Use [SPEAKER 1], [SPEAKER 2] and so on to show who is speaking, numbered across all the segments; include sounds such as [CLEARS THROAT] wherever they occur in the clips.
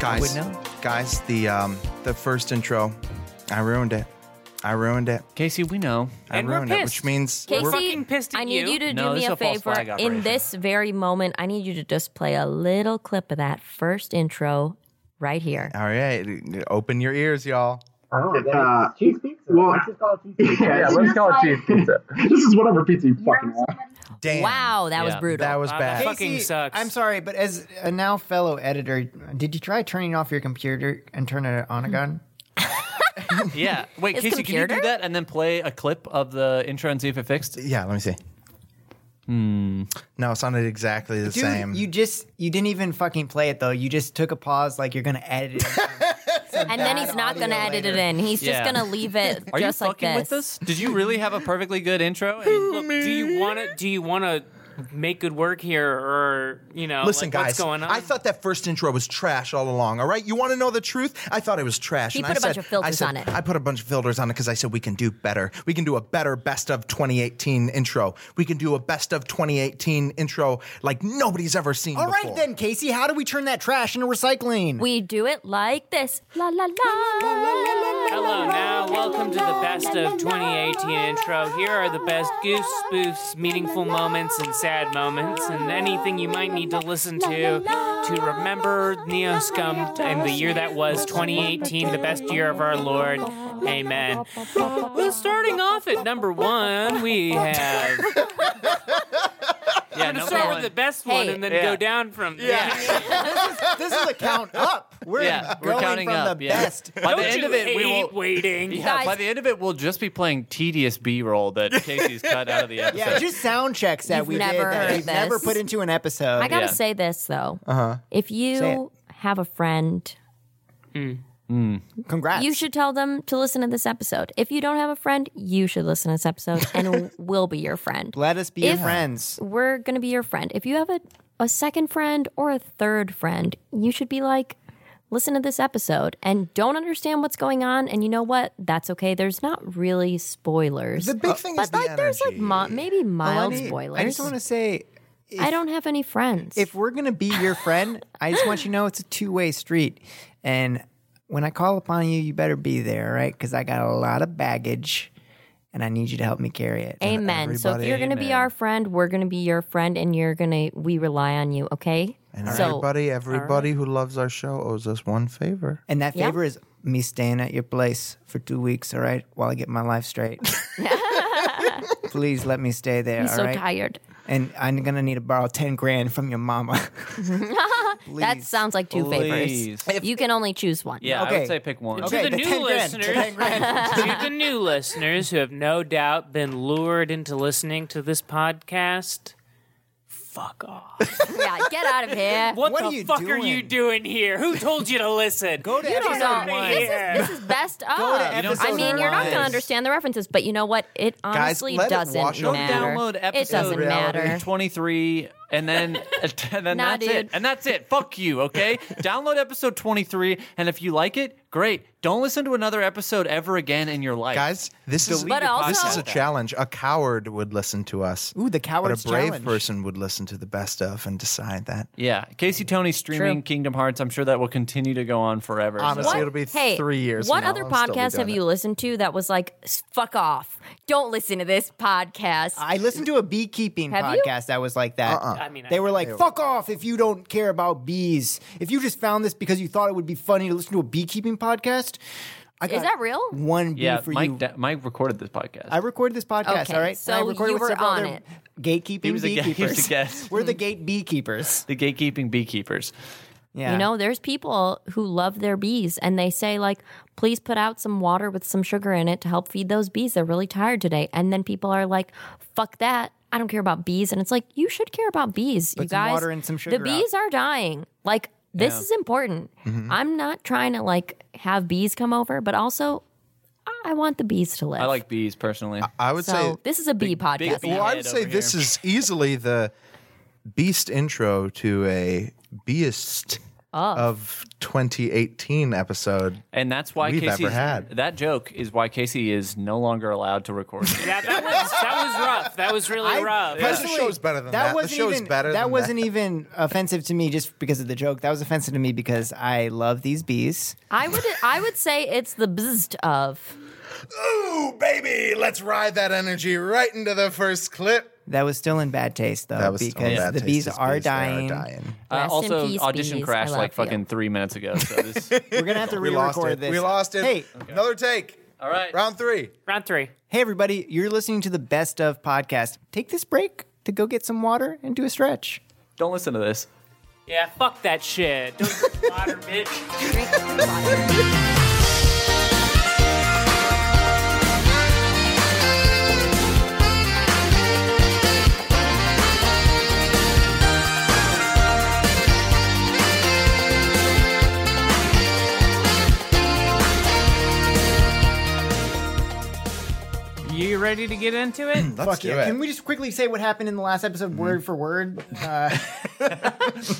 [SPEAKER 1] guys,
[SPEAKER 2] would know.
[SPEAKER 1] guys, the um, the first intro, I ruined it. I ruined it.
[SPEAKER 2] Casey, we know.
[SPEAKER 1] I
[SPEAKER 3] And we're
[SPEAKER 1] ruined it,
[SPEAKER 3] pissed.
[SPEAKER 1] which means
[SPEAKER 3] We're
[SPEAKER 4] Casey,
[SPEAKER 3] fucking pissed at
[SPEAKER 4] I need
[SPEAKER 3] you.
[SPEAKER 4] you to
[SPEAKER 2] No,
[SPEAKER 4] do
[SPEAKER 2] this
[SPEAKER 4] me
[SPEAKER 2] is
[SPEAKER 4] a,
[SPEAKER 2] a false
[SPEAKER 4] favor.
[SPEAKER 2] flag operation.
[SPEAKER 4] In this very moment, I need you to just play a little clip of that first intro right here.
[SPEAKER 1] all right. Open your ears, y'all.
[SPEAKER 5] I don't know.
[SPEAKER 6] It's,
[SPEAKER 5] that is- [LAUGHS]
[SPEAKER 6] uh,
[SPEAKER 5] cheese pizza.
[SPEAKER 6] well-
[SPEAKER 5] let's just call it cheese
[SPEAKER 1] [LAUGHS]
[SPEAKER 5] pizza.
[SPEAKER 6] Yeah,
[SPEAKER 5] yeah,
[SPEAKER 6] it's
[SPEAKER 5] let's
[SPEAKER 6] just
[SPEAKER 5] call it
[SPEAKER 6] like-
[SPEAKER 5] cheese [LAUGHS] pizza.
[SPEAKER 6] this is whatever pizza you fucking want.
[SPEAKER 1] Damn.
[SPEAKER 4] Wow, that was
[SPEAKER 2] Yeah.
[SPEAKER 4] brutal.
[SPEAKER 1] That was
[SPEAKER 3] Wow,
[SPEAKER 1] bad.
[SPEAKER 3] that fucking sucks.
[SPEAKER 7] I'm sorry, but as a now fellow editor, did you try turning off your computer and turn it
[SPEAKER 4] Hmm.
[SPEAKER 7] on again?
[SPEAKER 2] Yeah. Wait,
[SPEAKER 4] His
[SPEAKER 2] Casey, can you
[SPEAKER 4] computer?
[SPEAKER 2] do that and then play a clip of the intro and see if it fixed?
[SPEAKER 1] Yeah, let me see.
[SPEAKER 7] Hmm.
[SPEAKER 1] Hmm. No, it sounded exactly the
[SPEAKER 7] Dude,
[SPEAKER 1] same.
[SPEAKER 7] you just you didn't even fucking play it though. You just took a pause, like you're gonna edit [LAUGHS] it.
[SPEAKER 4] and then he's not going to
[SPEAKER 7] audio
[SPEAKER 4] edit it
[SPEAKER 7] later.
[SPEAKER 4] in. He's
[SPEAKER 2] Yeah.
[SPEAKER 4] just going to leave it
[SPEAKER 2] Are
[SPEAKER 4] just
[SPEAKER 2] you
[SPEAKER 4] like
[SPEAKER 2] fucking
[SPEAKER 4] this.
[SPEAKER 2] with this? Did you really have a perfectly good intro? And-
[SPEAKER 3] Look, do you want to? Do you want to make good work here, or you know,
[SPEAKER 1] Listen,
[SPEAKER 3] like,
[SPEAKER 1] guys,
[SPEAKER 3] what's going on?
[SPEAKER 1] I thought that first intro was trash all along. All right, you want to know the truth? I thought it was trash.
[SPEAKER 4] He
[SPEAKER 1] and
[SPEAKER 4] put
[SPEAKER 1] I
[SPEAKER 4] a bunch
[SPEAKER 1] said-
[SPEAKER 4] of filters
[SPEAKER 1] I said-
[SPEAKER 4] on it.
[SPEAKER 1] I put a bunch of filters on it because I said we can do better. We can do a better best of 2018 intro. We can do a best of 2018 intro like nobody's ever seen.
[SPEAKER 7] All right
[SPEAKER 1] before.
[SPEAKER 7] then, Casey, how do we turn that trash into recycling?
[SPEAKER 4] We do it like this. La la la.
[SPEAKER 3] Hello, now welcome to the best of 2018 intro. Here are the best goose spoofs, meaningful moments, and sad moments, and anything you might need to listen to to remember Neo Scum and the year that was 2018, the best year of our Lord. Amen. Well, starting off at number one, we have.
[SPEAKER 2] yeah,
[SPEAKER 3] I'm gonna
[SPEAKER 2] number
[SPEAKER 3] start
[SPEAKER 2] one.
[SPEAKER 3] with the best one and then
[SPEAKER 2] [LAUGHS] Yeah.
[SPEAKER 3] go down from there.
[SPEAKER 7] this is a count up. We're
[SPEAKER 2] yeah, we're
[SPEAKER 7] going
[SPEAKER 2] counting
[SPEAKER 7] from
[SPEAKER 2] up.
[SPEAKER 7] the
[SPEAKER 2] yeah.
[SPEAKER 7] best.
[SPEAKER 2] By the end of it, we will.
[SPEAKER 3] waiting.
[SPEAKER 2] Yeah, by
[SPEAKER 4] Guys.
[SPEAKER 2] the end of it, we'll just be playing tedious B-roll that Casey's cut out of the episode.
[SPEAKER 7] Yeah, just sound checks that
[SPEAKER 4] You've
[SPEAKER 7] we
[SPEAKER 4] never
[SPEAKER 7] did that
[SPEAKER 4] heard
[SPEAKER 7] we've never
[SPEAKER 4] this.
[SPEAKER 7] put into an episode.
[SPEAKER 4] I gotta
[SPEAKER 2] Yeah.
[SPEAKER 4] say this though. Uh-huh. If you have a friend,
[SPEAKER 7] Congrats.
[SPEAKER 4] you should tell them to listen to this episode. If you don't have a friend, you should listen to this episode, and we'll be your friend.
[SPEAKER 7] let us be
[SPEAKER 4] If-
[SPEAKER 7] your friends.
[SPEAKER 4] We're gonna be your friend. If you have a a second friend or a third friend, you should be like. Listen to this episode and don't understand what's going on, and you know what? That's okay. There's not really spoilers.
[SPEAKER 1] The big thing is
[SPEAKER 4] But
[SPEAKER 1] the
[SPEAKER 4] like, there's like
[SPEAKER 1] energy.
[SPEAKER 4] mo- maybe mild
[SPEAKER 7] Lenny,
[SPEAKER 4] spoilers.
[SPEAKER 7] I just want to say,
[SPEAKER 4] I don't have any friends.
[SPEAKER 7] if we're gonna be your friend, I just want you to know it's a two way street. And when I call upon you, you better be there, right? Because I got a lot of baggage, and I need you to help me carry it.
[SPEAKER 4] amen. So if
[SPEAKER 1] everybody-
[SPEAKER 4] you're going to be our friend, we're going to be your friend, and you're going to we rely on you. Okay.
[SPEAKER 1] And
[SPEAKER 4] so
[SPEAKER 1] everybody, everybody who loves our show owes us one favor.
[SPEAKER 7] And that
[SPEAKER 4] Yeah.
[SPEAKER 7] favor is me staying at your place for two weeks, all right, while I get my
[SPEAKER 4] [LAUGHS]
[SPEAKER 7] life straight. Please let me stay there,
[SPEAKER 4] I'm
[SPEAKER 7] all
[SPEAKER 4] so
[SPEAKER 7] right?
[SPEAKER 4] tired.
[SPEAKER 7] And I'm gonna need to borrow ten grand from your mama.
[SPEAKER 4] That sounds like two
[SPEAKER 2] Please.
[SPEAKER 4] favors. you can only choose one.
[SPEAKER 2] Yeah, I
[SPEAKER 7] Okay.
[SPEAKER 2] would say pick one.
[SPEAKER 7] Okay,
[SPEAKER 3] to the,
[SPEAKER 7] the
[SPEAKER 3] new
[SPEAKER 7] 10 grand, the
[SPEAKER 3] listeners,
[SPEAKER 7] 10
[SPEAKER 3] [LAUGHS] to the new listeners who have no doubt been lured into listening to this podcast, fuck off.
[SPEAKER 4] Yeah, Get out of here.
[SPEAKER 7] [LAUGHS]
[SPEAKER 3] What,
[SPEAKER 7] What
[SPEAKER 3] the
[SPEAKER 7] are you
[SPEAKER 3] fuck are you
[SPEAKER 7] doing?
[SPEAKER 3] doing here? Who told you to listen? Go
[SPEAKER 7] to
[SPEAKER 3] you don't
[SPEAKER 7] episode
[SPEAKER 3] know
[SPEAKER 7] one.
[SPEAKER 3] me
[SPEAKER 4] This is, this is best of.
[SPEAKER 7] to
[SPEAKER 4] I
[SPEAKER 7] episode
[SPEAKER 4] mean, you're not
[SPEAKER 7] one.
[SPEAKER 4] going to understand the references, but you know what? It honestly
[SPEAKER 1] let it
[SPEAKER 4] doesn't
[SPEAKER 1] wash over
[SPEAKER 2] Go
[SPEAKER 1] you.
[SPEAKER 4] matter.
[SPEAKER 2] download episode
[SPEAKER 4] it doesn't matter.
[SPEAKER 2] 23 and then [LAUGHS] and then
[SPEAKER 4] Nah,
[SPEAKER 2] that's
[SPEAKER 4] dude.
[SPEAKER 2] it. And that's it. Fuck
[SPEAKER 4] [LAUGHS]
[SPEAKER 2] you, okay? download episode 23 and if you like it, great. Don't listen to another episode ever again in your life.
[SPEAKER 1] Guys, this is
[SPEAKER 4] But
[SPEAKER 1] this
[SPEAKER 4] also-
[SPEAKER 1] is a challenge. A coward would listen to us.
[SPEAKER 7] Ooh, the
[SPEAKER 1] But a
[SPEAKER 7] coward's
[SPEAKER 1] brave
[SPEAKER 7] challenge.
[SPEAKER 1] person would listen to the best of and decide that.
[SPEAKER 2] Yeah, Casey Tony streaming
[SPEAKER 4] True.
[SPEAKER 2] Kingdom Hearts. I'm sure that will continue to go on forever. so-
[SPEAKER 1] Honestly,
[SPEAKER 4] What-
[SPEAKER 1] it'll be
[SPEAKER 4] hey,
[SPEAKER 1] three years.
[SPEAKER 4] What
[SPEAKER 1] from now,
[SPEAKER 4] other
[SPEAKER 1] I'll still be
[SPEAKER 4] podcast have
[SPEAKER 1] doing
[SPEAKER 4] you
[SPEAKER 1] it.
[SPEAKER 4] listened to that was like, "S- fuck off? Don't listen to this podcast.
[SPEAKER 7] I listened to a
[SPEAKER 4] [LAUGHS]
[SPEAKER 7] beekeeping
[SPEAKER 4] Have you?
[SPEAKER 7] podcast that was like that.
[SPEAKER 1] Uh-uh.
[SPEAKER 3] I mean,
[SPEAKER 7] They were like, fuck off if you don't care about bees. If you just found this because you thought it would be funny to listen to a beekeeping podcast, I got
[SPEAKER 4] Is that real?
[SPEAKER 7] one bee
[SPEAKER 2] yeah,
[SPEAKER 7] for
[SPEAKER 2] Mike
[SPEAKER 7] you.
[SPEAKER 2] da- Mike recorded this podcast.
[SPEAKER 1] Uh,
[SPEAKER 7] I recorded this podcast,
[SPEAKER 4] Okay,
[SPEAKER 7] all right?
[SPEAKER 4] so
[SPEAKER 7] and I recorded
[SPEAKER 4] you
[SPEAKER 7] with
[SPEAKER 4] were
[SPEAKER 7] several
[SPEAKER 4] on
[SPEAKER 7] other
[SPEAKER 4] it.
[SPEAKER 7] Gatekeeping
[SPEAKER 2] He was a [LAUGHS] ga- he was a
[SPEAKER 7] beekeepers.
[SPEAKER 2] guest.
[SPEAKER 7] we're the gate beekeepers.
[SPEAKER 2] the gatekeeping beekeepers.
[SPEAKER 7] Yeah.
[SPEAKER 4] You know, there's people who love their bees and they say, like, please put out some water with some sugar in it to help feed those bees. They're really tired today. And then people are like, fuck that. I don't care about bees. And it's like, you should care about bees. you
[SPEAKER 7] some
[SPEAKER 4] guys,
[SPEAKER 7] water and some sugar
[SPEAKER 4] the bees are dying. Like, this is important.
[SPEAKER 7] Mm-hmm.
[SPEAKER 4] I'm not trying to, like, have bees come over, but also I want the bees to live.
[SPEAKER 2] I like bees personally.
[SPEAKER 1] I would
[SPEAKER 4] so
[SPEAKER 1] say
[SPEAKER 4] this is a bee podcast.
[SPEAKER 2] bee.
[SPEAKER 1] Well, I
[SPEAKER 2] head
[SPEAKER 1] would say
[SPEAKER 2] over
[SPEAKER 1] this
[SPEAKER 2] here.
[SPEAKER 1] is easily the beast intro to a beast of 2018 episode.
[SPEAKER 2] And that's why
[SPEAKER 1] We've ever
[SPEAKER 2] Casey's
[SPEAKER 1] had.
[SPEAKER 2] that joke is why Casey is no longer allowed
[SPEAKER 4] [LAUGHS]
[SPEAKER 2] to record.
[SPEAKER 8] Yeah, [LAUGHS] that was that was rough. That was really rough.
[SPEAKER 1] Plus, the show's better than that. The
[SPEAKER 7] wasn't
[SPEAKER 1] show's
[SPEAKER 7] even,
[SPEAKER 1] better
[SPEAKER 7] That
[SPEAKER 1] than
[SPEAKER 7] wasn't
[SPEAKER 1] that.
[SPEAKER 7] even offensive to me just because of the joke. That was offensive to me because I love these bees.
[SPEAKER 4] I would I would say it's the bzzzt of.
[SPEAKER 1] Ooh, baby, let's ride that energy right into the first clip.
[SPEAKER 7] That was still in bad taste though,
[SPEAKER 1] That was
[SPEAKER 7] because
[SPEAKER 1] still bad
[SPEAKER 7] the
[SPEAKER 1] taste.
[SPEAKER 7] bees,
[SPEAKER 1] These
[SPEAKER 7] are dying.
[SPEAKER 2] Uh,
[SPEAKER 4] Rest in
[SPEAKER 2] also,
[SPEAKER 4] peace,
[SPEAKER 2] audition
[SPEAKER 4] bees.
[SPEAKER 2] crashed
[SPEAKER 4] I
[SPEAKER 2] like
[SPEAKER 4] love you.
[SPEAKER 2] fucking three minutes ago. So
[SPEAKER 4] [LAUGHS]
[SPEAKER 2] this,
[SPEAKER 7] We're gonna have to
[SPEAKER 1] [LAUGHS] We lost
[SPEAKER 7] re-record
[SPEAKER 1] it.
[SPEAKER 7] this.
[SPEAKER 1] We lost it.
[SPEAKER 7] Hey,
[SPEAKER 1] another take.
[SPEAKER 2] all right,
[SPEAKER 1] Round three.
[SPEAKER 8] Round three.
[SPEAKER 7] hey everybody! You're listening to the Best of podcast. Take this break to go get some water and do a stretch.
[SPEAKER 2] don't listen to this.
[SPEAKER 8] Yeah, fuck that shit. Don't drink water, bitch. You ready to get into it?
[SPEAKER 1] [CLEARS THROAT] Let's do it.
[SPEAKER 7] Can we just quickly say what happened in the last episode, word for word? Uh,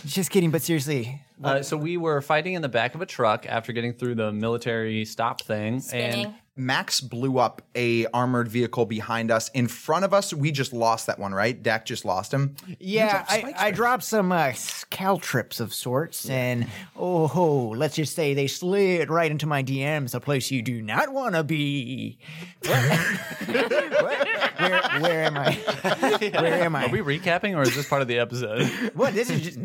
[SPEAKER 7] just kidding, but seriously,
[SPEAKER 2] Uh, so we were fighting in the back of a truck after getting through the military stop thing. And
[SPEAKER 1] Max blew up a armored vehicle behind us. In front of us, we just lost that one, right? Dak just lost him.
[SPEAKER 7] Yeah, I, I dropped some uh, s- caltrips of sorts, and oh, ho, let's just say they slid right into my DMs, a place you do not want to be. What? [LAUGHS] Where, where am I? Where am I?
[SPEAKER 2] are we recapping, or is this part of the
[SPEAKER 4] [LAUGHS]
[SPEAKER 2] episode?
[SPEAKER 7] What? This is just,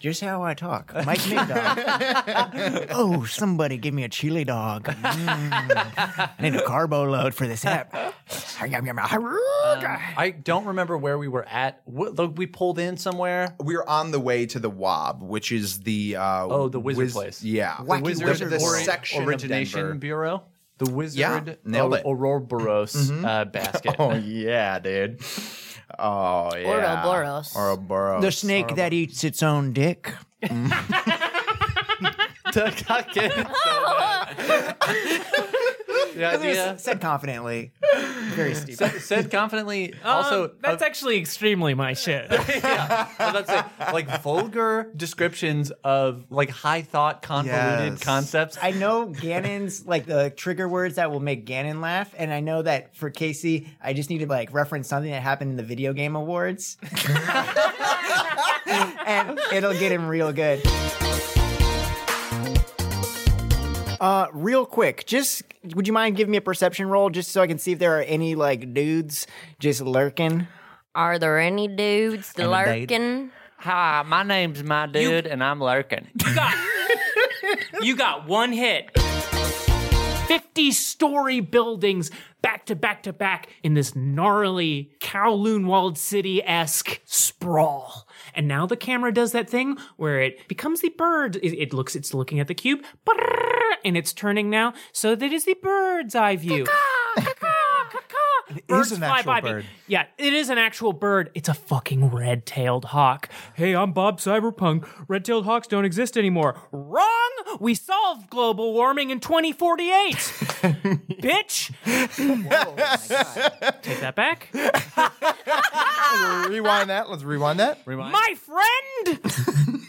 [SPEAKER 7] just how I talk. Mike Ming Dog. oh, somebody give me a chili dog. Mm. I need a carbo load for this app.
[SPEAKER 2] I don't remember where we were at. What, like, we pulled in somewhere.
[SPEAKER 1] We are on the way to the Wob, which is the uh,
[SPEAKER 2] Oh, the wizard place.
[SPEAKER 1] Yeah,
[SPEAKER 7] Wacky
[SPEAKER 1] The
[SPEAKER 7] Wizard
[SPEAKER 1] the
[SPEAKER 7] World.
[SPEAKER 1] section of
[SPEAKER 2] Origination
[SPEAKER 1] Denver.
[SPEAKER 2] Bureau. The Wizard
[SPEAKER 1] Yeah, nailed it.
[SPEAKER 2] Ouroboros uh, basket.
[SPEAKER 1] [LAUGHS] Oh yeah, dude. Oh yeah.
[SPEAKER 4] Ouroboros.
[SPEAKER 1] Ouroboros.
[SPEAKER 7] The snake that eats its own dick.
[SPEAKER 2] the idea
[SPEAKER 7] Said confidently. Very stupid.
[SPEAKER 2] said, said confidently. Also,
[SPEAKER 8] Um,
[SPEAKER 1] uh,
[SPEAKER 8] that's actually extremely my
[SPEAKER 2] [LAUGHS]
[SPEAKER 8] shit.
[SPEAKER 2] I was about to say, like vulgar descriptions of like high thought, convoluted
[SPEAKER 1] Yes.
[SPEAKER 2] concepts.
[SPEAKER 7] I know Gannon's like the trigger words that will make Gannon laugh, and I know that for Casey, I just need to like reference something that happened in the video game awards, [LAUGHS] and it'll get him real good. Uh, real quick, just would you mind giving me a perception roll just so I can see if there are any like dudes just lurking?
[SPEAKER 4] Are there any dudes lurking?
[SPEAKER 2] Hi, my name's my dude, and I'm lurking.
[SPEAKER 8] You got, you got one hit. 50 story buildings back to back to back in this gnarly Kowloon Walled City esque sprawl. And now the camera does that thing where it becomes the bird. It, it looks, it's looking at the cube, brrrr, and it's turning now. So that is the bird's eye view. Birds
[SPEAKER 1] an
[SPEAKER 8] fly
[SPEAKER 1] actual
[SPEAKER 8] by me.
[SPEAKER 1] bird.
[SPEAKER 8] Yeah, it is an actual bird. It's a fucking red tailed hawk. Hey, I'm Bob Cyberpunk. Red tailed hawks don't exist anymore. Wrong! [LAUGHS] We solved global warming in 2048!
[SPEAKER 1] [LAUGHS]
[SPEAKER 8] Bitch! Take that back.
[SPEAKER 1] [LAUGHS] rewind that. Let's rewind that.
[SPEAKER 8] My friend!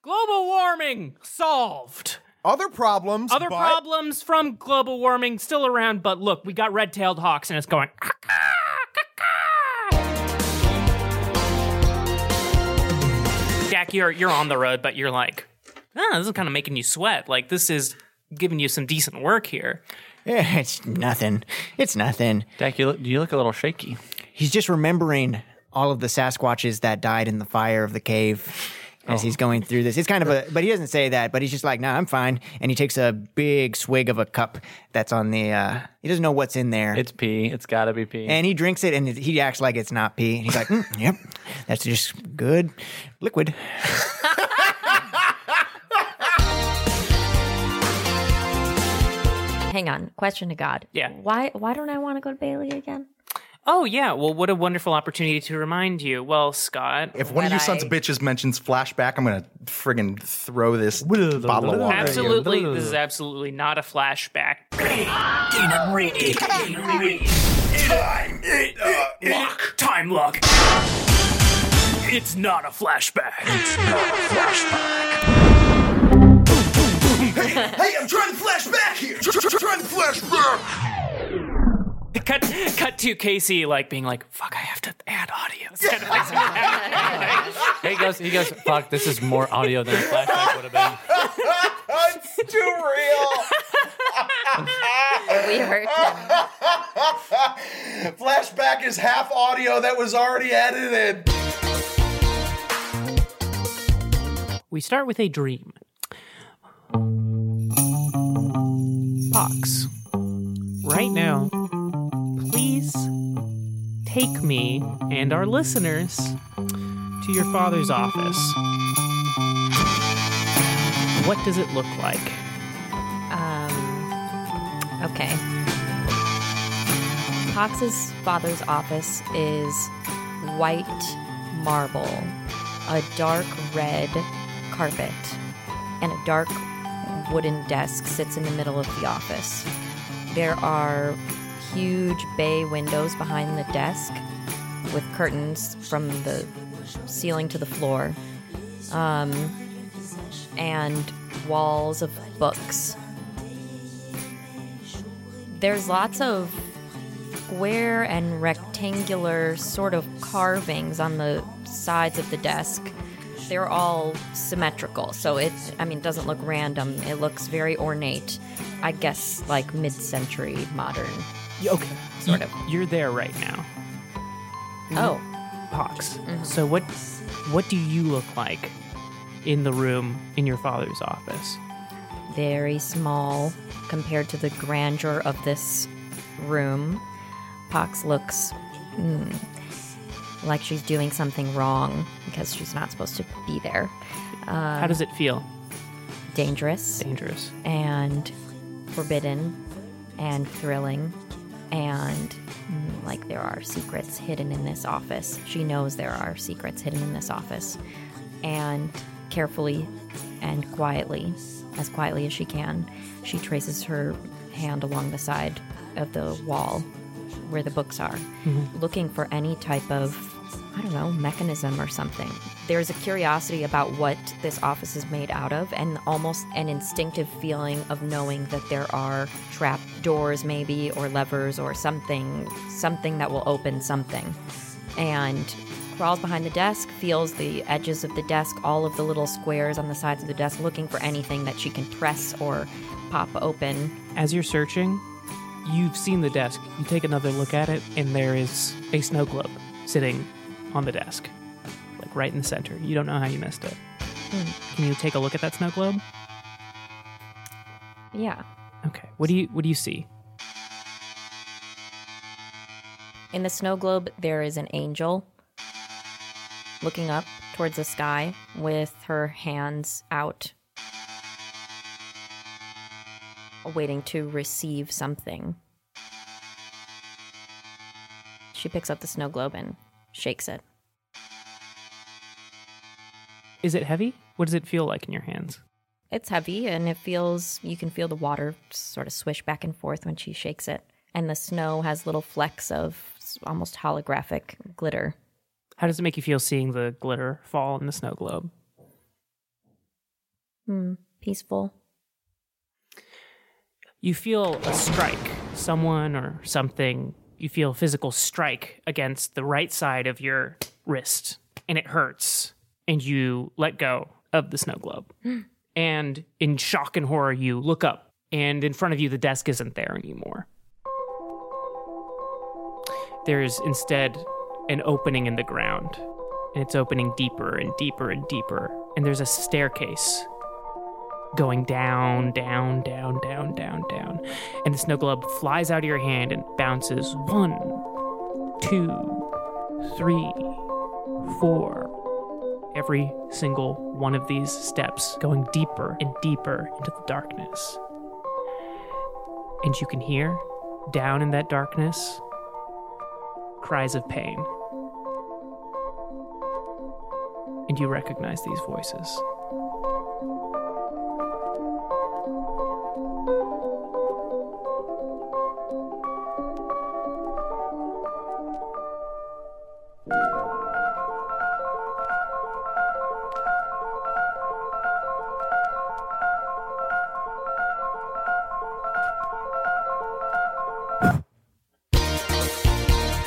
[SPEAKER 8] global warming solved!
[SPEAKER 1] Other problems.
[SPEAKER 8] Other
[SPEAKER 1] but
[SPEAKER 8] problems from global warming still around, but look, we got red tailed hawks and it's going. "Ah, Dak, ah, you're, you're on the road, but you're like, oh, this is kind of making you sweat. Like, this is giving you some decent work here.
[SPEAKER 7] Eh, It's nothing. It's nothing.
[SPEAKER 2] Dak, you look, you look a little shaky.
[SPEAKER 7] he's just remembering all of the Sasquatches that died in the fire of the cave
[SPEAKER 2] Oh.
[SPEAKER 7] as he's going through this. It's kind of a, but he doesn't say that, but he's just like, nah, I'm fine. And he takes a big swig of a cup that's on the, uh, he doesn't know what's in there.
[SPEAKER 2] It's pee. It's gotta be pee.
[SPEAKER 7] and he drinks it and he acts like it's not pee. And he's like, "Mm, yep, that's just good liquid. [LAUGHS]
[SPEAKER 4] Hang on. Question to God.
[SPEAKER 8] Yeah.
[SPEAKER 4] Why why don't I want to go to Bailey again?
[SPEAKER 8] Oh, yeah. Well, what a wonderful opportunity to remind you. Well, Scott.
[SPEAKER 1] If one of you sons of bitches mentions flashback, I'm gonna friggin' throw this bottle of water. at you.
[SPEAKER 8] Absolutely, this is absolutely not a flashback. Lock. Time lock. It's not a flashback.
[SPEAKER 9] hey, I'm trying to flash back here. Tr- tr- trying to flash back.
[SPEAKER 8] cut, cut to Casey like being like, "Fuck, I have to add audio." [LAUGHS]
[SPEAKER 2] He goes, he goes, fuck, this is more audio than a flashback would have been.
[SPEAKER 9] It's too real.
[SPEAKER 4] [LAUGHS] We hurt them.
[SPEAKER 1] [LAUGHS]
[SPEAKER 9] Flashback is half audio that was already edited.
[SPEAKER 8] We start with a dream. Fox, right now, please take me and our listeners to your father's office. What does it look like?
[SPEAKER 4] Um, okay. Cox's father's office is white marble, a dark red carpet, and a dark wooden desk sits in the middle of the office. There are huge bay windows behind the desk with curtains from the ceiling to the floor. Um, and walls of books there's lots of square and rectangular sort of carvings on the sides of the desk. They're all symmetrical, so it I mean it doesn't look random. It looks very ornate. I guess like mid-century modern.
[SPEAKER 8] Okay.
[SPEAKER 4] Sort of.
[SPEAKER 8] You're there right now,
[SPEAKER 4] Oh,
[SPEAKER 8] Fox. Mm-hmm. So what what do you look like in the room in your father's office?
[SPEAKER 4] very small compared to the grandeur of this room. Pox looks mm, like she's doing something wrong because she's not supposed to be there.
[SPEAKER 8] How does it feel?
[SPEAKER 4] Dangerous.
[SPEAKER 8] Dangerous.
[SPEAKER 4] and forbidden and thrilling and mm, like there are secrets hidden in this office. She knows there are secrets hidden in this office. And carefully and quietly, as quietly as she can, she traces her hand along the side of the wall where the books are, looking for any type of, I don't know, mechanism or something. There's a curiosity about what this office is made out of, and almost an instinctive feeling of knowing that there are trap doors, maybe, or levers, or something, something that will open something. And crawls behind the desk, feels the edges of the desk, all of the little squares on the sides of the desk, looking for anything that she can press or pop open.
[SPEAKER 8] As you're searching, you've seen the desk. You take another look at it, and there is a snow globe sitting on the desk, like right in the center. You don't know how you missed it. Can you take a look at that snow globe?
[SPEAKER 4] Yeah.
[SPEAKER 8] Okay. What do you What do you see?
[SPEAKER 4] In the snow globe, there is an angel looking up towards the sky with her hands out, waiting to receive something. She picks up the snow globe and shakes it.
[SPEAKER 8] Is it heavy? What does it feel like in your hands?
[SPEAKER 4] It's heavy and it feels, you can feel the water sort of swish back and forth when she shakes it. And the snow has little flecks of s- almost holographic glitter.
[SPEAKER 8] How does it make you feel seeing the glitter fall in the snow globe?
[SPEAKER 4] Hmm, peaceful.
[SPEAKER 8] You feel a strike, someone or something. You feel a physical strike against the right side of your wrist, and it hurts. And you let go of the snow globe. [GASPS] [LAUGHS] and in shock and horror, you look up, and in front of you, the desk isn't there anymore. There's instead an opening in the ground, and it's opening deeper and deeper and deeper. And there's a staircase going down, down, down, down, down, down. And the snow globe flies out of your hand and bounces one, two, three, four. Every single one of these steps going deeper and deeper into the darkness. And you can hear, down in that darkness, cries of pain. And you recognize these voices.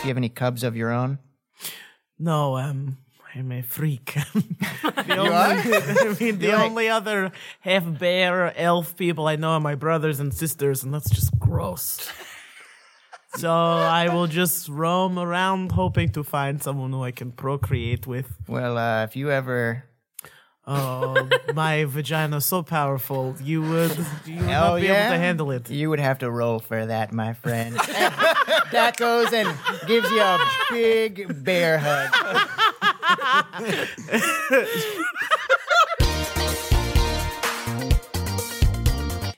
[SPEAKER 7] have any cubs of your own?
[SPEAKER 10] No, um, I'm a freak. [LAUGHS]
[SPEAKER 7] [LAUGHS]
[SPEAKER 10] the only,
[SPEAKER 1] are?
[SPEAKER 10] [LAUGHS] I mean, the only other half bear elf people I know are my brothers and sisters, and that's just
[SPEAKER 7] [LAUGHS]
[SPEAKER 10] gross. so I will just roam around hoping to find someone who I can procreate with.
[SPEAKER 7] Well, uh, if you ever. [LAUGHS]
[SPEAKER 10] Oh, my vagina is so powerful, you would, you would
[SPEAKER 7] Oh,
[SPEAKER 10] not be
[SPEAKER 7] yeah?
[SPEAKER 10] able to handle it.
[SPEAKER 7] You would have to roll for that, my [LAUGHS] friend. that goes and gives you a big bear hug.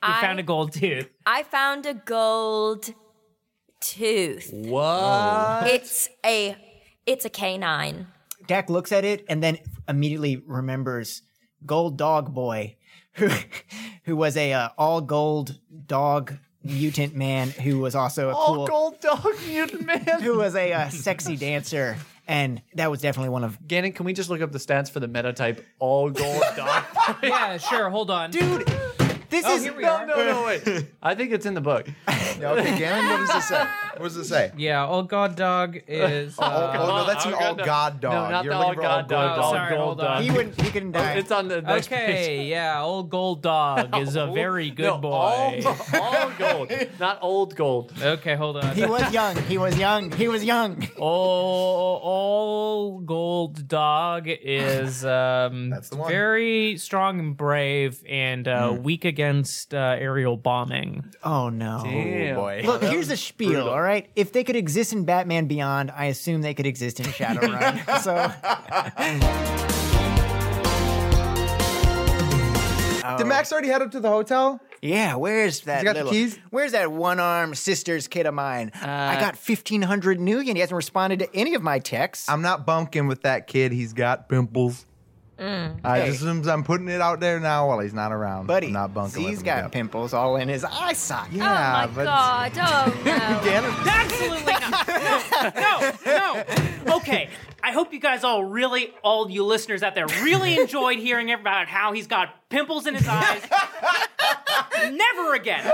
[SPEAKER 8] I
[SPEAKER 4] I,
[SPEAKER 8] found a gold [LAUGHS] tooth.
[SPEAKER 4] I found a gold tooth.
[SPEAKER 1] What?
[SPEAKER 4] It's a it's a canine.
[SPEAKER 7] Dak looks at it and then immediately remembers Gold Dog Boy, who, [LAUGHS] who was a uh, all gold dog mutant man who was also a cool,
[SPEAKER 2] gold dog mutant [LAUGHS] man.
[SPEAKER 7] who was a uh, sexy dancer. And that was definitely one of
[SPEAKER 2] Gannon, can we just look up the stats for the meta type all gold
[SPEAKER 8] [LAUGHS]
[SPEAKER 2] dog?
[SPEAKER 8] Yeah, sure. Hold on.
[SPEAKER 7] dude. This
[SPEAKER 8] Oh,
[SPEAKER 7] is
[SPEAKER 8] here we
[SPEAKER 7] no,
[SPEAKER 8] are.
[SPEAKER 7] no,
[SPEAKER 2] no, wait. [LAUGHS] I think it's in the book.
[SPEAKER 1] okay, Gannon, what does it say? What does it
[SPEAKER 2] [LAUGHS]
[SPEAKER 1] say?
[SPEAKER 11] Yeah, old god dog is.
[SPEAKER 1] oh,
[SPEAKER 11] Uh,
[SPEAKER 1] oh, no, that's an
[SPEAKER 2] Oh, God,
[SPEAKER 1] all
[SPEAKER 2] no.
[SPEAKER 1] god dog.
[SPEAKER 2] No, not
[SPEAKER 1] You're
[SPEAKER 2] the
[SPEAKER 1] looking
[SPEAKER 2] all
[SPEAKER 1] for
[SPEAKER 2] god dog.
[SPEAKER 8] gold.
[SPEAKER 2] all
[SPEAKER 8] Sorry,
[SPEAKER 2] gold
[SPEAKER 8] hold on.
[SPEAKER 2] dog.
[SPEAKER 7] he wouldn't he couldn't die.
[SPEAKER 2] It's on the next page.
[SPEAKER 11] okay, yeah, old gold dog
[SPEAKER 2] [LAUGHS]
[SPEAKER 11] is a very good
[SPEAKER 2] No,
[SPEAKER 11] boy.
[SPEAKER 2] All, all gold, not old gold.
[SPEAKER 11] Okay, hold on.
[SPEAKER 7] He
[SPEAKER 2] [LAUGHS]
[SPEAKER 7] was young. He was young. He was young. [LAUGHS]
[SPEAKER 11] all, all gold dog
[SPEAKER 7] [LAUGHS]
[SPEAKER 11] is um,
[SPEAKER 1] That's the one.
[SPEAKER 11] very strong and brave and uh, weak against uh, aerial bombing.
[SPEAKER 7] Mm. Oh no.
[SPEAKER 2] Damn.
[SPEAKER 1] boy.
[SPEAKER 7] Look, here's the spiel, [LAUGHS] all right? If they could exist in Batman Beyond, I assume they could exist in [LAUGHS] Shadowrun. so Uh,
[SPEAKER 1] Did Max already head up to the hotel?
[SPEAKER 7] Yeah, where's that
[SPEAKER 1] got the
[SPEAKER 7] little?
[SPEAKER 1] keys?
[SPEAKER 7] Where's that one-armed sister's kid of mine?
[SPEAKER 2] Uh,
[SPEAKER 7] I got fifteen hundred million. He hasn't responded to any of my texts.
[SPEAKER 1] I'm not bunking with that kid. He's got pimples.
[SPEAKER 2] Mm.
[SPEAKER 1] I
[SPEAKER 7] Hey. Oh,
[SPEAKER 1] just I'm putting it out there now while he's not around.
[SPEAKER 7] Buddy,
[SPEAKER 1] I'm not bunking
[SPEAKER 7] he's
[SPEAKER 1] with him.
[SPEAKER 7] got
[SPEAKER 1] Yeah.
[SPEAKER 7] pimples all in his eye socket.
[SPEAKER 1] Yeah,
[SPEAKER 7] uh,
[SPEAKER 4] oh my
[SPEAKER 1] but
[SPEAKER 4] god. Oh no.
[SPEAKER 8] Absolutely
[SPEAKER 7] [LAUGHS]
[SPEAKER 8] not. No, no, no. Okay. I hope you guys all really, all you listeners out there,
[SPEAKER 7] [LAUGHS]
[SPEAKER 8] really enjoyed hearing about how he's got pimples in his eyes. Never again.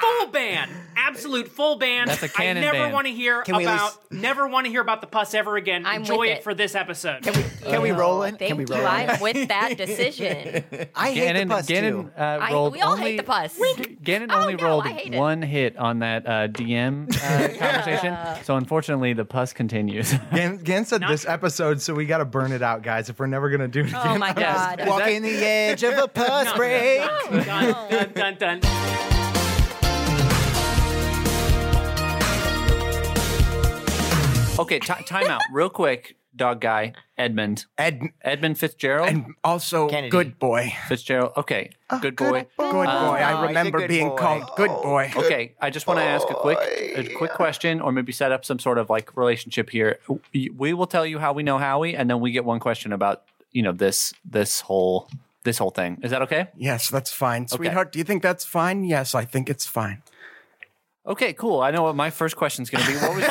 [SPEAKER 8] Full ban.
[SPEAKER 10] [LAUGHS]
[SPEAKER 7] [LAUGHS]
[SPEAKER 8] Absolute full ban.
[SPEAKER 11] That's a
[SPEAKER 8] I
[SPEAKER 11] canon
[SPEAKER 8] never
[SPEAKER 11] ban.
[SPEAKER 8] want to hear
[SPEAKER 7] Can we at
[SPEAKER 8] about.
[SPEAKER 7] least-
[SPEAKER 8] Never want to hear about the pus ever again.
[SPEAKER 4] I'm
[SPEAKER 8] Enjoy
[SPEAKER 4] with
[SPEAKER 8] it.
[SPEAKER 4] it.
[SPEAKER 8] for this episode.
[SPEAKER 7] Can
[SPEAKER 11] Uh,
[SPEAKER 7] we roll in? Can
[SPEAKER 4] Thank
[SPEAKER 7] we
[SPEAKER 4] you.
[SPEAKER 7] roll in?
[SPEAKER 4] I'm with
[SPEAKER 11] [LAUGHS]
[SPEAKER 4] that
[SPEAKER 7] [LAUGHS]
[SPEAKER 4] decision.
[SPEAKER 7] I hate
[SPEAKER 2] Gannon,
[SPEAKER 7] the pus
[SPEAKER 2] Gannon
[SPEAKER 7] too.
[SPEAKER 2] uh,
[SPEAKER 4] I-
[SPEAKER 2] rolled
[SPEAKER 4] we all hate
[SPEAKER 2] only,
[SPEAKER 4] the pus.
[SPEAKER 2] Gannon
[SPEAKER 4] Oh,
[SPEAKER 2] only
[SPEAKER 4] no,
[SPEAKER 2] rolled
[SPEAKER 4] I hate it.
[SPEAKER 2] one hit on that uh, DM uh, conversation, so unfortunately the pus continues. [LAUGHS]
[SPEAKER 1] Gan, Gan said this episode, so we got to burn it out, guys. If we're never gonna do it again,
[SPEAKER 4] Oh
[SPEAKER 1] [LAUGHS]
[SPEAKER 4] my god.
[SPEAKER 7] Walking the edge of
[SPEAKER 11] [LAUGHS]
[SPEAKER 7] a pus break.
[SPEAKER 8] dun, dun, dun, dun.
[SPEAKER 2] okay, ti time out, real quick, dog guy Edmund,
[SPEAKER 12] Ed
[SPEAKER 2] Edmund Fitzgerald,
[SPEAKER 12] and also
[SPEAKER 7] Kennedy.
[SPEAKER 12] good boy.
[SPEAKER 2] Fitzgerald. Okay, good boy.
[SPEAKER 12] Good
[SPEAKER 7] Good
[SPEAKER 12] boy.
[SPEAKER 2] Oh,
[SPEAKER 12] I
[SPEAKER 7] he's a
[SPEAKER 12] remember
[SPEAKER 7] good
[SPEAKER 12] being
[SPEAKER 7] boy. Oh.
[SPEAKER 12] called good boy.
[SPEAKER 2] Okay, I just want to ask a quick, a quick question, or maybe set up some sort of like relationship here. We we will tell you how we know Howie, and then we get one question about you know this this whole this whole thing. Is that okay?
[SPEAKER 12] Yes, that's fine. Sweetheart, do you think that's fine? Yes, I think it's fine.
[SPEAKER 2] Okay, cool. I know what my first question's going to be. What was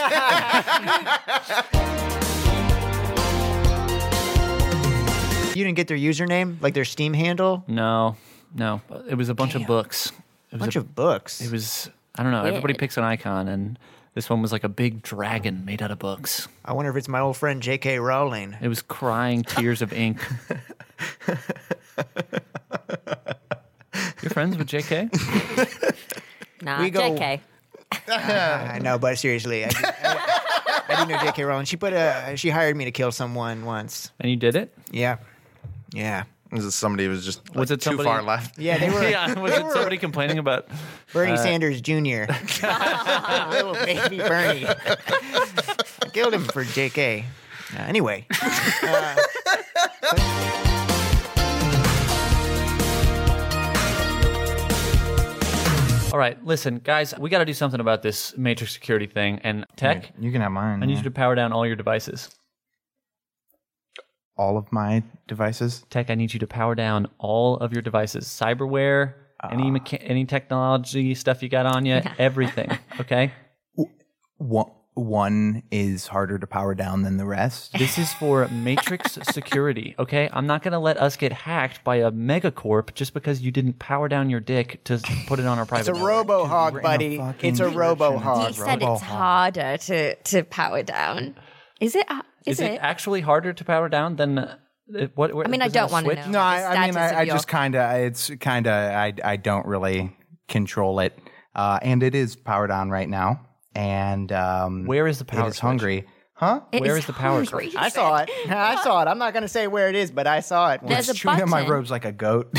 [SPEAKER 7] You didn't get their username, like their Steam handle.
[SPEAKER 2] no, no? It was a bunch of books. It was
[SPEAKER 7] bunch
[SPEAKER 2] a,
[SPEAKER 7] of books.
[SPEAKER 2] It was. I don't know. Everybody
[SPEAKER 4] Weird.
[SPEAKER 2] picks an icon, and this one was like a big dragon made out of books.
[SPEAKER 7] I wonder if it's my old friend J.K.
[SPEAKER 1] [LAUGHS]
[SPEAKER 7] Rowling.
[SPEAKER 2] It was crying tears
[SPEAKER 7] [LAUGHS]
[SPEAKER 2] of ink. You're friends with JK?
[SPEAKER 4] Nah,
[SPEAKER 7] We go-
[SPEAKER 4] JK.
[SPEAKER 7] I know, but seriously, I do, I, I do know J.K. Rowling. She put a she hired me to kill someone once.
[SPEAKER 2] And you did it?
[SPEAKER 7] Yeah, yeah.
[SPEAKER 1] Is it somebody who was just like,
[SPEAKER 2] Was it
[SPEAKER 1] too
[SPEAKER 2] somebody-
[SPEAKER 1] far left?
[SPEAKER 7] [LAUGHS] Yeah, they were
[SPEAKER 2] [LAUGHS] yeah, was it somebody complaining about? [LAUGHS]
[SPEAKER 7] Bernie Sanders Jr. [LAUGHS] Little baby Bernie. [LAUGHS] I killed him for JK. Uh, anyway. [LAUGHS] Uh,
[SPEAKER 2] All right, listen, guys, we got to do something about this matrix security thing. And tech,
[SPEAKER 1] You can have mine.
[SPEAKER 2] I need you to power down all your devices.
[SPEAKER 1] all of my devices.
[SPEAKER 2] Tech, I need you to power down all of your devices, cyberware, any
[SPEAKER 1] Ah.
[SPEAKER 2] mecha- any technology stuff you got on you, everything. Okay.
[SPEAKER 1] One, one is harder to power down than the rest.
[SPEAKER 2] This is for Matrix security, okay? I'm not going to let us get hacked by a megacorp just because you didn't power down your dick to put it on our
[SPEAKER 7] It's
[SPEAKER 2] private.
[SPEAKER 7] a robo hog, buddy. It's a robo
[SPEAKER 9] He
[SPEAKER 7] hog.
[SPEAKER 9] said it's harder to, to power down. Is it? uh, Is,
[SPEAKER 2] Is it
[SPEAKER 9] it?
[SPEAKER 2] actually harder to power down than uh, what?
[SPEAKER 9] I mean, I don't want to know.
[SPEAKER 1] No, I,
[SPEAKER 9] the
[SPEAKER 1] I mean,
[SPEAKER 9] status
[SPEAKER 1] I, I
[SPEAKER 9] of your-
[SPEAKER 1] just kind of, it's kind of, I, I don't really control it. Uh, and it is powered on right now. And um,
[SPEAKER 2] Where is the power
[SPEAKER 1] It is
[SPEAKER 2] switch?
[SPEAKER 1] hungry. Huh?
[SPEAKER 9] It
[SPEAKER 2] where is the power
[SPEAKER 9] hungry, he
[SPEAKER 7] I saw [LAUGHS] it. I saw it. I'm not going to say where it is, but I saw it.
[SPEAKER 4] There's a
[SPEAKER 1] Chewing on my
[SPEAKER 4] button.
[SPEAKER 1] robes like a goat. [LAUGHS]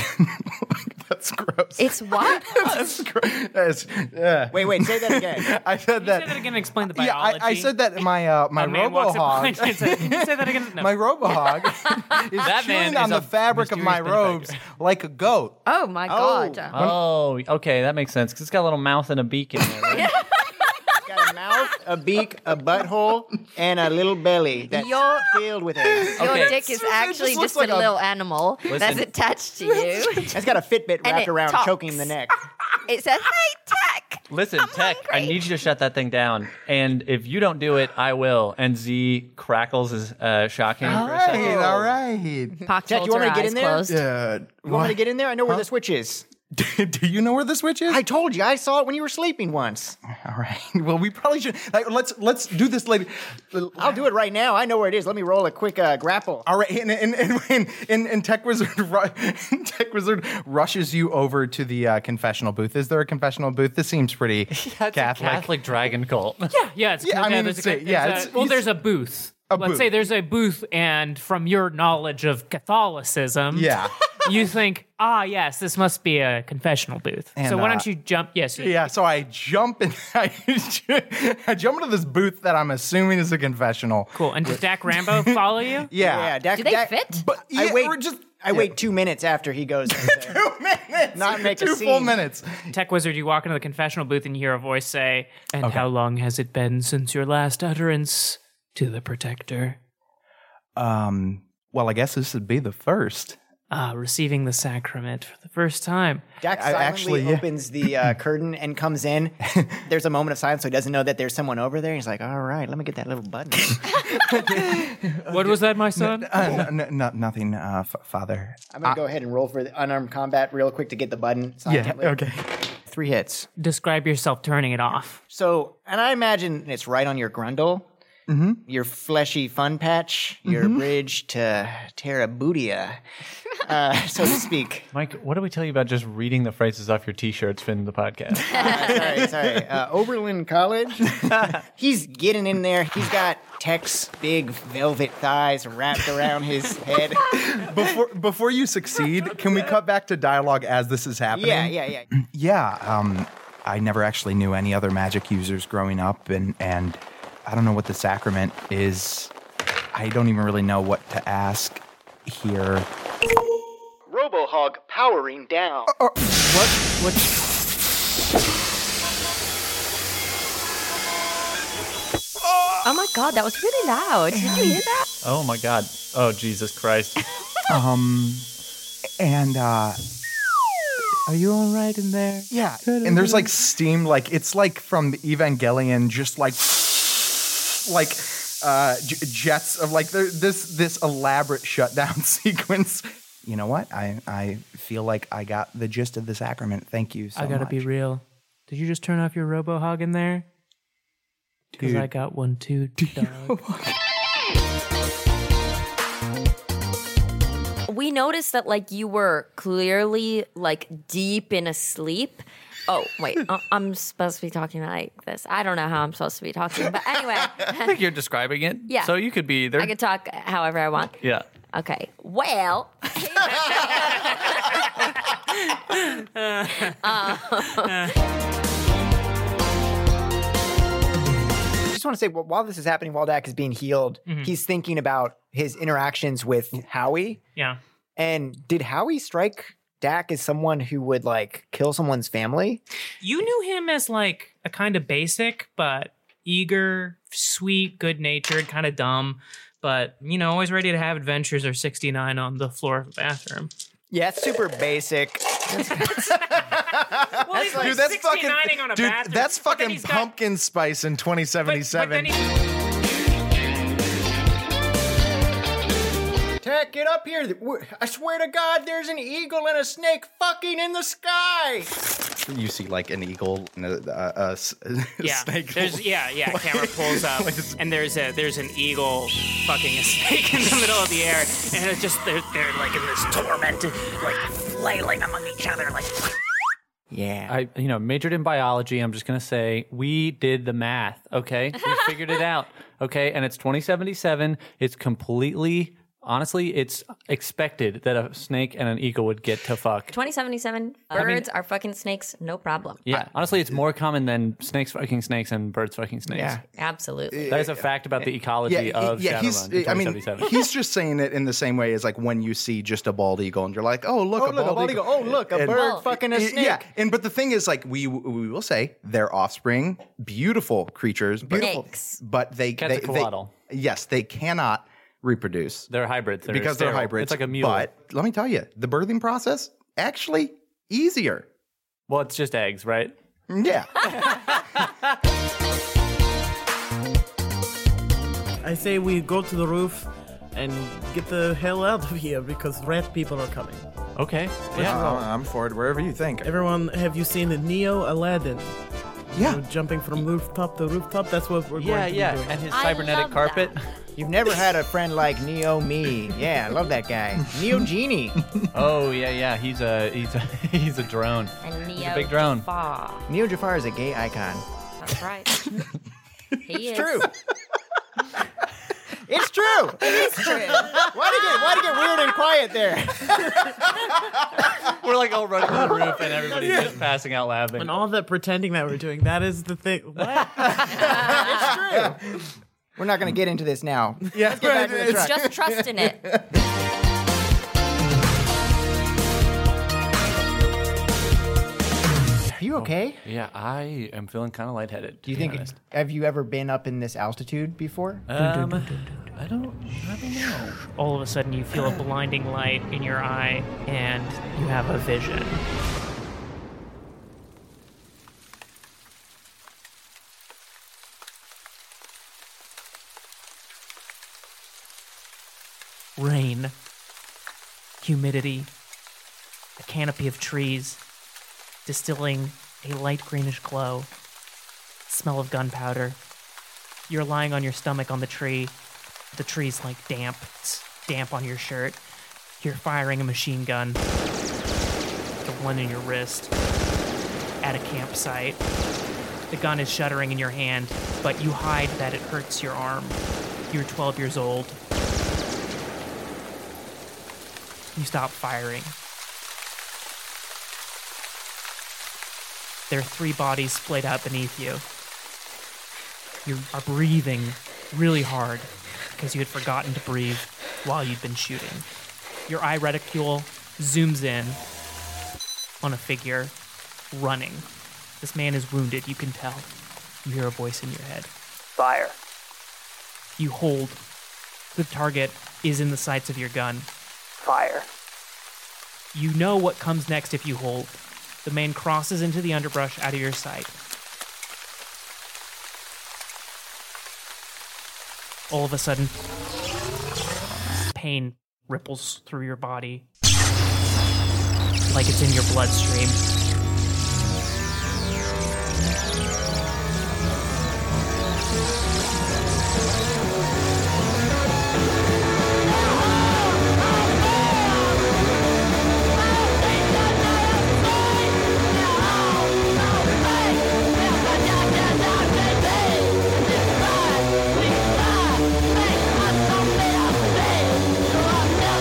[SPEAKER 1] That's gross.
[SPEAKER 9] said.
[SPEAKER 7] [LAUGHS]
[SPEAKER 9] It's what?
[SPEAKER 1] That's gross. That's- yeah.
[SPEAKER 7] Wait, wait, say that again.
[SPEAKER 1] [LAUGHS] I said
[SPEAKER 8] Say that
[SPEAKER 1] that.
[SPEAKER 8] again. Explain the
[SPEAKER 1] Yeah,
[SPEAKER 8] biology.
[SPEAKER 1] I, I said that my uh, my
[SPEAKER 8] A man walks
[SPEAKER 1] robo
[SPEAKER 8] up behind
[SPEAKER 1] hog.
[SPEAKER 8] you [LAUGHS] and says, "Can you say that
[SPEAKER 1] [LAUGHS]
[SPEAKER 8] again. No. [LAUGHS]
[SPEAKER 1] My robohog is
[SPEAKER 2] That man
[SPEAKER 1] chewing on
[SPEAKER 2] is
[SPEAKER 1] the
[SPEAKER 2] a
[SPEAKER 1] fabric of my
[SPEAKER 2] mysterious
[SPEAKER 1] robes like a goat.
[SPEAKER 9] Oh my god!
[SPEAKER 2] Oh, okay, that makes sense because it's got a little mouth and a beak in there. Right?
[SPEAKER 7] It's got a mouth, a beak, a butthole, and a little belly that's
[SPEAKER 9] Your-
[SPEAKER 7] filled with eggs.
[SPEAKER 9] Your
[SPEAKER 2] Okay.
[SPEAKER 9] dick is
[SPEAKER 1] It
[SPEAKER 9] actually
[SPEAKER 1] just
[SPEAKER 9] just, a
[SPEAKER 1] looks like a-
[SPEAKER 9] little animal that's
[SPEAKER 2] Listen.
[SPEAKER 9] attached to
[SPEAKER 7] [LAUGHS]
[SPEAKER 9] you.
[SPEAKER 7] It's got a Fitbit
[SPEAKER 9] And
[SPEAKER 7] wrapped
[SPEAKER 9] it
[SPEAKER 7] around,
[SPEAKER 9] talks.
[SPEAKER 7] choking the neck.
[SPEAKER 9] it says, "Hey, tech."
[SPEAKER 2] Listen,
[SPEAKER 9] I'm
[SPEAKER 2] Tech, I
[SPEAKER 9] hungry.
[SPEAKER 2] need you to shut that thing down. And if you don't do it, I will. And Z crackles his uh, shock hand
[SPEAKER 7] Oh.
[SPEAKER 2] for a second.
[SPEAKER 1] Hey, all
[SPEAKER 4] [LAUGHS]
[SPEAKER 1] right.
[SPEAKER 4] Pox
[SPEAKER 7] Jack,
[SPEAKER 4] holds
[SPEAKER 7] you want
[SPEAKER 4] her
[SPEAKER 7] me to get
[SPEAKER 4] eyes
[SPEAKER 7] in there?
[SPEAKER 4] closed.
[SPEAKER 1] Uh,
[SPEAKER 7] You want me to get in there? I know where the switch is.
[SPEAKER 1] [LAUGHS] do you know where the switch is?
[SPEAKER 7] I told you, I saw it when you were sleeping once.
[SPEAKER 1] All right. [LAUGHS] Well, we probably should. Like, let's let's do this later.
[SPEAKER 7] I'll do it right now. I know where it is. Let me roll a quick uh, grapple.
[SPEAKER 1] All right. And and and, and, and, and Tech Wizard [LAUGHS] ru- Tech Wizard rushes you over to the uh, confessional booth. Is there a confessional booth? This
[SPEAKER 8] [LAUGHS]
[SPEAKER 1] seems pretty
[SPEAKER 2] That's a
[SPEAKER 1] Catholic.
[SPEAKER 2] Catholic dragon cult.
[SPEAKER 8] Yeah, it's
[SPEAKER 1] Yeah, I mean,
[SPEAKER 8] there's
[SPEAKER 1] it's a- yeah, it's-
[SPEAKER 8] well,
[SPEAKER 1] it's-
[SPEAKER 8] there's a booth. Let's
[SPEAKER 1] booth.
[SPEAKER 8] say there's a booth, and from your knowledge of Catholicism,
[SPEAKER 1] Yeah.
[SPEAKER 8] [LAUGHS] you think, ah, yes, this must be a confessional booth.
[SPEAKER 1] And,
[SPEAKER 8] so why
[SPEAKER 1] uh,
[SPEAKER 8] don't you jump? Yes, you,
[SPEAKER 1] Yeah, so I jump and [LAUGHS] I, I jump into this booth that I'm assuming is a confessional.
[SPEAKER 8] cool. And does Dak
[SPEAKER 1] [LAUGHS]
[SPEAKER 8] Rambo follow you?
[SPEAKER 1] Yeah.
[SPEAKER 7] Yeah, Dak,
[SPEAKER 4] Do they
[SPEAKER 7] Dak-
[SPEAKER 4] fit?
[SPEAKER 1] But
[SPEAKER 7] I
[SPEAKER 1] yeah,
[SPEAKER 7] wait.
[SPEAKER 1] we're just
[SPEAKER 7] I wait two minutes after he goes.
[SPEAKER 1] [LAUGHS]
[SPEAKER 7] in there.
[SPEAKER 1] two minutes.
[SPEAKER 7] Not make a
[SPEAKER 1] two full
[SPEAKER 7] scene.
[SPEAKER 1] minutes.
[SPEAKER 8] Tech wizard, you walk into the confessional booth and you hear a voice say, "And how long has it been since your last utterance to the Protector?"
[SPEAKER 1] Um. Well, I guess this would be the first.
[SPEAKER 8] Ah, receiving the sacrament for the first time.
[SPEAKER 7] Dak
[SPEAKER 1] I-
[SPEAKER 7] silently
[SPEAKER 1] actually, yeah.
[SPEAKER 7] opens the
[SPEAKER 1] [LAUGHS]
[SPEAKER 7] uh, curtain and comes in. There's a moment of silence, so he doesn't know that there's someone over there. He's like, "All right, let me get that little button."
[SPEAKER 8] [LAUGHS]
[SPEAKER 7] [LAUGHS]
[SPEAKER 8] What was that, my son?
[SPEAKER 1] Uh, n- n- n- nothing, uh, f- Father.
[SPEAKER 7] I'm gonna go ahead and roll for the unarmed combat real quick to get the button.
[SPEAKER 1] Yeah.
[SPEAKER 7] Silently.
[SPEAKER 1] Okay.
[SPEAKER 7] Three hits.
[SPEAKER 8] Describe yourself turning it off.
[SPEAKER 7] So, and I imagine it's right on your grundle,
[SPEAKER 1] Mm-hmm.
[SPEAKER 7] your fleshy fun patch, your bridge to Terabootia, uh, so to speak.
[SPEAKER 2] Mike, what do we tell you about just reading the phrases off your t-shirts, Finn, the podcast?
[SPEAKER 7] sorry, sorry. Uh, Oberlin College. He's getting in there. He's got Tech's big velvet thighs wrapped around his head.
[SPEAKER 1] [LAUGHS] Before before you succeed, can we cut back to dialogue as this is happening?
[SPEAKER 7] Yeah, yeah, yeah.
[SPEAKER 1] [CLEARS THROAT] Yeah. Um, I never actually knew any other magic users growing up, and and I don't know what the sacrament is. I don't even really know what to ask here.
[SPEAKER 7] Robohog powering down.
[SPEAKER 1] What? What?
[SPEAKER 4] Oh my god, that was really loud. Did you hear that?
[SPEAKER 2] oh my God! Oh Jesus Christ!
[SPEAKER 1] Um, and uh,
[SPEAKER 2] Are you all right in there?
[SPEAKER 1] yeah, and there's like steam, like it's like from the Evangelion, just like like uh, j- jets of like there, this this elaborate shutdown [LAUGHS] sequence. You know what? I I feel like I got the gist of the sacrament. Thank you. So
[SPEAKER 8] I gotta
[SPEAKER 1] much.
[SPEAKER 8] be real. Did you just turn off your robo hog in there? Because I got one
[SPEAKER 1] [LAUGHS]
[SPEAKER 8] too. dog.
[SPEAKER 4] we noticed that like you were clearly like deep in a sleep. Oh wait, I- I'm supposed to be talking like this. I don't know how I'm supposed to be talking, but anyway,
[SPEAKER 2] I think you're describing it.
[SPEAKER 4] Yeah.
[SPEAKER 2] So you could be there.
[SPEAKER 4] I can talk however I want.
[SPEAKER 2] yeah.
[SPEAKER 4] Okay. Well,
[SPEAKER 7] Uh.
[SPEAKER 10] [LAUGHS]
[SPEAKER 7] I just want to say, well, while this is happening, while Dak is being healed, he's thinking about his interactions with Howie.
[SPEAKER 8] yeah.
[SPEAKER 7] And did Howie strike Dak as someone who would like kill someone's family?
[SPEAKER 8] You knew him as like a kind of basic, but eager, sweet, good natured, kind of dumb, but you know, always ready to have adventures or 69 on the floor of the bathroom.
[SPEAKER 7] Yeah, it's super basic.
[SPEAKER 13] Well, he's like
[SPEAKER 1] dude, that's fucking
[SPEAKER 13] 69ing on a
[SPEAKER 1] dude.
[SPEAKER 13] bathroom,
[SPEAKER 1] That's
[SPEAKER 13] but then
[SPEAKER 1] fucking
[SPEAKER 13] he's got-
[SPEAKER 1] pumpkin spice in
[SPEAKER 13] But
[SPEAKER 1] 2077.
[SPEAKER 13] then he,
[SPEAKER 7] Tech, get up here. We're- I swear to God, there's an eagle and a snake fucking in the sky.
[SPEAKER 1] you see like an eagle and a, a- a s- [LAUGHS]
[SPEAKER 13] yeah,
[SPEAKER 1] snake. [LAUGHS]
[SPEAKER 13] there's yeah, yeah. Camera pulls up, and there's a there's an eagle fucking a snake in the middle of the air, and it's just they're they're like in this torment, like flailing among each other, like.
[SPEAKER 7] Yeah.
[SPEAKER 2] I, you know, majored in biology. I'm just gonna say we did the math. Okay, we figured it out. Okay, and it's 2077. It's completely, honestly, it's expected that a snake and an eagle would get to fuck.
[SPEAKER 4] 2077, birds are fucking snakes, no problem.
[SPEAKER 2] Yeah, honestly, it's more common than snakes fucking snakes and birds fucking snakes.
[SPEAKER 7] Yeah.
[SPEAKER 4] Absolutely.
[SPEAKER 2] That is a fact about the ecology
[SPEAKER 1] he-
[SPEAKER 2] of Shadowrun
[SPEAKER 1] he's.
[SPEAKER 2] in
[SPEAKER 1] I mean,
[SPEAKER 2] 2077. [LAUGHS]
[SPEAKER 1] he's just saying it in the same way as like when you see just a bald eagle and you're like, oh look, a,
[SPEAKER 7] look,
[SPEAKER 1] bald
[SPEAKER 7] a bald eagle. Oh, look, a
[SPEAKER 1] And-
[SPEAKER 7] bird
[SPEAKER 4] Oh.
[SPEAKER 7] fucking a
[SPEAKER 1] Y-
[SPEAKER 7] snake.
[SPEAKER 1] Yeah, and but the thing is, like we we will say, their offspring, beautiful creatures, but-
[SPEAKER 4] Beautiful. Snakes.
[SPEAKER 1] but they they, they
[SPEAKER 2] Quetzalcoatl.
[SPEAKER 1] yes, they cannot reproduce
[SPEAKER 2] they're hybrids they're
[SPEAKER 1] because they're
[SPEAKER 2] sterile.
[SPEAKER 1] hybrids.
[SPEAKER 2] It's like a mule.
[SPEAKER 1] But let me tell you, the birthing process actually easier.
[SPEAKER 2] well, it's just eggs, right?
[SPEAKER 1] Yeah,
[SPEAKER 9] I [LAUGHS] say we go to the roof and get the hell out of here because rat people are coming.
[SPEAKER 2] Okay. Yeah.
[SPEAKER 1] I'm for it wherever Uh, you think.
[SPEAKER 9] Everyone, have you seen the Neo Aladdin?
[SPEAKER 1] Yeah,
[SPEAKER 9] Jumping from rooftop to rooftop. That's what we're
[SPEAKER 2] Yeah,
[SPEAKER 9] going to
[SPEAKER 2] yeah.
[SPEAKER 9] be doing.
[SPEAKER 2] And his
[SPEAKER 4] I
[SPEAKER 2] cybernetic
[SPEAKER 4] love
[SPEAKER 2] carpet.
[SPEAKER 7] You've never had a friend like Neo Me. Yeah, I love that
[SPEAKER 2] [LAUGHS]
[SPEAKER 7] guy. Neo Genie.
[SPEAKER 2] [LAUGHS] Oh yeah, yeah. He's a he's a [LAUGHS] he's a drone.
[SPEAKER 4] And Neo
[SPEAKER 2] big drone.
[SPEAKER 4] Jafar.
[SPEAKER 7] Neo Jafar is a gay icon.
[SPEAKER 4] That's right. he is. [LAUGHS]
[SPEAKER 7] True. It's true. Why did it get why did it get weird and quiet there?
[SPEAKER 2] We're like all running on the roof and everybody's just passing out laughing.
[SPEAKER 9] And all that pretending that we're doing. That is the thing. What?
[SPEAKER 7] [LAUGHS] It's true. We're not going to get into this now.
[SPEAKER 1] yeah.
[SPEAKER 7] Get back to the truck.
[SPEAKER 4] Just trust in it.
[SPEAKER 7] Are you okay?
[SPEAKER 2] yeah, I am feeling kind of lightheaded.
[SPEAKER 7] Do you think? Have you ever been up in this altitude before?
[SPEAKER 2] Um, I don't. I don't know.
[SPEAKER 8] All of a sudden, you
[SPEAKER 13] [SIGHS]
[SPEAKER 8] feel a blinding light in your eye, and you have a vision. Rain, humidity, a canopy of trees, distilling a light greenish glow, smell of gunpowder. You're lying on your stomach on the tree, the tree's like damp. It's damp on your shirt. You're firing a machine gun. The one in your wrist. At a campsite. The gun is shuddering in your hand, but you hide that it hurts your arm. You're 12 years old. You stop firing. There are three bodies splayed out beneath you you are breathing really hard because you had forgotten to breathe while you'd been shooting. Your eye reticule zooms in on a figure running. This man is wounded, you can tell. You hear a voice in your head Fire. You hold. The target is in the sights of your gun. Fire. You know what comes next if you hold. The man crosses into the underbrush out of your sight. all of a sudden pain ripples through your body like it's in your bloodstream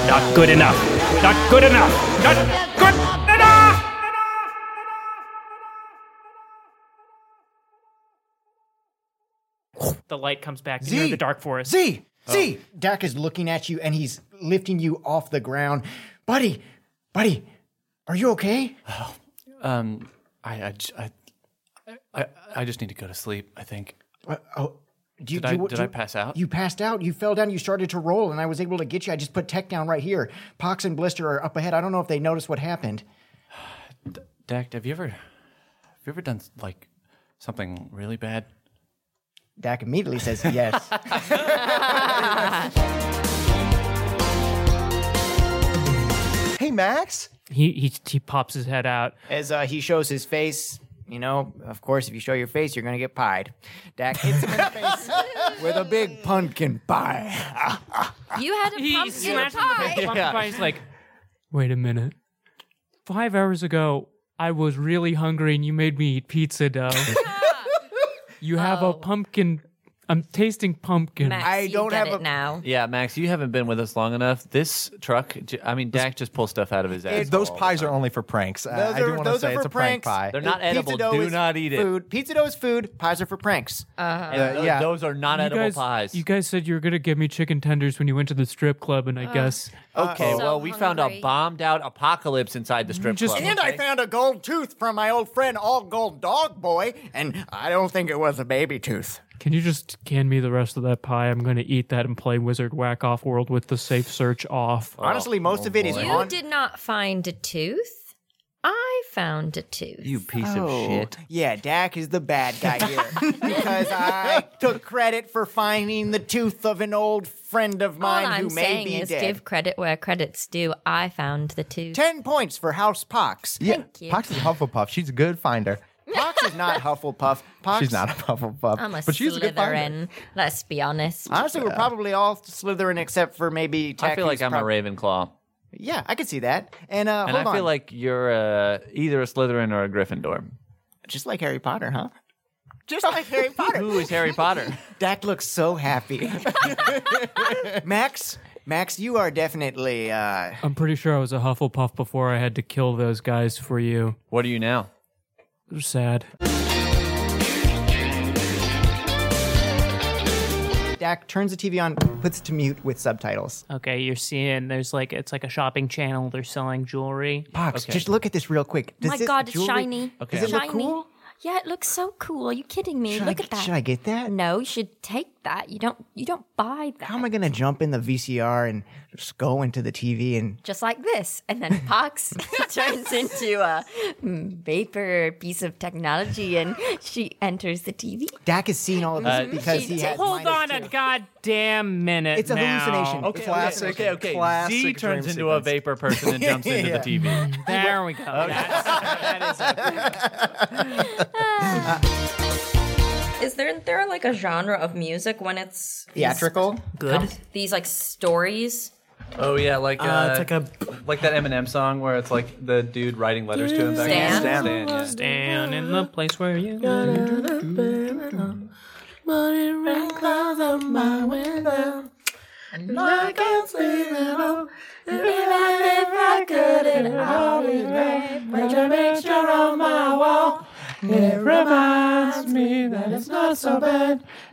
[SPEAKER 8] not good enough not good enough not good enough the light comes back and you're in
[SPEAKER 7] Z.
[SPEAKER 8] the dark forest
[SPEAKER 7] Z, Z.
[SPEAKER 9] Oh.
[SPEAKER 7] Dak is looking at you and he's lifting you off the ground. Buddy, buddy, are you okay?
[SPEAKER 2] Um, I I j- I, I, I just need to go to sleep. I think.
[SPEAKER 7] Uh, oh, Do you-
[SPEAKER 2] Did I-
[SPEAKER 7] do you-
[SPEAKER 2] did
[SPEAKER 7] do
[SPEAKER 2] I
[SPEAKER 7] you-
[SPEAKER 2] pass out?
[SPEAKER 7] You passed out. You fell down. You started to roll, and I was able to get you. I just put tech down right here. Pox and Blister are up ahead. I don't know if they noticed what happened.
[SPEAKER 2] Dak, have you ever have you ever done like something really bad?
[SPEAKER 7] Dak immediately
[SPEAKER 2] [LAUGHS]
[SPEAKER 7] says yes.
[SPEAKER 1] Hey, Max.
[SPEAKER 14] He, he he pops his head out.
[SPEAKER 7] As uh, he shows his face, you know, of course, if you show your face, you're going to get pied. Dak hits him in the face [LAUGHS] with a big pumpkin pie.
[SPEAKER 4] You had a
[SPEAKER 14] He
[SPEAKER 4] pumpkin
[SPEAKER 14] smashed
[SPEAKER 4] pie.
[SPEAKER 14] Pumpkin pie is like, wait a minute. Five hours ago, I was really hungry and you made me eat pizza dough.
[SPEAKER 7] [LAUGHS]
[SPEAKER 14] you have
[SPEAKER 7] Oh.
[SPEAKER 14] a pumpkin. I'm tasting pumpkin.
[SPEAKER 4] Max,
[SPEAKER 7] I
[SPEAKER 4] you
[SPEAKER 7] don't
[SPEAKER 4] get
[SPEAKER 7] have
[SPEAKER 4] it
[SPEAKER 7] a-
[SPEAKER 4] now.
[SPEAKER 2] Yeah, Max, you haven't been with us long enough. This truck, j- I mean, Dak just pulls stuff out of his ass.
[SPEAKER 1] Those pies are only for pranks. Uh,
[SPEAKER 7] Those
[SPEAKER 1] I do
[SPEAKER 7] are-
[SPEAKER 1] want to
[SPEAKER 7] those
[SPEAKER 1] say
[SPEAKER 7] are
[SPEAKER 1] it's
[SPEAKER 7] for
[SPEAKER 1] a prank
[SPEAKER 7] pranks.
[SPEAKER 1] pie.
[SPEAKER 2] They're not
[SPEAKER 7] Pizza
[SPEAKER 2] edible.
[SPEAKER 7] dough
[SPEAKER 2] Do
[SPEAKER 7] is
[SPEAKER 2] not eat it.
[SPEAKER 7] Food. Pizza dough is food. Pies are for pranks.
[SPEAKER 2] And
[SPEAKER 1] yeah.
[SPEAKER 2] Those are not
[SPEAKER 14] You
[SPEAKER 2] edible
[SPEAKER 14] guys,
[SPEAKER 2] pies.
[SPEAKER 14] you guys said you were gonna give me chicken tenders when you went to the strip club,
[SPEAKER 7] Uh,
[SPEAKER 14] and I guess
[SPEAKER 2] okay,
[SPEAKER 4] so
[SPEAKER 2] well, we found a
[SPEAKER 4] hungry.
[SPEAKER 2] bombed out apocalypse inside the strip
[SPEAKER 14] Just-
[SPEAKER 2] club.
[SPEAKER 7] And I found a gold tooth from my old friend, All Gold Dog Boy, and I don't think it was a baby tooth.
[SPEAKER 14] can you just can me the rest of that pie? I'm gonna eat that and play Wizard Whack Off World with the safe search off.
[SPEAKER 7] [LAUGHS] Honestly, most
[SPEAKER 2] Oh,
[SPEAKER 7] of it is
[SPEAKER 4] You
[SPEAKER 7] on.
[SPEAKER 4] did not find a tooth. I found a tooth.
[SPEAKER 2] You piece of shit.
[SPEAKER 7] Yeah, Dak is the bad guy here because I took credit for finding the tooth of an old friend of
[SPEAKER 4] All
[SPEAKER 7] mine
[SPEAKER 4] I'm
[SPEAKER 7] who may
[SPEAKER 4] saying
[SPEAKER 7] be
[SPEAKER 4] is
[SPEAKER 7] dead.
[SPEAKER 4] give credit where credit's due. I found the tooth.
[SPEAKER 7] Ten points for House Pox.
[SPEAKER 1] Yeah,
[SPEAKER 4] Thank you.
[SPEAKER 1] Pox is a Hufflepuff. She's a good finder.
[SPEAKER 7] Pox
[SPEAKER 4] [LAUGHS]
[SPEAKER 7] is not Hufflepuff. Pox.
[SPEAKER 1] She's not a Hufflepuff,
[SPEAKER 4] I'm a
[SPEAKER 1] but she's a good finder.
[SPEAKER 4] Slytherin. Let's be honest.
[SPEAKER 7] Honestly, we're probably all Slytherin except for maybe. Tech,
[SPEAKER 2] I feel like
[SPEAKER 7] who's
[SPEAKER 2] I'm
[SPEAKER 7] prob-
[SPEAKER 2] a Ravenclaw.
[SPEAKER 7] Yeah, I could see that. And, uh,
[SPEAKER 2] And I
[SPEAKER 7] hold
[SPEAKER 2] feel
[SPEAKER 7] on.
[SPEAKER 2] like you're uh, either a Slytherin or a Gryffindor.
[SPEAKER 7] just like Harry Potter, huh? Just like Harry Potter.
[SPEAKER 2] [LAUGHS] Who is Harry Potter?
[SPEAKER 7] [LAUGHS] Dak looks so [LAUGHS] happy. Max, Max, you are definitely. Uh,
[SPEAKER 14] I'm pretty sure I was a Hufflepuff before I had to kill those guys for you.
[SPEAKER 2] what are you now?
[SPEAKER 14] Sad.
[SPEAKER 7] Dak turns the TV on, puts it to mute with subtitles.
[SPEAKER 8] Okay, you're seeing there's like it's like a shopping channel. They're selling jewelry.
[SPEAKER 7] Pox, just look at this real quick.
[SPEAKER 4] Oh
[SPEAKER 7] Does
[SPEAKER 4] my
[SPEAKER 7] this
[SPEAKER 4] god, it's
[SPEAKER 7] jewelry-
[SPEAKER 4] shiny.
[SPEAKER 2] Okay.
[SPEAKER 4] It's
[SPEAKER 2] Does it
[SPEAKER 7] look
[SPEAKER 4] shiny.
[SPEAKER 7] cool?
[SPEAKER 4] Yeah, it looks so cool. Are you kidding me?
[SPEAKER 7] Should I
[SPEAKER 4] Look
[SPEAKER 7] get-
[SPEAKER 4] at that.
[SPEAKER 7] Should I get that?
[SPEAKER 4] No, you should take that. You don't. You don't buy that.
[SPEAKER 7] How am I going to jump in the VCR and just go into the TV and.
[SPEAKER 4] Just like this, and then
[SPEAKER 7] [LAUGHS]
[SPEAKER 4] Pox [LAUGHS] turns into a mm, vapor piece of technology, and she enters the TV.
[SPEAKER 7] Dak is seeing all of this Uh,
[SPEAKER 2] Uh,
[SPEAKER 7] because he
[SPEAKER 4] She's-
[SPEAKER 7] had
[SPEAKER 8] Hold
[SPEAKER 7] minus
[SPEAKER 8] on
[SPEAKER 7] two.
[SPEAKER 8] a goddamn minute.
[SPEAKER 7] It's a
[SPEAKER 8] now.
[SPEAKER 7] hallucination.
[SPEAKER 2] Okay,
[SPEAKER 1] Classic-
[SPEAKER 2] Okay, okay.
[SPEAKER 1] classic
[SPEAKER 2] Z
[SPEAKER 1] dream
[SPEAKER 2] turns into a
[SPEAKER 1] sequence.
[SPEAKER 2] vapor person and jumps into the TV.
[SPEAKER 8] There we go. That's, that is a-
[SPEAKER 4] [LAUGHS] Is there there like a genre of music when it's
[SPEAKER 7] Theatrical?
[SPEAKER 4] good? These like stories.
[SPEAKER 2] Oh yeah, like uh,
[SPEAKER 5] Uh, it's like a
[SPEAKER 2] like that Eminem song where it's like the dude writing letters to him. Back
[SPEAKER 4] Stan?
[SPEAKER 2] Stan. yeah.
[SPEAKER 8] Stand in the place where you.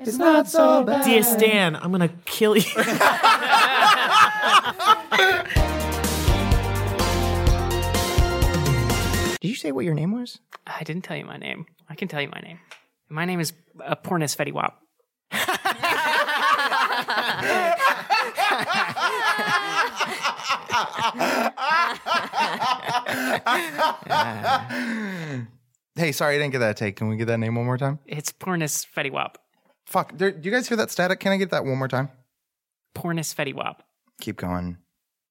[SPEAKER 5] dear
[SPEAKER 9] [LAUGHS]
[SPEAKER 5] Stan. I'm gonna kill you.
[SPEAKER 1] [LAUGHS]
[SPEAKER 7] Did you say what your name was?
[SPEAKER 8] [LAUGHS] I didn't tell you my name. I can tell you my name. My name is uh, Pornis Fetty Wap.
[SPEAKER 1] Hey, sorry, I didn't get that take. Can we get that name one more time?
[SPEAKER 8] It's Pornis Fetty Wap.
[SPEAKER 1] Fuck, there, do you guys hear that static? Can I get that one more time?
[SPEAKER 8] Pornis Fetty Wap.
[SPEAKER 1] Keep going.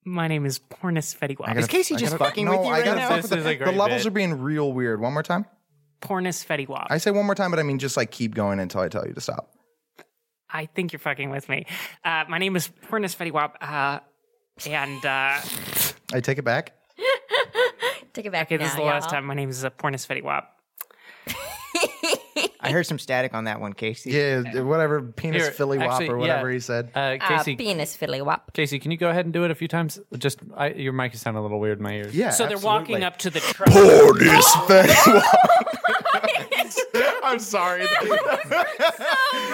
[SPEAKER 8] My name is Pornis Fetty Wap.
[SPEAKER 7] Is Casey just fucking
[SPEAKER 1] no,
[SPEAKER 7] with you
[SPEAKER 1] I
[SPEAKER 7] right
[SPEAKER 1] gotta
[SPEAKER 8] [LAUGHS]
[SPEAKER 7] now?
[SPEAKER 1] fuck with
[SPEAKER 2] This is
[SPEAKER 1] the,
[SPEAKER 2] a
[SPEAKER 1] the
[SPEAKER 2] great
[SPEAKER 1] levels
[SPEAKER 2] bit.
[SPEAKER 1] are being real weird. One more time.
[SPEAKER 8] Pornis Fetty Wap.
[SPEAKER 1] I say one more time, but I mean just like keep going until I tell you to stop.
[SPEAKER 8] I think you're fucking with me. Uh, my name is Pornis Fetty Wap. Uh, and uh,
[SPEAKER 1] I take it back.
[SPEAKER 4] [LAUGHS] Take it back.
[SPEAKER 8] okay, this is
[SPEAKER 4] now,
[SPEAKER 8] the last
[SPEAKER 4] y'all.
[SPEAKER 8] time my name is uh, Pornis Fetty Wap.
[SPEAKER 7] [LAUGHS] I heard some static on that one, Casey.
[SPEAKER 1] Yeah, whatever penis
[SPEAKER 2] Here,
[SPEAKER 1] Philly wop
[SPEAKER 2] actually,
[SPEAKER 1] or whatever
[SPEAKER 2] yeah.
[SPEAKER 1] he said.
[SPEAKER 7] [LAUGHS]
[SPEAKER 2] Uh,
[SPEAKER 4] Ah,
[SPEAKER 2] Casey,
[SPEAKER 4] penis fiddly wop.
[SPEAKER 2] Casey, can you go ahead and do it a few times? Just I, your mic is sounding a little weird in my ears.
[SPEAKER 1] yeah,
[SPEAKER 8] So they're walking
[SPEAKER 1] absolutely.
[SPEAKER 8] up to the truck.
[SPEAKER 1] Penis Philly wop. I'm sorry.
[SPEAKER 4] [LAUGHS]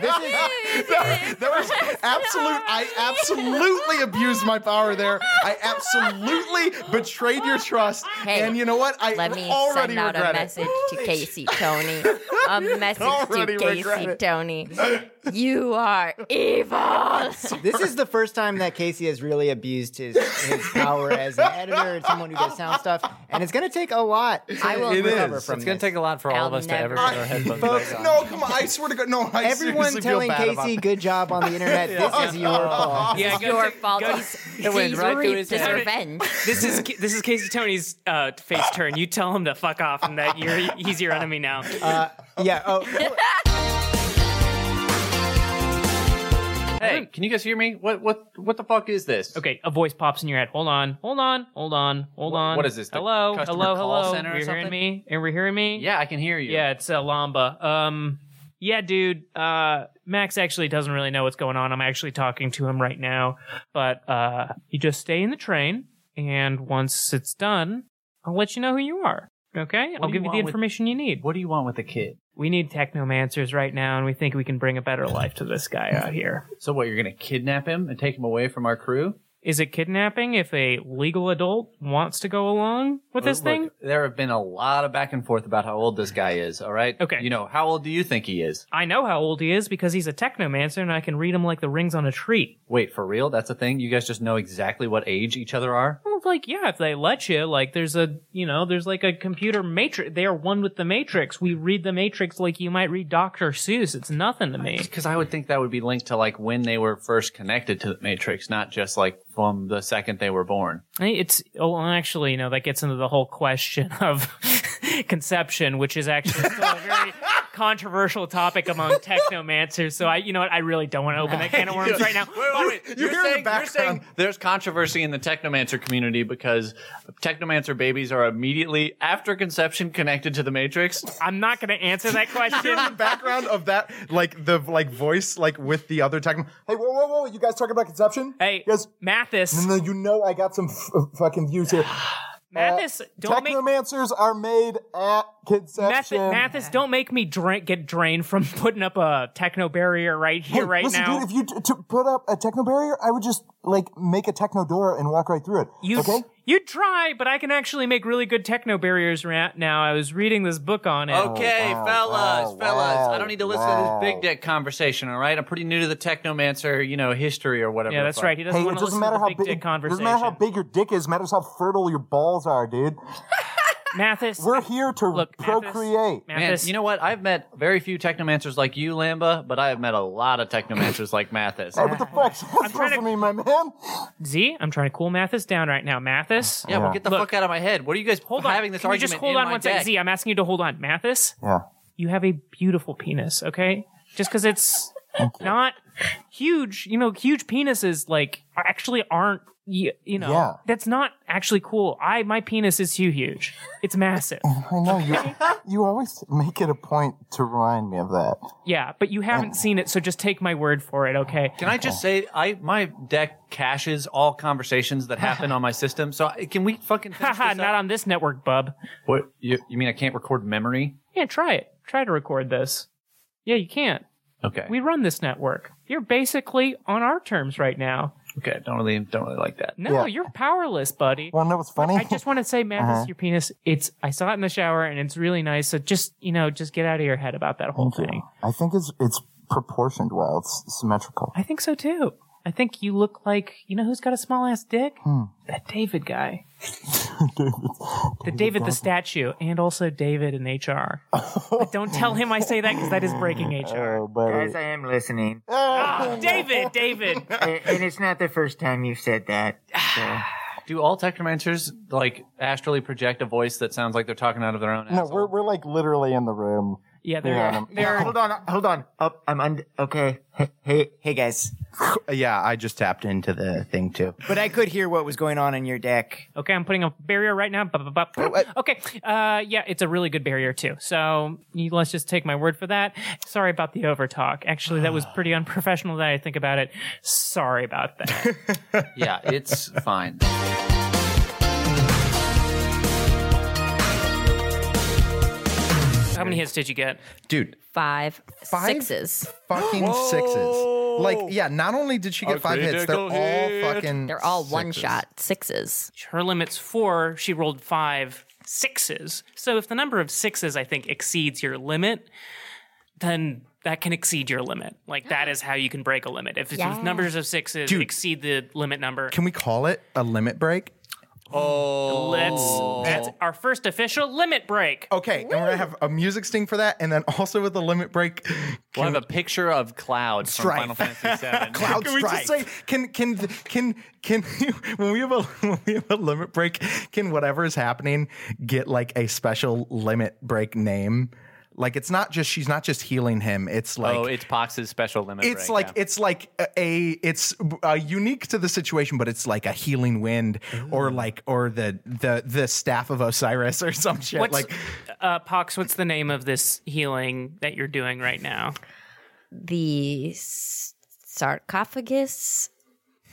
[SPEAKER 4] This is
[SPEAKER 1] There was absolute. I absolutely abused my power there. I absolutely betrayed your trust.
[SPEAKER 4] Hey,
[SPEAKER 1] and you know what? I
[SPEAKER 4] Let me
[SPEAKER 1] already
[SPEAKER 4] send out a
[SPEAKER 1] regret it.
[SPEAKER 4] message to Casey Tony. a message
[SPEAKER 7] Already
[SPEAKER 4] to
[SPEAKER 7] regret
[SPEAKER 4] Casey
[SPEAKER 7] it.
[SPEAKER 4] Tony. You
[SPEAKER 9] [LAUGHS]
[SPEAKER 4] are evil.
[SPEAKER 7] This is the first time that Casey has really abused his, his
[SPEAKER 1] [LAUGHS]
[SPEAKER 7] power as an editor and someone who does sound stuff, and it's going to take a lot. To
[SPEAKER 4] I will-
[SPEAKER 7] recover
[SPEAKER 4] It
[SPEAKER 7] from
[SPEAKER 4] is.
[SPEAKER 2] It's going to take a lot for all of us to ever put our headphones
[SPEAKER 1] Folks,
[SPEAKER 2] back on.
[SPEAKER 1] no, come on. I swear to God. No, I
[SPEAKER 7] Everyone
[SPEAKER 1] seriously
[SPEAKER 7] telling
[SPEAKER 1] feel bad about
[SPEAKER 7] Casey good job on the
[SPEAKER 1] [LAUGHS]
[SPEAKER 7] internet. This is Oh, your fault.
[SPEAKER 4] It's your fault. He's,
[SPEAKER 15] It went
[SPEAKER 4] he's
[SPEAKER 15] right through
[SPEAKER 4] reaped
[SPEAKER 15] his
[SPEAKER 4] his
[SPEAKER 15] head.
[SPEAKER 4] revenge.
[SPEAKER 15] This is this is Casey Tony's uh, face turn. You tell him to fuck off, and that you're he's your enemy now.
[SPEAKER 7] Uh, yeah. Oh,
[SPEAKER 2] Hey, can you guys hear me? What what what the fuck is this?
[SPEAKER 8] Okay, a voice pops in your head. Hold on, hold on, hold on, hold
[SPEAKER 2] What-
[SPEAKER 8] on.
[SPEAKER 2] what is this, the
[SPEAKER 8] Hello,
[SPEAKER 2] customer
[SPEAKER 8] hello,
[SPEAKER 2] call
[SPEAKER 8] hello.
[SPEAKER 2] center or
[SPEAKER 8] You're
[SPEAKER 2] something?
[SPEAKER 8] hearing me? And we're hearing me?
[SPEAKER 2] Yeah, I can hear you.
[SPEAKER 8] Yeah, it's uh, Lamba. Um, yeah, dude. Uh, Max actually doesn't really know what's going on. I'm actually talking to him right now, but uh, you just stay in the train, and once it's done, I'll let you know who you are. Okay,
[SPEAKER 2] What
[SPEAKER 8] I'll
[SPEAKER 2] do
[SPEAKER 8] give you
[SPEAKER 2] you
[SPEAKER 8] the
[SPEAKER 2] want with-
[SPEAKER 8] information you need.
[SPEAKER 2] What do you want with the kid?
[SPEAKER 8] We need technomancers right now, and we think we can bring a
[SPEAKER 2] [LAUGHS]
[SPEAKER 8] better life to this guy out here.
[SPEAKER 2] So what? You're going to kidnap him and take him away from our crew?
[SPEAKER 8] Is it kidnapping if a legal adult wants to go along with this
[SPEAKER 2] Look,
[SPEAKER 8] thing?
[SPEAKER 2] There have been a lot of back and forth about how old this guy is. All right. Okay. You know, how old do you think he is?
[SPEAKER 8] I know how old he is because he's a technomancer and I can read him like the rings on a tree.
[SPEAKER 2] Wait, for real? That's a thing. You guys just know exactly what age each other are.
[SPEAKER 8] Well, it's like, yeah, if they let you, like, there's a, you know, there's like a computer matrix. They are one with the matrix. We read the matrix like you might read Dr. Seuss. It's nothing to me.
[SPEAKER 2] Because I would think that would be linked to like when they were first connected to the Matrix, not just like from the second they were born.
[SPEAKER 8] I- It's, oh, well, actually, you know, that gets into the whole question [LAUGHS] of conception, which is actually still a
[SPEAKER 1] [LAUGHS]
[SPEAKER 8] very controversial topic among technomancers. So I, you know what, I really don't want to open that can of
[SPEAKER 1] [LAUGHS]
[SPEAKER 8] worms right now.
[SPEAKER 2] Wait, wait, you're, saying, you're saying there's controversy in the technomancer community because technomancer babies are immediately after conception connected to the Matrix.
[SPEAKER 8] I'm not going to answer that
[SPEAKER 1] that.
[SPEAKER 2] [LAUGHS]
[SPEAKER 1] Hear the
[SPEAKER 8] question.
[SPEAKER 1] [LAUGHS] background of that, like the like voice, like with the other tech. Hey, whoa, whoa, whoa! You guys talking about conception?
[SPEAKER 8] Hey,
[SPEAKER 1] yes.
[SPEAKER 8] Mathis,
[SPEAKER 1] No, you know I got some f- uh, fucking
[SPEAKER 8] [SIGHS]
[SPEAKER 1] views here.
[SPEAKER 8] Mathis,
[SPEAKER 1] Uh,
[SPEAKER 8] don't make
[SPEAKER 1] Technomancers are made at
[SPEAKER 8] Mathis,
[SPEAKER 1] conception.
[SPEAKER 8] Mathis, don't make me drink, get drained from [LAUGHS] putting up a techno barrier right here,
[SPEAKER 1] Hey,
[SPEAKER 8] right
[SPEAKER 1] Oh, listen,
[SPEAKER 8] now.
[SPEAKER 1] dude, if you t- t- put up a techno barrier, I would just like make a techno door and walk right through it.
[SPEAKER 8] you,
[SPEAKER 1] okay?
[SPEAKER 8] you try, but I can actually make really good techno barriers right now. I was reading this book on it.
[SPEAKER 2] Okay, fellas,
[SPEAKER 1] Oh, wow,
[SPEAKER 2] fellas,
[SPEAKER 1] wow,
[SPEAKER 2] I don't need to listen
[SPEAKER 1] Oh, wow.
[SPEAKER 2] to this big dick conversation. All right, I'm pretty new to the technomancer, you know, history or whatever.
[SPEAKER 8] Yeah,
[SPEAKER 2] the
[SPEAKER 8] that's
[SPEAKER 2] fuck.
[SPEAKER 8] right. He doesn't
[SPEAKER 1] Hey,
[SPEAKER 8] want
[SPEAKER 1] it
[SPEAKER 8] to listen
[SPEAKER 1] doesn't
[SPEAKER 8] to
[SPEAKER 1] matter
[SPEAKER 8] the
[SPEAKER 1] how
[SPEAKER 8] big
[SPEAKER 1] big.
[SPEAKER 8] dick
[SPEAKER 1] Doesn't
[SPEAKER 8] conversation.
[SPEAKER 1] matter how big your dick is. Matters how fertile your balls are, dude.
[SPEAKER 8] [LAUGHS] Mathis,
[SPEAKER 1] We're here to
[SPEAKER 8] Look, Mathis-
[SPEAKER 1] procreate.
[SPEAKER 2] Man,
[SPEAKER 8] Mathis,
[SPEAKER 2] you know what? I've met very few technomancers like you, Lamba, but I have met a lot of technomancers like Mathis.
[SPEAKER 1] Hey, Oh, what the fuck? That's
[SPEAKER 8] trying to-
[SPEAKER 1] for me, my man.
[SPEAKER 8] Z, I'm trying to cool Mathis down right now. Mathis,
[SPEAKER 2] Yeah, well, get the fuck out of my head. What are you guys
[SPEAKER 8] hold on.
[SPEAKER 2] having this
[SPEAKER 8] can you
[SPEAKER 2] argument
[SPEAKER 8] just hold
[SPEAKER 2] in
[SPEAKER 8] on
[SPEAKER 2] my
[SPEAKER 8] one second?
[SPEAKER 2] deck?
[SPEAKER 8] Z, I'm asking you to hold on. Mathis,
[SPEAKER 1] Yeah.
[SPEAKER 8] you have a beautiful penis, okay? Just because it's not huge, you know, huge penises like actually aren't, you, you know,
[SPEAKER 1] Yeah.
[SPEAKER 8] that's not actually cool. I my penis is too huge. It's massive.
[SPEAKER 1] [LAUGHS] I know you. you always make it a point to remind me of that.
[SPEAKER 8] yeah, but you
[SPEAKER 1] Oh.
[SPEAKER 8] haven't seen it, so just take my word for it, okay?
[SPEAKER 2] Can I just say, I my deck caches all conversations that happen on my system. So I- can we
[SPEAKER 8] [LAUGHS]
[SPEAKER 2] fucking finish
[SPEAKER 8] Haha,
[SPEAKER 2] this
[SPEAKER 8] not
[SPEAKER 2] up?
[SPEAKER 8] on this network, bub.
[SPEAKER 2] What you, you mean? I can't record memory?
[SPEAKER 8] Yeah, try it. Try to record this. Yeah, you can't.
[SPEAKER 2] Okay.
[SPEAKER 8] We run this network. You're basically on our terms right now.
[SPEAKER 2] okay. Don't really don't really like that.
[SPEAKER 8] No,
[SPEAKER 1] Yeah.
[SPEAKER 8] you're powerless, buddy.
[SPEAKER 1] Well, no, it's funny. Uh-huh.
[SPEAKER 8] I just want to say, Mathis, your penis. It's I saw it in the shower, and it's really nice. So just you know, just get out of your head about that whole thing.
[SPEAKER 1] I think it's it's proportioned well. It's symmetrical.
[SPEAKER 8] I think so too. I think you look like you know who's got a small ass dick.
[SPEAKER 1] Hmm.
[SPEAKER 8] That David
[SPEAKER 1] [LAUGHS]
[SPEAKER 8] guy, the David the statue, and also David in
[SPEAKER 1] [LAUGHS]
[SPEAKER 8] HR. but don't tell him I say that because that is
[SPEAKER 7] [LAUGHS]
[SPEAKER 8] breaking HR.
[SPEAKER 1] Oh, buddy.
[SPEAKER 7] Guys, I am listening,
[SPEAKER 8] Ah, David, David.
[SPEAKER 1] [LAUGHS]
[SPEAKER 7] A- and it's not the first time you've said that. so.
[SPEAKER 2] [SIGHS] Do all technomancers like astrally project a voice that sounds like they're talking out of their own?
[SPEAKER 1] No,
[SPEAKER 2] ass?
[SPEAKER 1] we're we're like literally in the room.
[SPEAKER 8] Yeah, there.
[SPEAKER 7] Hold on, hold on. Oh, I'm un- okay. Hey, hey, guys.
[SPEAKER 16] Yeah, I just tapped into the thing too.
[SPEAKER 7] But I could hear what was going on in your deck.
[SPEAKER 8] Okay, I'm putting a barrier right now. Bup, bup, bup. Okay, uh, yeah, it's a really good barrier too. So you, let's just take my word for that. Sorry about the overtalk. Actually, that
[SPEAKER 7] [SIGHS]
[SPEAKER 8] was pretty unprofessional. That I think about it. Sorry about that.
[SPEAKER 7] [LAUGHS]
[SPEAKER 2] yeah, it's fine.
[SPEAKER 8] How many hits did you get?
[SPEAKER 16] Dude,
[SPEAKER 4] Five, sixes.
[SPEAKER 16] fucking sixes.
[SPEAKER 1] Like,
[SPEAKER 2] Oh.
[SPEAKER 1] yeah, not only did she get five hits, they're all fucking.
[SPEAKER 4] They're all one shot sixes.
[SPEAKER 8] Her limit's four. She rolled five sixes. So if the number of sixes, I think, exceeds your limit, then that can exceed your limit. Like that is how you can break a limit. If
[SPEAKER 1] Yeah.
[SPEAKER 8] the numbers of sixes
[SPEAKER 1] Dude.
[SPEAKER 8] exceed the limit number,
[SPEAKER 1] Can we call it a limit break?
[SPEAKER 8] Oh, let's. That's our first official limit break.
[SPEAKER 1] Okay, and we're gonna have a music sting for that, and then also with the limit break,
[SPEAKER 2] We'll have a picture of Cloud
[SPEAKER 1] Strife.
[SPEAKER 2] from Final [LAUGHS] Fantasy
[SPEAKER 1] [LAUGHS]
[SPEAKER 2] VII.
[SPEAKER 1] Cloud can we just say can can can can when we have a [LAUGHS] when we have a limit break, can whatever is happening get like a special limit break name? Like it's not just she's not just healing him. It's like
[SPEAKER 2] oh, it's Pox's special limit.
[SPEAKER 1] it's
[SPEAKER 2] break,
[SPEAKER 1] like
[SPEAKER 2] yeah.
[SPEAKER 1] it's like a, a it's uh, unique to the situation, but it's like a healing wind or like or the the the staff of Osiris or some shit.
[SPEAKER 8] What's,
[SPEAKER 2] [LAUGHS]
[SPEAKER 1] like [LAUGHS]
[SPEAKER 8] uh, Pox, what's the name of this healing that you're doing right now?
[SPEAKER 4] The s-
[SPEAKER 7] [LAUGHS]
[SPEAKER 4] sarcophagus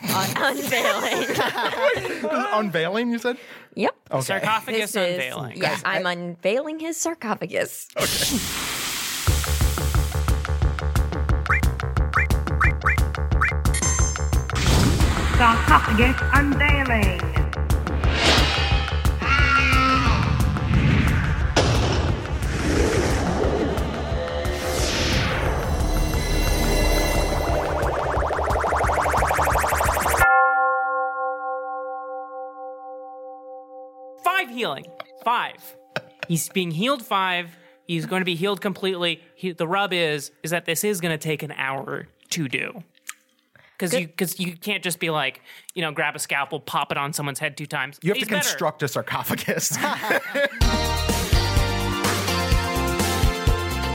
[SPEAKER 4] un- unveiling.
[SPEAKER 1] unveiling, you said?
[SPEAKER 4] Yep.
[SPEAKER 1] Okay. Sarcophagus
[SPEAKER 4] This is-
[SPEAKER 1] unveiling.
[SPEAKER 4] Yeah,
[SPEAKER 1] Guys,
[SPEAKER 4] I'm unveiling his sarcophagus.
[SPEAKER 10] Sarcophagus unveiling.
[SPEAKER 8] Five healing. Five. He's being healed five. He's going to be healed completely. He, the rub is is that this is going to take an hour to do. Because you, cause you can't just be like, you know, grab a scalpel, pop it on someone's head two times.
[SPEAKER 1] you have
[SPEAKER 8] He's
[SPEAKER 1] to
[SPEAKER 8] better.
[SPEAKER 1] construct
[SPEAKER 8] [LAUGHS]
[SPEAKER 1] a sarcophagus.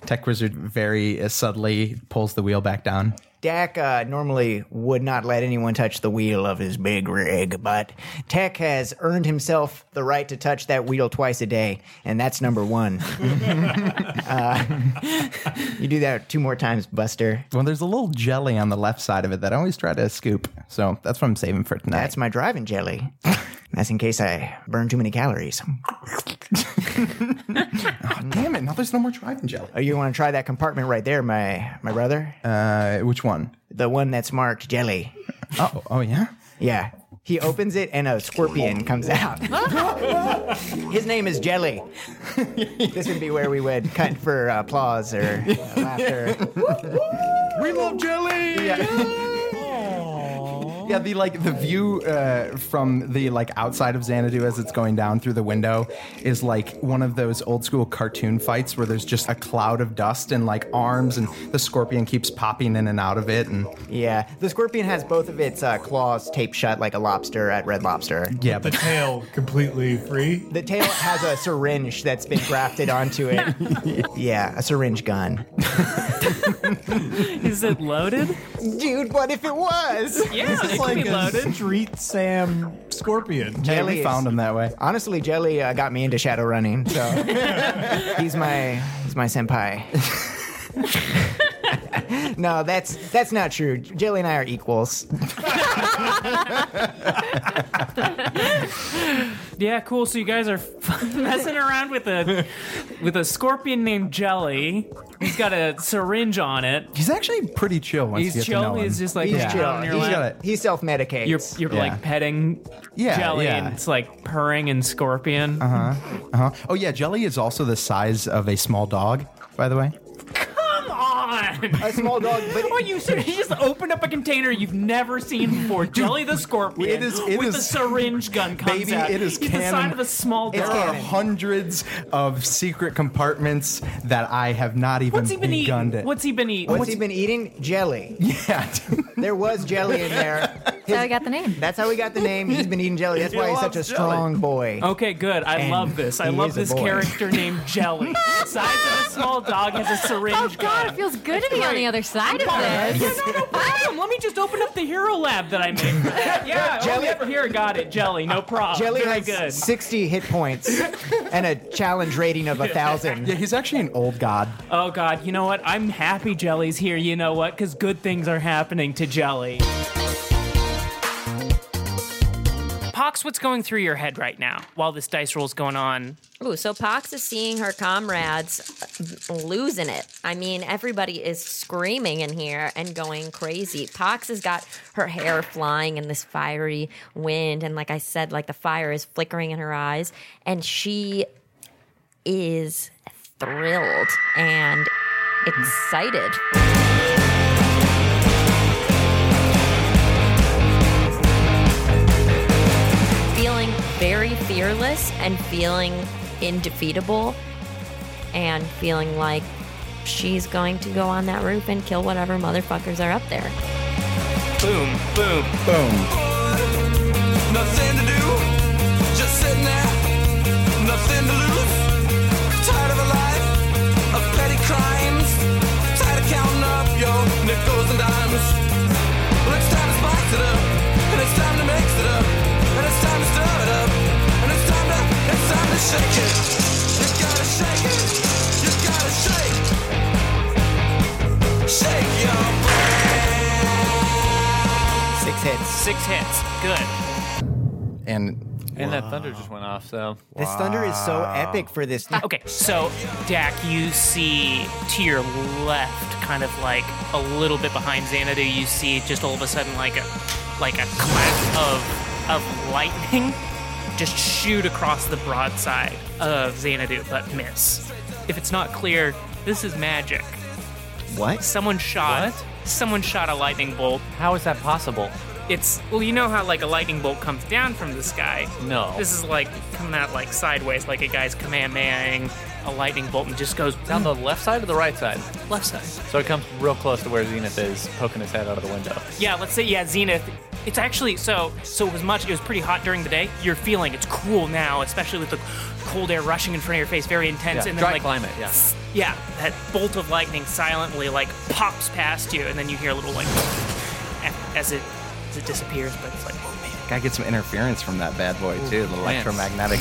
[SPEAKER 1] Tech Wizard very uh, subtly pulls the wheel back down.
[SPEAKER 7] Dak uh, normally would not let anyone touch the wheel of his big rig, but Tech has earned himself the right to touch that wheel twice a day, and that's number one. uh, [LAUGHS] you do that two more times, Buster.
[SPEAKER 1] Well, there's a little jelly on the left side of it that I always try to scoop. So that's what I'm saving for tonight.
[SPEAKER 7] That's my driving jelly. [LAUGHS] That's in case I burn too many calories.
[SPEAKER 1] damn it! Now there's no more driving jelly.
[SPEAKER 7] Oh, you want to try that compartment right there, my my brother?
[SPEAKER 1] Uh, which one?
[SPEAKER 7] The one that's marked jelly.
[SPEAKER 1] Oh, oh yeah,
[SPEAKER 7] yeah. He opens it and a scorpion comes out. [LAUGHS] His name is Jelly. this would be where we would cut for applause or uh, laughter.
[SPEAKER 1] we love jelly.
[SPEAKER 2] [LAUGHS]
[SPEAKER 1] Yeah, the like the view uh, from the like outside of Xanadu as it's going down through the window is like one of those old school cartoon fights where there's just a cloud of dust and like arms and the scorpion keeps popping in and out of it and
[SPEAKER 7] Yeah, the scorpion has both of its uh, claws taped shut like a lobster at Red Lobster.
[SPEAKER 1] Yeah,
[SPEAKER 17] the tail completely free.
[SPEAKER 7] The tail has a syringe that's been grafted onto
[SPEAKER 8] [LAUGHS]
[SPEAKER 7] it. yeah, a syringe gun.
[SPEAKER 8] Is it loaded?
[SPEAKER 7] Dude, what if it was?
[SPEAKER 8] Yeah, it could be loaded.
[SPEAKER 17] Street Sam Scorpion.
[SPEAKER 1] we found him that way.
[SPEAKER 7] Honestly, Jelly uh, got me into shadow running, so
[SPEAKER 8] [LAUGHS]
[SPEAKER 7] he's my he's my senpai. no, that's that's not true. Jelly and I are equals.
[SPEAKER 8] Yeah, cool. So you guys are [LAUGHS] messing around with a with a scorpion named Jelly. He's got a syringe on it.
[SPEAKER 1] He's actually pretty chill [LAUGHS] once
[SPEAKER 8] He's
[SPEAKER 1] you get
[SPEAKER 8] chill,
[SPEAKER 1] to know him.
[SPEAKER 8] he's just like- He's Yeah. chill.
[SPEAKER 1] He's
[SPEAKER 8] You're like-
[SPEAKER 1] got it.
[SPEAKER 7] He self medicates.
[SPEAKER 8] You're you're like petting
[SPEAKER 1] Yeah,
[SPEAKER 8] Jelly,
[SPEAKER 1] yeah.
[SPEAKER 8] and it's like purring and scorpion.
[SPEAKER 1] Uh huh. Uh huh. Oh yeah, Jelly is also the size of a small dog. By the way,
[SPEAKER 8] Come on,
[SPEAKER 7] a small dog. But
[SPEAKER 8] what you said? You just opened up a container you've never seen before. Jelly the scorpion.
[SPEAKER 1] it is- it
[SPEAKER 8] with
[SPEAKER 1] is-
[SPEAKER 8] a syringe gun. Comes
[SPEAKER 1] baby,
[SPEAKER 8] out.
[SPEAKER 1] it is
[SPEAKER 8] He's the
[SPEAKER 1] canon.
[SPEAKER 8] sign of a small
[SPEAKER 1] there
[SPEAKER 8] dog.
[SPEAKER 1] are hundreds of secret compartments that I have not even
[SPEAKER 8] What's he been
[SPEAKER 1] begun
[SPEAKER 8] eating?
[SPEAKER 1] to.
[SPEAKER 8] What's he been eating?
[SPEAKER 7] What's he been eating? Jelly.
[SPEAKER 1] [LAUGHS] Yeah.
[SPEAKER 7] there was jelly in
[SPEAKER 1] [LAUGHS]
[SPEAKER 7] there. That's how he got the name. That's how he got the name. He's been eating jelly. That's
[SPEAKER 8] He
[SPEAKER 7] why he's such a
[SPEAKER 8] loves jelly.
[SPEAKER 7] strong boy.
[SPEAKER 8] Okay, good. I
[SPEAKER 7] And
[SPEAKER 8] love this. I
[SPEAKER 7] he
[SPEAKER 8] love
[SPEAKER 7] is a
[SPEAKER 8] this
[SPEAKER 7] boy.
[SPEAKER 8] character named Jelly. Size of a small dog has a syringe.
[SPEAKER 18] Oh God, it feels good to be on the other side of this.
[SPEAKER 8] No, no, no problem. Let me just open up the hero lab that I made. for that. yeah, jelly over here. Got it, Jelly. No problem.
[SPEAKER 7] Jelly
[SPEAKER 8] Oh, Very
[SPEAKER 7] has
[SPEAKER 8] good.
[SPEAKER 7] 60 hit points and a challenge rating of a thousand.
[SPEAKER 1] Yeah, he's actually an old god.
[SPEAKER 8] Oh God, you know what? I'm happy Jelly's here. You know what? Because good things are happening to Jelly. Pox Pox, what's going through your head right now while this dice roll's going on?
[SPEAKER 4] Ooh, so Pox is seeing her comrades uh, losing it. I mean, everybody is screaming in here and going crazy. Pox has got her hair flying in this fiery wind. And like I said, like the fire is flickering in her eyes. And she is thrilled and excited. Feeling very fearless and feeling indefeatable and feeling like she's going to go on that roof and kill whatever motherfuckers are up there.
[SPEAKER 8] Boom, boom,
[SPEAKER 1] boom.
[SPEAKER 10] Nothing to do, just sitting there, nothing to lose. Tired of a life of petty crimes, tired of counting up your nickels and dimes. Well, it's time to spice it up, and it's time to mix it up, and it's time to stir it up, and it's time to, it's time to shake it. You gotta shake it, you gotta shake, shake your brain.
[SPEAKER 7] Six hits.
[SPEAKER 8] Six hits. Good.
[SPEAKER 19] And
[SPEAKER 2] And that thunder just went off. So
[SPEAKER 7] This thunder is so epic for this.
[SPEAKER 8] Okay, so Dak, you see to your left, kind of like a little bit behind Xanadu, you see just all of a sudden like a like a clap of of lightning [LAUGHS] just shoot across the broadside of Xanadu, but miss. If it's not clear, this is magic.
[SPEAKER 7] What?
[SPEAKER 8] Someone shot. Someone shot a lightning bolt.
[SPEAKER 2] How is that possible?
[SPEAKER 8] It's well, you know how like a lightning bolt comes down from the sky.
[SPEAKER 2] No.
[SPEAKER 8] This is like coming out like sideways, like a guy's command a lightning bolt and just goes
[SPEAKER 2] down the left side or the right side?
[SPEAKER 8] Left side.
[SPEAKER 2] So it comes real close to where Zenith is poking his head out of the window.
[SPEAKER 8] Yeah, let's say yeah, Zenith. It's actually so so it was much it was pretty hot during the day. You're feeling it's cool now, especially with the cold air rushing in front of your face, very intense
[SPEAKER 2] Yeah,
[SPEAKER 8] and then
[SPEAKER 2] dry
[SPEAKER 8] like
[SPEAKER 2] climate, yeah.
[SPEAKER 8] Yeah, that bolt of lightning silently like pops past you and then you hear a little like [LAUGHS] as it as it disappears, but it's like [LAUGHS] oh man.
[SPEAKER 19] Gotta get some interference from that bad boy too. The
[SPEAKER 2] Lance.
[SPEAKER 19] electromagnetic.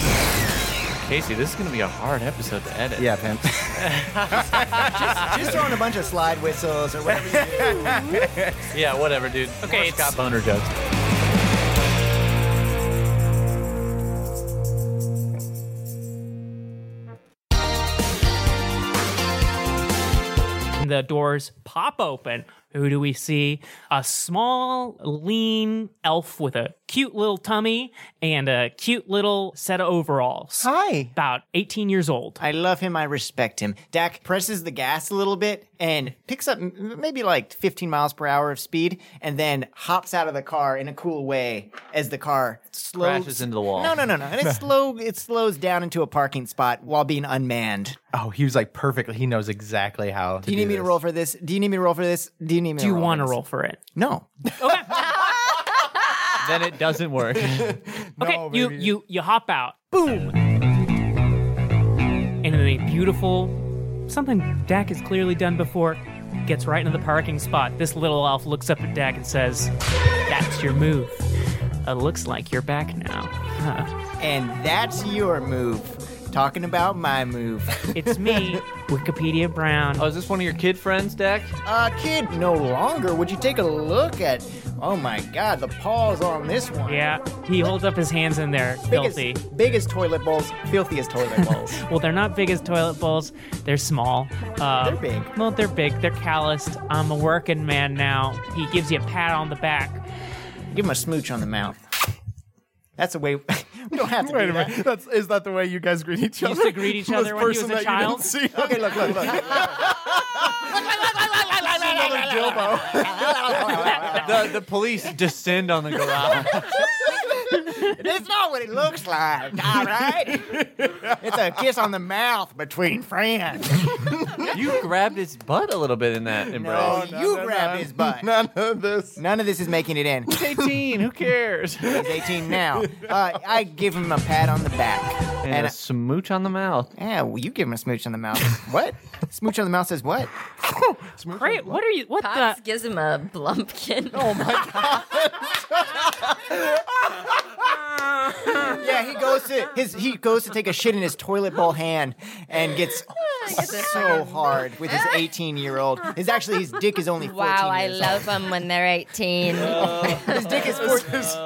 [SPEAKER 2] Casey, this is going to be a hard episode to edit.
[SPEAKER 19] Yeah, pimp.
[SPEAKER 7] Just throwing a bunch of slide whistles or whatever you do.
[SPEAKER 2] [LAUGHS] yeah, whatever, [LAUGHS] dude.
[SPEAKER 8] Okay,
[SPEAKER 2] More
[SPEAKER 8] it's-
[SPEAKER 2] Scott Boner jokes. [LAUGHS]
[SPEAKER 8] And the doors pop open. Who do we see? A small, lean elf with a cute little tummy and a cute little set of overalls.
[SPEAKER 7] Hi.
[SPEAKER 8] About 18 years old.
[SPEAKER 7] I love him. I respect him. Dak presses the gas a little bit and picks up m- maybe like 15 miles per hour of speed and then hops out of the car in a cool way as the car slows.
[SPEAKER 2] Crashes into the wall.
[SPEAKER 7] No, no, no, no. And
[SPEAKER 1] [LAUGHS]
[SPEAKER 7] it, slow, it slows down into a parking spot while being unmanned.
[SPEAKER 19] Oh, he was like perfectly. He knows exactly how. To
[SPEAKER 7] Do you need me to roll for this? Do you need me to roll for this? Do you need me
[SPEAKER 8] Do you
[SPEAKER 7] want
[SPEAKER 8] to roll for it?
[SPEAKER 7] No.
[SPEAKER 2] then it doesn't work.
[SPEAKER 8] Okay, you, you you hop out. Boom. And in a beautiful something Dak has clearly done before, gets right into the parking spot. This little elf looks up at Dak and says, That's your move. It looks like you're back now. Huh.
[SPEAKER 7] And that's your move. Talking about my move.
[SPEAKER 8] [LAUGHS] It's me, Wikipedia Brown.
[SPEAKER 2] Oh, is this one of your kid friends, Dak?
[SPEAKER 7] Uh, kid, no longer. Would you take a look at? Oh my God, the paws on this one.
[SPEAKER 8] Yeah, he holds up his hands in there,
[SPEAKER 7] Biggest-
[SPEAKER 8] filthy.
[SPEAKER 7] Big as toilet bowls, filthy as
[SPEAKER 8] [LAUGHS]
[SPEAKER 7] toilet bowls.
[SPEAKER 8] Well, they're not big as toilet bowls. They're small. Uh,
[SPEAKER 7] They're big.
[SPEAKER 8] Well, they're big. They're calloused. I'm a working man now. He gives you a pat on the back.
[SPEAKER 7] Give him a smooch on the mouth. That's the way. [LAUGHS] we don't have to
[SPEAKER 19] Wait
[SPEAKER 7] do
[SPEAKER 19] a
[SPEAKER 7] that.
[SPEAKER 19] minute. That's, is that the way you guys greet each
[SPEAKER 8] You
[SPEAKER 19] other?
[SPEAKER 8] used to greet each other
[SPEAKER 19] This
[SPEAKER 8] when he was
[SPEAKER 19] person
[SPEAKER 8] a
[SPEAKER 19] that you
[SPEAKER 8] child?
[SPEAKER 19] didn't see.
[SPEAKER 7] Okay, look,
[SPEAKER 8] [LAUGHS]
[SPEAKER 7] look, look.
[SPEAKER 2] the, the police descend on the garage.
[SPEAKER 7] That's not what it looks like. All right. It's a kiss on the mouth between friends.
[SPEAKER 2] you grabbed his butt [LAUGHS] a little bit in that embrace.
[SPEAKER 7] No, you grabbed his butt.
[SPEAKER 19] None of this.
[SPEAKER 7] None of this is making it in.
[SPEAKER 2] He's 18. Who cares?
[SPEAKER 7] [LAUGHS] He's 18 now. Uh, I give him a pat on the back.
[SPEAKER 2] And,
[SPEAKER 7] And
[SPEAKER 2] a smooch on the mouth.
[SPEAKER 7] Yeah, well, you give him a smooch on the mouth. what? Smooch on the mouth says what?
[SPEAKER 8] Great. What are you? What
[SPEAKER 4] Pox gives him a blumpkin.
[SPEAKER 20] [LAUGHS]
[SPEAKER 7] Oh [LAUGHS] my yeah, he goes to his he goes to take a shit in his toilet bowl hand and gets so hard with his 18 year old. His actually his dick is only 14
[SPEAKER 20] Wow, I
[SPEAKER 7] years
[SPEAKER 20] love them when they're
[SPEAKER 7] [LAUGHS]
[SPEAKER 20] 18.
[SPEAKER 7] old. His dick is four,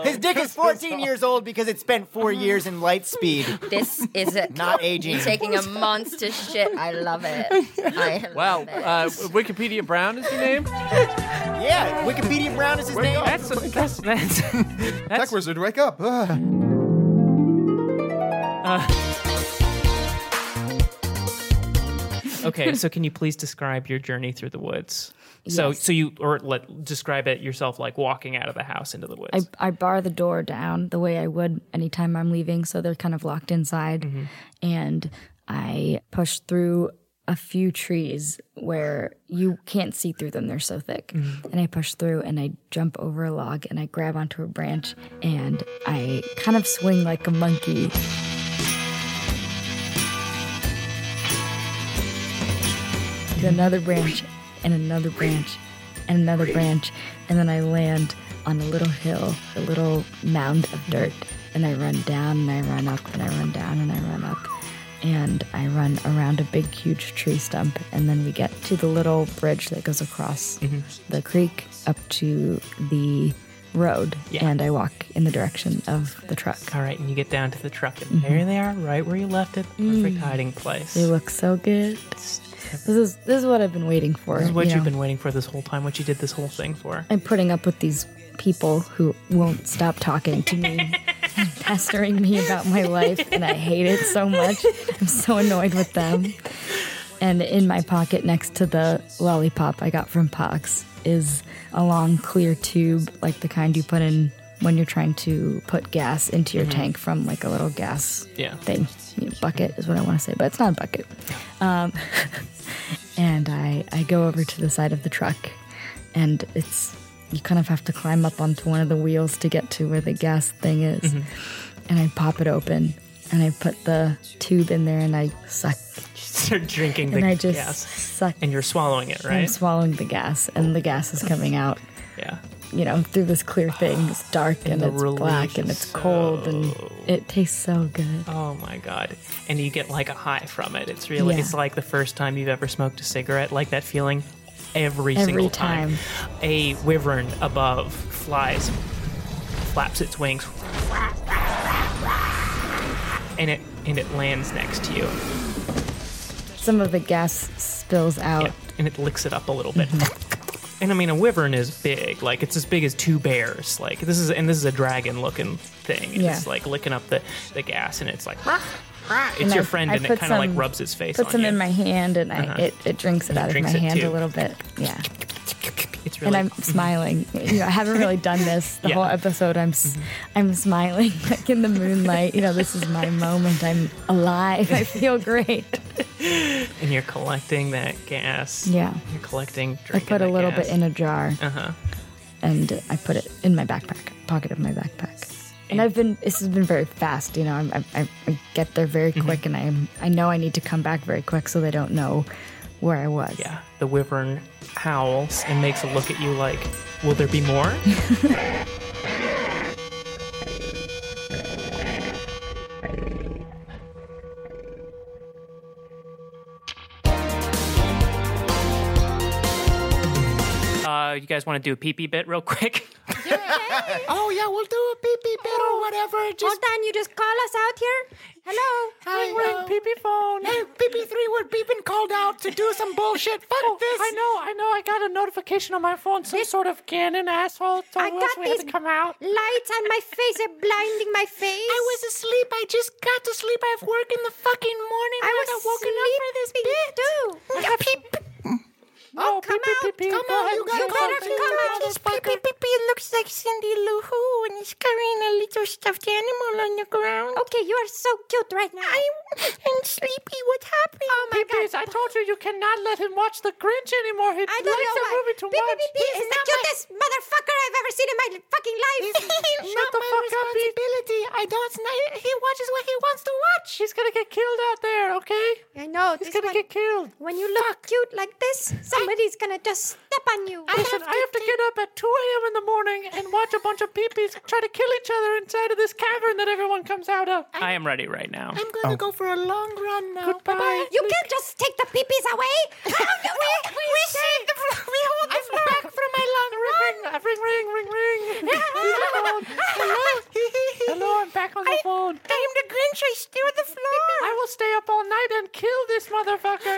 [SPEAKER 7] his dick is 14 years old because it spent four years in light speed.
[SPEAKER 20] This is it.
[SPEAKER 7] Not aging.
[SPEAKER 20] Taking a monster shit. I love it. I
[SPEAKER 2] Wow, uh, Wikipedia Brown is your name?
[SPEAKER 7] Yeah, Wikipedia Brown is his name.
[SPEAKER 2] That's, that's, [LAUGHS] that's,
[SPEAKER 1] Tech wizard, wake up! Ah.
[SPEAKER 8] okay,
[SPEAKER 7] [LAUGHS]
[SPEAKER 8] so can you please describe your journey through the woods? So,
[SPEAKER 18] Yes.
[SPEAKER 8] so you or let describe it yourself, like walking out of the house into the woods.
[SPEAKER 18] I, I bar the door down the way I would anytime I'm leaving, so they're kind of locked inside. And I push through a few trees where you can't see through them, they're so thick.
[SPEAKER 9] Mhm.
[SPEAKER 18] And I push through and I jump over a log and I grab onto a branch and I kind of swing like a monkey. another branch and another branch and another branch and then i land on a little hill a little mound of dirt and i run down and i run up and i run down and i run up and i run around a big huge tree stump and then we get to the little bridge that goes across
[SPEAKER 8] Mm-hmm.
[SPEAKER 18] the creek up to the road and i walk in the direction of the truck
[SPEAKER 8] All right, and you get down to the truck, and
[SPEAKER 18] Mhm.
[SPEAKER 8] there they are, right where you left it. Perfect
[SPEAKER 18] Mm.
[SPEAKER 8] hiding place.
[SPEAKER 18] they look so good this is this is what i've been waiting for
[SPEAKER 8] This is what
[SPEAKER 18] you
[SPEAKER 8] you've
[SPEAKER 18] know?
[SPEAKER 8] been waiting for this whole time. What you did this whole thing for.
[SPEAKER 18] I'm putting up with these people who won't stop talking to me, [LAUGHS] pestering me about my life, and I hate it so much. I'm so annoyed with them. And in my pocket next to the lollipop I got from Pox is a long clear tube, like the kind you put in when you're trying to put gas into your
[SPEAKER 8] Mhm.
[SPEAKER 18] tank from like a little gas
[SPEAKER 8] Yeah.
[SPEAKER 18] thing. You know, bucket is what I want to say, but it's not a bucket. Um, [LAUGHS] and I, I go over to the side of the truck, and it's you kind of have to climb up onto one of the wheels to get to where the gas thing is.
[SPEAKER 9] Mhm.
[SPEAKER 8] Mm-hmm.
[SPEAKER 18] And I pop it open, and I put the tube in there, and I suck.
[SPEAKER 8] Start drinking the
[SPEAKER 18] And I just
[SPEAKER 8] gas,
[SPEAKER 18] suck.
[SPEAKER 8] and you're swallowing it,
[SPEAKER 18] I'm
[SPEAKER 8] right?
[SPEAKER 18] swallowing the gas, and the gas is coming out.
[SPEAKER 8] Yeah.
[SPEAKER 18] You know, through this clear thing. It's dark and,
[SPEAKER 8] And the
[SPEAKER 18] it's black
[SPEAKER 8] relief
[SPEAKER 18] and
[SPEAKER 8] is
[SPEAKER 18] it's cold and it tastes so good.
[SPEAKER 8] Oh my god! And you get like a high from it. It's really,
[SPEAKER 18] Yeah.
[SPEAKER 8] it's like the first time you've ever smoked a cigarette. Like that feeling, every,
[SPEAKER 18] Every
[SPEAKER 8] single time. A wyvern above flies, flaps its wings, and it and it lands next to you,
[SPEAKER 18] Some of the gas spills out.
[SPEAKER 8] and it licks it up a
[SPEAKER 18] [LAUGHS]
[SPEAKER 8] little bit. And I mean, a wyvern is big. Like it's as big as two bears. Like this is, and this is a dragon-looking thing. and
[SPEAKER 18] Yeah.
[SPEAKER 8] It's like licking up the, the gas, and it's
[SPEAKER 18] [LAUGHS]
[SPEAKER 8] like, it's
[SPEAKER 18] And
[SPEAKER 8] your
[SPEAKER 18] I-
[SPEAKER 8] friend,
[SPEAKER 18] I
[SPEAKER 8] and it
[SPEAKER 18] put
[SPEAKER 8] kind of like
[SPEAKER 18] some-
[SPEAKER 8] rubs its face.
[SPEAKER 18] Put
[SPEAKER 8] on
[SPEAKER 18] some
[SPEAKER 8] you.
[SPEAKER 18] in my hand, and I,
[SPEAKER 8] Uh-huh.
[SPEAKER 18] it, it drinks it
[SPEAKER 8] It
[SPEAKER 18] out
[SPEAKER 8] drinks
[SPEAKER 18] of
[SPEAKER 8] it
[SPEAKER 18] my hand
[SPEAKER 8] too.
[SPEAKER 18] a little bit. Yeah.
[SPEAKER 8] [LAUGHS] It's
[SPEAKER 18] and
[SPEAKER 8] really- [LAUGHS]
[SPEAKER 18] I'm smiling. You know, I haven't really done this the
[SPEAKER 8] Yeah. Mm-hmm.
[SPEAKER 18] whole episode. I'm s am smiling [LAUGHS] like in the moonlight. You know, this is my moment. I'm alive. I
[SPEAKER 8] [LAUGHS]
[SPEAKER 18] feel great.
[SPEAKER 8] and you're collecting that gas.
[SPEAKER 18] Yeah.
[SPEAKER 8] You're collecting.
[SPEAKER 18] I
[SPEAKER 8] Drinking
[SPEAKER 18] put a little bit in a jar,
[SPEAKER 8] Uh huh.
[SPEAKER 18] and I put it in my backpack, pocket of my backpack. And I've been. This has been very fast. You know, I'm, I, I get there very
[SPEAKER 8] Mm-hmm.
[SPEAKER 18] quick, and I'm. I know I need to come back very quick, so they don't know where I was.
[SPEAKER 8] Yeah. The wyvern howls and makes a look at you like, "Will there be more?" Uh, you guys want to do a pee pee bit real quick?
[SPEAKER 10] oh yeah, we'll do a pee pee bit or whatever. Just... Oh. Hold on, you just call us out here. Hello. Hi, we're pee pee phone. Hey, pee pee three, we're beeping called out to do some bullshit. Fuck this. Oh, I know, I know. I got a notification on my phone. Some sort of cannon asshole told I got we these had to come out. Lights on my face are blinding my face. I was asleep. I just got to sleep. I have work in the fucking morning. I was woken up for this bit. Too. I have Oh, come out! Come out! You, gotta better come out! He's pee pee pee pee. It looks like Cindy Lou Who, and he's carrying a little stuffed animal on the ground. Okay, you are so cute right now. I'm, I'm sleepy. What happened? Oh my god! I told you you cannot let him watch The Grinch anymore. He I don't likes know a movie to pee, watch. Pee, pee, he's the cutest motherfucker I've ever seen in my fucking [LAUGHS] life. Shut the fuck up, responsibility. I don't. He watches what he wants to watch. He's gonna get killed out there. Okay. I know. He's gonna get killed. When you look cute like this, some
[SPEAKER 20] Somebody's gonna just step on you.
[SPEAKER 9] Listen, I have to get up at 2 a.m. in the morning and watch a bunch of peepees try to kill each other inside of this cavern that everyone comes out of.
[SPEAKER 8] I am ready right now.
[SPEAKER 9] I'm
[SPEAKER 10] Oh.
[SPEAKER 9] gonna go for a long run now. Oh. Goodbye.
[SPEAKER 20] You can't just take the peepees [LAUGHS] away. How do we, we, save the, we hold I'm back from my long
[SPEAKER 9] Ring, uh, ring, ring, ring, ring. Hello. Hello. Hello, I'm back on the phone.
[SPEAKER 20] I am the Grinch. I steal the floor.
[SPEAKER 9] I will stay up all night and kill this motherfucker.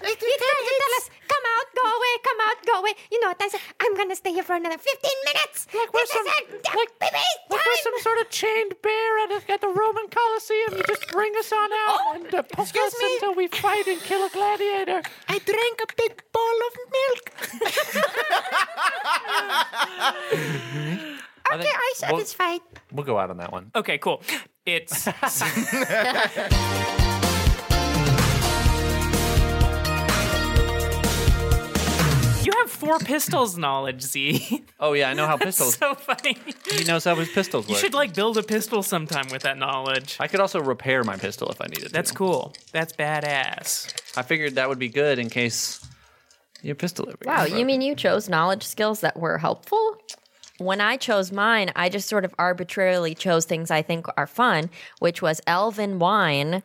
[SPEAKER 20] He's trying to tell us, come out, go away, come out, go away. You know what I said? I'm gonna stay here for another 15 minutes.
[SPEAKER 9] Like we're
[SPEAKER 20] this
[SPEAKER 9] some-
[SPEAKER 20] is it.
[SPEAKER 9] like-
[SPEAKER 20] baby,
[SPEAKER 9] Like we're some sort of chained bear at, a, at the Roman Colosseum. You just bring us on out
[SPEAKER 20] Oh,
[SPEAKER 9] and uh, poke us until we fight and kill a gladiator. I drank a big bowl of milk.
[SPEAKER 20] okay,
[SPEAKER 9] [LAUGHS]
[SPEAKER 20] I'm satisfied.
[SPEAKER 2] We'll go out on that one.
[SPEAKER 8] Okay, cool. It's You have four pistols knowledge, Z.
[SPEAKER 2] Oh yeah, I know
[SPEAKER 8] [LAUGHS]
[SPEAKER 2] how
[SPEAKER 8] That's
[SPEAKER 2] pistols.
[SPEAKER 8] so funny.
[SPEAKER 2] [LAUGHS] he knows how his pistols
[SPEAKER 8] You
[SPEAKER 2] work.
[SPEAKER 8] should like build a pistol sometime with that knowledge.
[SPEAKER 2] I could also repair my pistol if I needed.
[SPEAKER 8] That's
[SPEAKER 2] to.
[SPEAKER 8] cool. That's badass.
[SPEAKER 2] I figured that would be good in case your pistol ever.
[SPEAKER 4] Wow,
[SPEAKER 2] gets
[SPEAKER 4] you
[SPEAKER 2] broken.
[SPEAKER 4] mean you chose knowledge skills that were helpful? When I chose mine, I just sort of arbitrarily chose things I think are fun, which was elven wine,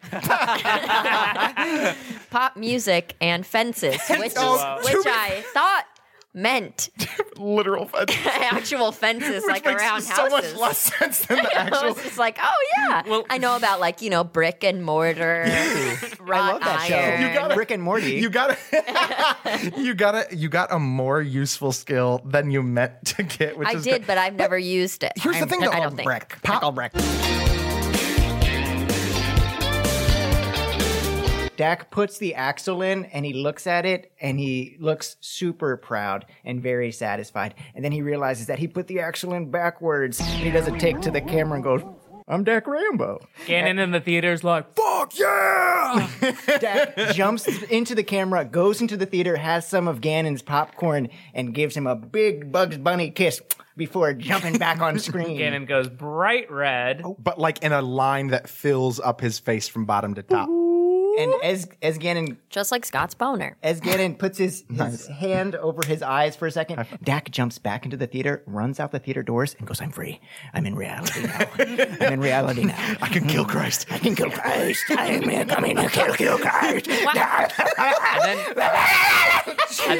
[SPEAKER 4] pop music, and fences, which,
[SPEAKER 9] Oh,
[SPEAKER 4] which I thought meant
[SPEAKER 19] literal fences.
[SPEAKER 4] [LAUGHS] actual
[SPEAKER 9] [LAUGHS]
[SPEAKER 4] fences,
[SPEAKER 19] Which
[SPEAKER 4] like
[SPEAKER 19] makes
[SPEAKER 4] around
[SPEAKER 19] so much
[SPEAKER 4] houses.
[SPEAKER 19] less sense than the
[SPEAKER 4] [LAUGHS] I
[SPEAKER 19] actual.
[SPEAKER 4] was just like, oh yeah, I know about like you know brick and mortar,
[SPEAKER 7] I
[SPEAKER 4] wrought
[SPEAKER 7] love that
[SPEAKER 4] iron.
[SPEAKER 7] show. You got Rick and Morty.
[SPEAKER 1] You got
[SPEAKER 7] [LAUGHS]
[SPEAKER 1] a, you got a, you got a more useful skill than you meant to get. Which
[SPEAKER 4] I
[SPEAKER 1] is
[SPEAKER 4] did,
[SPEAKER 1] good.
[SPEAKER 4] but I've never used it.
[SPEAKER 1] Here's the
[SPEAKER 4] I'm-
[SPEAKER 1] thing,
[SPEAKER 4] I
[SPEAKER 1] though.
[SPEAKER 4] don't think.
[SPEAKER 1] Brick. Pop.
[SPEAKER 7] Dak puts the axle in and he looks at it and he looks super proud and very satisfied. And then he realizes that he put the axle in backwards and he does a take to the camera and goes, I'm Dak Rambo.
[SPEAKER 8] Gannon in the theater's like,
[SPEAKER 7] Fuck yeah! Dak jumps into the camera, goes into the theater, has some of Gannon's popcorn, and gives him a big Bugs Bunny kiss before jumping back on screen.
[SPEAKER 8] Gannon goes bright red.
[SPEAKER 1] Oh. But like in a line that fills up his face from bottom to top.
[SPEAKER 7] And as as Gannon
[SPEAKER 4] just like Scott's boner.
[SPEAKER 7] As Gannon puts [LAUGHS] his, his hand over his eyes for a second, Dak jumps back into the theater, runs out the theater doors, and goes, I'm free. I'm in reality now. I'm in reality now. [LAUGHS] I can kill Christ. I can kill Christ. I am coming to kill, kill Christ.
[SPEAKER 2] and then, and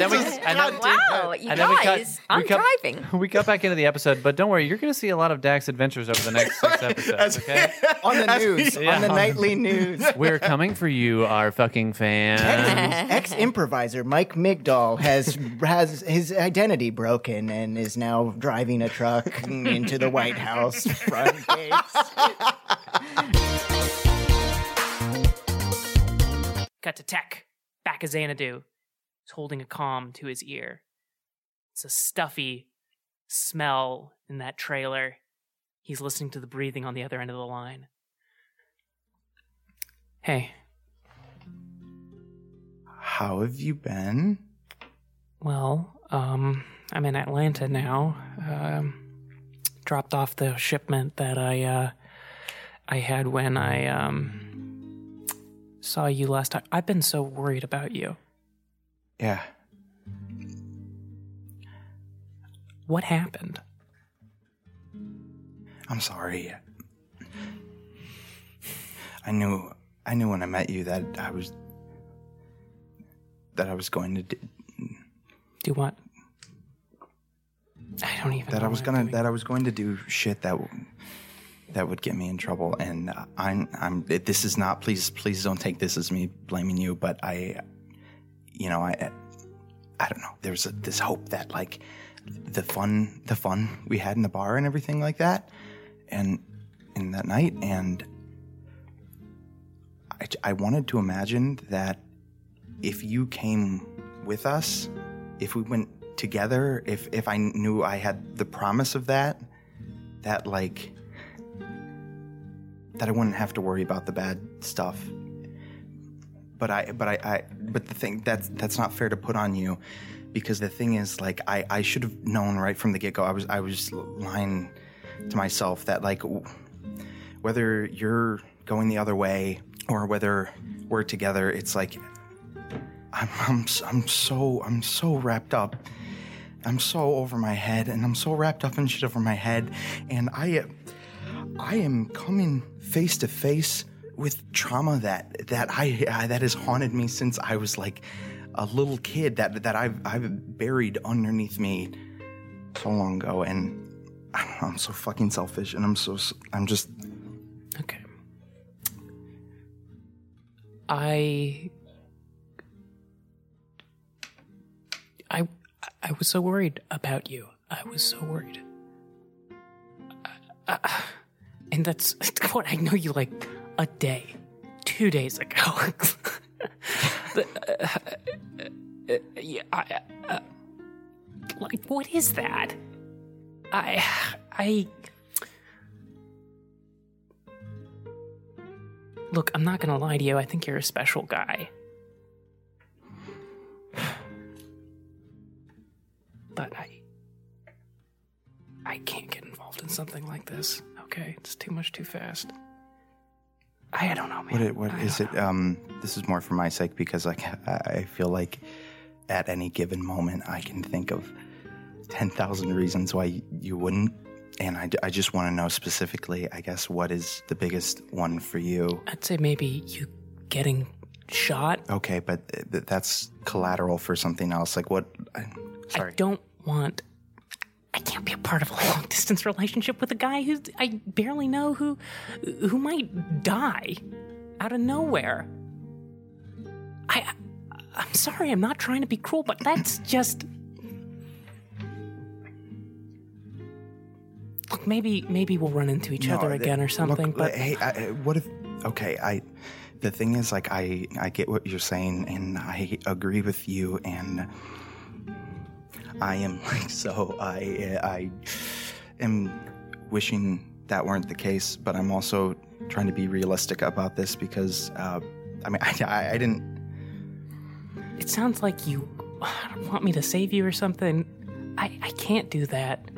[SPEAKER 20] [LAUGHS]
[SPEAKER 2] then we, and then,
[SPEAKER 4] wow, you
[SPEAKER 2] and then we cut-
[SPEAKER 4] guys, I'm
[SPEAKER 2] we cut-
[SPEAKER 4] driving.
[SPEAKER 7] [LAUGHS]
[SPEAKER 9] [LAUGHS]
[SPEAKER 2] We got back into the episode, but don't worry, you're going to see a lot of Dak's adventures over the next six episodes. Okay,
[SPEAKER 7] on [LAUGHS] the news,
[SPEAKER 2] [LAUGHS] Yeah.
[SPEAKER 7] on the nightly [LAUGHS]
[SPEAKER 2] [LAUGHS]
[SPEAKER 7] news.
[SPEAKER 9] [LAUGHS]
[SPEAKER 2] we're coming for you, our
[SPEAKER 7] [LAUGHS]
[SPEAKER 2] fucking fans.
[SPEAKER 7] Ex improviser Mike Migdal has has his identity broken and is now driving a truck into the White House front gate.
[SPEAKER 8] Cut to Tech. Back at Xanadu. He's holding a comm to his ear. It's a stuffy smell in that trailer. He's listening to the breathing on the other end of the line. Hey.
[SPEAKER 1] How have you been?
[SPEAKER 8] Well, um, I'm in Atlanta now. Um, dropped off the shipment that I uh, I had when I um, saw you last time. I've been so worried about you.
[SPEAKER 1] Yeah.
[SPEAKER 8] What happened?
[SPEAKER 1] I'm sorry. I knew I knew when I met you that I was that I was going to d-
[SPEAKER 8] Do what? I don't even
[SPEAKER 1] that
[SPEAKER 8] know
[SPEAKER 1] I was
[SPEAKER 8] what I'm
[SPEAKER 1] gonna
[SPEAKER 8] doing.
[SPEAKER 1] that I was going to do shit that w- that would get me in trouble. And uh, I'm I'm it- this is not please please don't take this as me blaming you, but I you know I I don't know. There's a, this hope that like the fun the fun we had in the bar and everything like that, and in that night and. I, I wanted to imagine that if you came with us, if we went together, if if I knew I had the promise of that, that like that I wouldn't have to worry about the bad stuff. But I but I, I but the thing that's that's not fair to put on you because the thing is like I, I should have known right from the get go. I was I was lying to myself that like w- whether you're going the other way or whether we're together, it's like I'm, I'm, s- I'm so, I'm so wrapped up. I'm so over my head, and I'm so wrapped up in shit over my head, and I, I am coming face to face with trauma that that I uh, that has haunted me since I was like a little kid that that I've I've buried underneath me so long ago, and [LAUGHS] I don't know, I'm so fucking selfish, and I'm so s- I'm just
[SPEAKER 8] I I I was so worried about you. I was so worried. Uh, uh, and that's [LAUGHS] what I know you like a day, two days ago. [LAUGHS] But, uh, uh, uh, yeah, I, uh, like what is that? I I Look, I'm not gonna lie to you. I think you're a special guy. But I. I can't get involved in something like this, okay? It's too much too fast. I don't know, man.
[SPEAKER 1] What it, what is it? Um, this is more for my sake because like I I feel like at any given moment I can think of ten thousand reasons why you wouldn't, and I, d- I just want to know specifically. I guess what is the biggest one for you?
[SPEAKER 8] I'd say maybe you getting shot.
[SPEAKER 1] Okay, but uh, th- th- that's collateral for something else. Like what? I, sorry.
[SPEAKER 8] I don't want. I can't be a part of a [LAUGHS] long distance relationship with a guy who I barely know who who might die out of nowhere. I I'm sorry, I'm not trying to be cruel, but that's just Look, maybe maybe we'll run into each
[SPEAKER 1] No,
[SPEAKER 8] other
[SPEAKER 1] th-
[SPEAKER 8] again or
[SPEAKER 1] look,
[SPEAKER 8] something,
[SPEAKER 1] like,
[SPEAKER 8] but
[SPEAKER 1] hey, I, I- what if? Okay, I. The thing is, like, I I get what you're saying, and I agree with you, and I am [LAUGHS] like, so I I am wishing that weren't the case, but I'm also trying to be realistic about this because, uh, I mean, [LAUGHS] I, I, I didn't
[SPEAKER 8] It sounds like you want me to save you or something. I, I can't do that.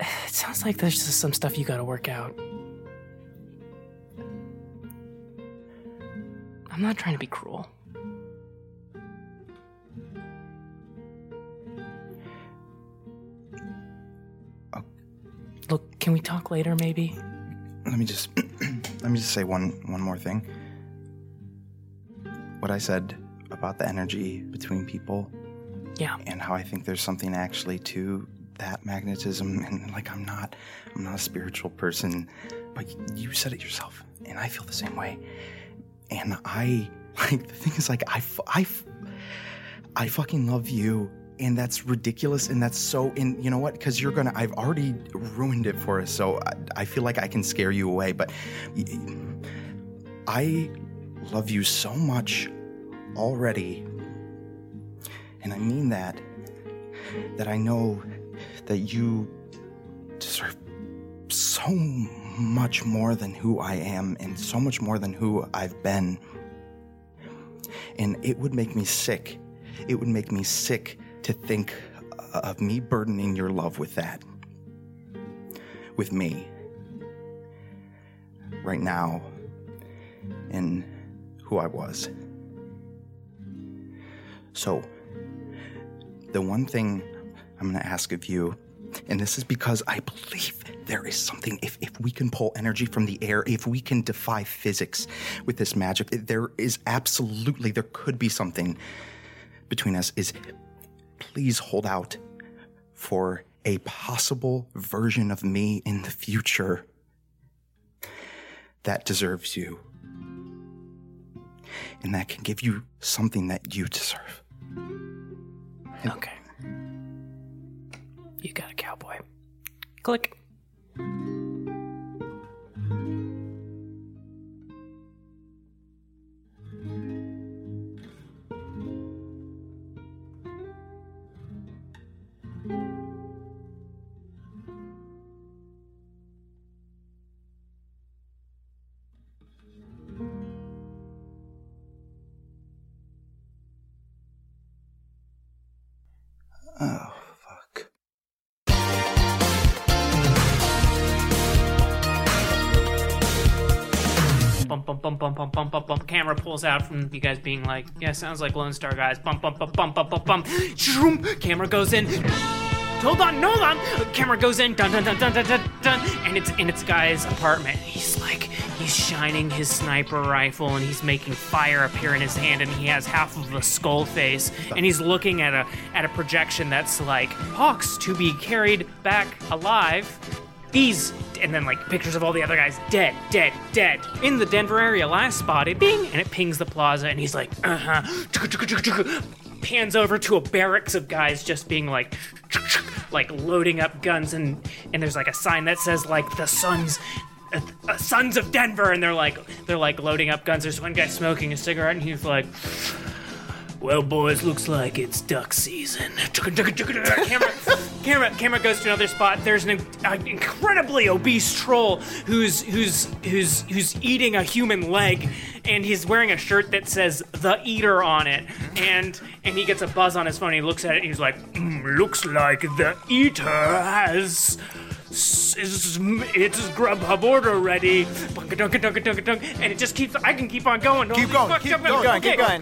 [SPEAKER 8] It sounds like there's just some stuff you gotta work out. I'm not trying to be cruel. Look, can we talk later maybe?
[SPEAKER 1] let me just [CLEARS THROAT] let me just say one one more thing. What I said about the energy between people.
[SPEAKER 8] Yeah.
[SPEAKER 1] And how I think there's something actually to that magnetism and like I'm not I'm not a spiritual person, but you said it yourself and I feel the same way. And I [LAUGHS] like the thing is like I fu- I fu- I fucking love you. And that's ridiculous. And that's so, and you know what? Because you're gonna, I've already ruined it for us. So I, I feel like I can scare you away. But y- I love you so much already. And I mean that, that I know that you deserve so much more than who I am and so much more than who I've been. And it would make me sick. It would make me sick to think of me burdening your love with that. With me. Right now. And who I was. So, the one thing I'm going to ask of you, and this is because I believe there is something, if, if we can pull energy from the air, if we can defy physics with this magic, there is absolutely, there could be something between us, is please hold out for a possible version of me in the future that deserves you. And that can give you something that you deserve.
[SPEAKER 8] Okay. You got a cowboy. Click.
[SPEAKER 1] Oh, fuck.
[SPEAKER 8] bump, bump, bump, bump, bump, bump, bump, bump. Camera pulls out from you guys being like, yeah, sounds like Lone Star guys. Bump, bump, bump, bump, bump, bump, bump. Shroom. Camera goes in. Hold on, hold on. Camera goes in. Dun, dun, dun, dun, dun, dun, dun. And it's in its guy's apartment. He's like, he's shining his sniper rifle and he's making fire appear in his hand and he has half of a skull face and he's looking at a at a projection that's like hawks to be carried back alive these and then like pictures of all the other guys dead dead dead in the denver area last spotted bing and it pings the plaza and he's like uh-huh pans over to a barracks of guys just being like like loading up guns and and there's like a sign that says like the sun's uh, uh, sons of denver and they're like they're like loading up guns there's one guy smoking a cigarette and he's like well, boys, looks like it's duck season. camera, camera, camera goes to another spot. There's an uh, incredibly obese troll who's who's who's who's eating a human leg, and he's wearing a shirt that says "The Eater" on it. And and he gets a buzz on his phone. He looks at it. and He's like, mm, "Looks like the Eater has." s- is- It's his Grubhub order ready, and it just keeps. I can keep on going. Keep
[SPEAKER 9] going, keep going, keep going.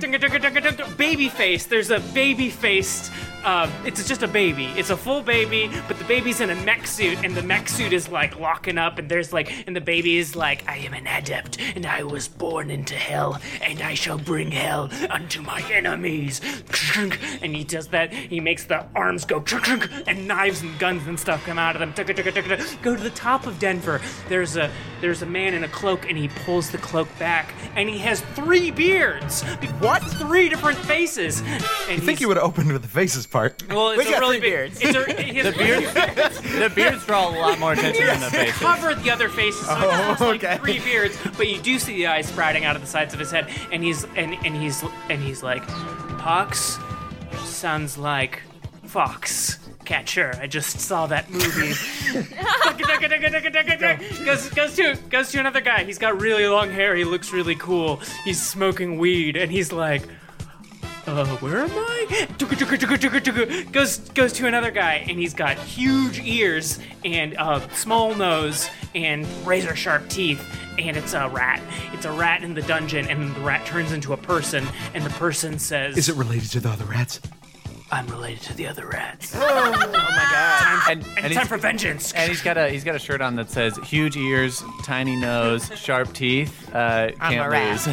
[SPEAKER 8] Baby face. There's a baby faced. Uh, it's just a baby. It's a full baby, but the baby's in a mech suit, and the mech suit is like locking up, and there's like, and the baby is like, I am an adept, and I was born into hell, and I shall bring hell unto my enemies. And he does that. He makes the arms go, and knives and guns and stuff come out of them. Go to the top of Denver. There's a there's a man in a cloak, and he pulls the cloak back, and he has three beards. What? Three different faces. And
[SPEAKER 1] I think
[SPEAKER 8] he's-
[SPEAKER 1] you would have opened with the faces part.
[SPEAKER 8] well, it's a really big. It's a, he has
[SPEAKER 1] The beards-
[SPEAKER 2] the beards draw a lot more
[SPEAKER 8] [LAUGHS]
[SPEAKER 2] attention than the faces.
[SPEAKER 8] Cover the other faces. So
[SPEAKER 2] Oh,
[SPEAKER 8] it's like
[SPEAKER 2] okay.
[SPEAKER 8] three beards, but you do see the eyes sprouting out of the sides of his head, and he's and and he's and he's like, Pox sounds like fox catcher. I just saw that movie. goes goes to goes to another guy. He's got really long hair. He looks really cool. He's smoking weed, and he's like. Uh, where am I? Goes goes to another guy, and he's got huge ears and uh, small nose and razor sharp teeth, and it's a rat. It's a rat in the dungeon, and the rat turns into a person, and the person says,
[SPEAKER 21] Is it related to the other rats?
[SPEAKER 8] "I'm related to the other rats."
[SPEAKER 2] and,
[SPEAKER 8] and
[SPEAKER 2] he's-
[SPEAKER 8] time for vengeance.
[SPEAKER 2] And he's got a he's got a shirt on that says huge ears, tiny nose, sharp teeth. Uh,
[SPEAKER 7] I'm
[SPEAKER 2] can't
[SPEAKER 7] a rat.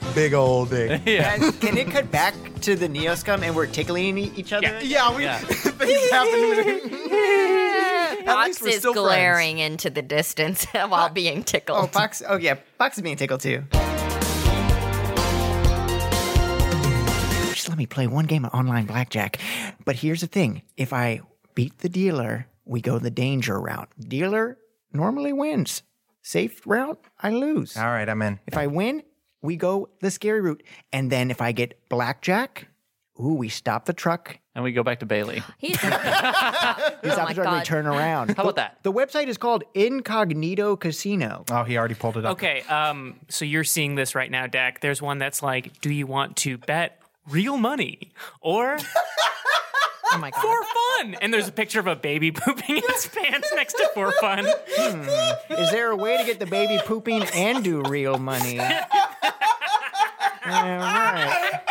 [SPEAKER 2] lose. [LAUGHS]
[SPEAKER 1] Big old [LAUGHS] dick.
[SPEAKER 7] Guys, can it cut back to the Neoscum and we're tickling e- each other?
[SPEAKER 1] Yeah, we. [LAUGHS] Things
[SPEAKER 7] [LAUGHS] happen.
[SPEAKER 4] Fox is glaring into the
[SPEAKER 22] [LAUGHS]
[SPEAKER 4] distance while being tickled.
[SPEAKER 7] Oh, Fox. Oh, yeah. Fox is being tickled too. Just let me play one game of online blackjack. But here's the thing if I beat the dealer, we go the danger route. Dealer normally wins. Safe route, I lose. All
[SPEAKER 1] right, I'm in.
[SPEAKER 7] If I win, we go the scary route. And then if I get blackjack, ooh, we stop the truck.
[SPEAKER 2] And we go back to Bailey. [LAUGHS]
[SPEAKER 7] We
[SPEAKER 23] Oh
[SPEAKER 7] stop [GASPS] the
[SPEAKER 24] Oh
[SPEAKER 7] truck and we turn around.
[SPEAKER 2] How about that?
[SPEAKER 7] The website is called Incognito Casino.
[SPEAKER 1] Oh, he already pulled it
[SPEAKER 8] Okay, um, so you're seeing this right now, Dak. There's one that's like, do you want to bet real money or
[SPEAKER 7] [LAUGHS] oh my God.
[SPEAKER 8] for fun? And there's a picture of a baby [LAUGHS] pooping in his pants next to for fun.
[SPEAKER 7] Hmm. Is there a way to get the baby pooping and do real money? All right.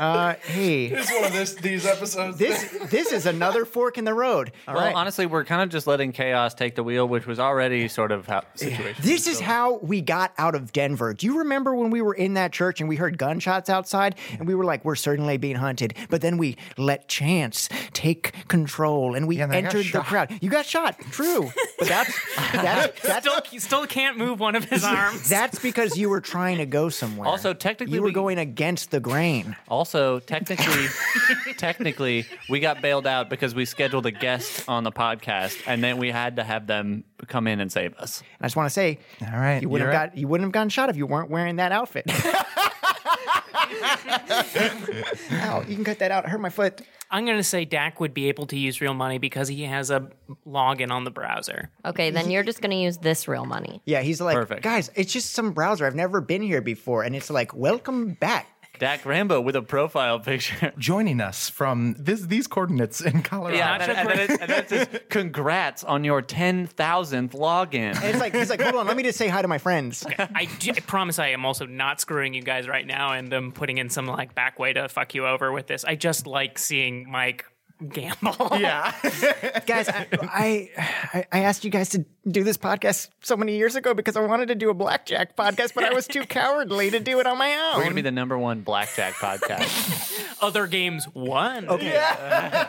[SPEAKER 7] Uh, hey.
[SPEAKER 2] This
[SPEAKER 7] one of this, these episodes. This this is another fork in the road. All
[SPEAKER 2] well,
[SPEAKER 7] right.
[SPEAKER 2] honestly, we're kind of just letting chaos take the wheel, which was already sort of how situation.
[SPEAKER 7] This is how we got out of Denver. Do you remember when we were in that church and we heard gunshots outside and we were like, we're certainly being hunted? But then we let chance take control and we
[SPEAKER 1] and I got
[SPEAKER 7] entered the
[SPEAKER 1] shot.
[SPEAKER 7] crowd. You got shot, true. But that's,
[SPEAKER 8] [LAUGHS]
[SPEAKER 7] that's, that's,
[SPEAKER 8] still, he still can't move one of
[SPEAKER 7] [LAUGHS]
[SPEAKER 8] his arms.
[SPEAKER 7] that's because you were trying to go somewhere.
[SPEAKER 2] Also, technically,
[SPEAKER 7] you were
[SPEAKER 2] we-
[SPEAKER 7] going against the grain.
[SPEAKER 2] Also, technically, [LAUGHS] technically, we got bailed out because we scheduled a guest on the podcast, and then we had to have them come in and save us.
[SPEAKER 7] I just want to say, all right, you wouldn't
[SPEAKER 2] you're
[SPEAKER 7] have got you wouldn't have gotten shot if you weren't wearing that outfit. [LAUGHS] Ow, you can cut that [LAUGHS] out. It hurt my foot.
[SPEAKER 8] I'm going to say Dak would be able to use real money because he has a login on the browser.
[SPEAKER 22] Okay, then you're just going to use this real money.
[SPEAKER 7] Yeah, he's like, guys, it's just some browser. I've never been here before, and it's like, welcome back.
[SPEAKER 2] Dak Rambo with a profile picture. [LAUGHS]
[SPEAKER 1] Joining us from this, these coordinates in Colorado.
[SPEAKER 2] Yeah, and then, and then it, and then it says, "Congrats on your ten thousandth login."
[SPEAKER 7] And it's like he's like, hold on, let me just say hi to my friends.
[SPEAKER 8] I, do- I promise I am also not screwing you guys right now and I'm putting in some like back way to fuck you over with this. I just like seeing Mike gamble.
[SPEAKER 7] [LAUGHS] [LAUGHS] Yeah. guys, I, I I asked you guys to do this podcast so many years ago because I wanted to do a blackjack podcast, but I was too cowardly to do it on my
[SPEAKER 2] We're gonna
[SPEAKER 7] own.
[SPEAKER 2] be the number one blackjack podcast.
[SPEAKER 8] [LAUGHS] Other games won.
[SPEAKER 7] Okay.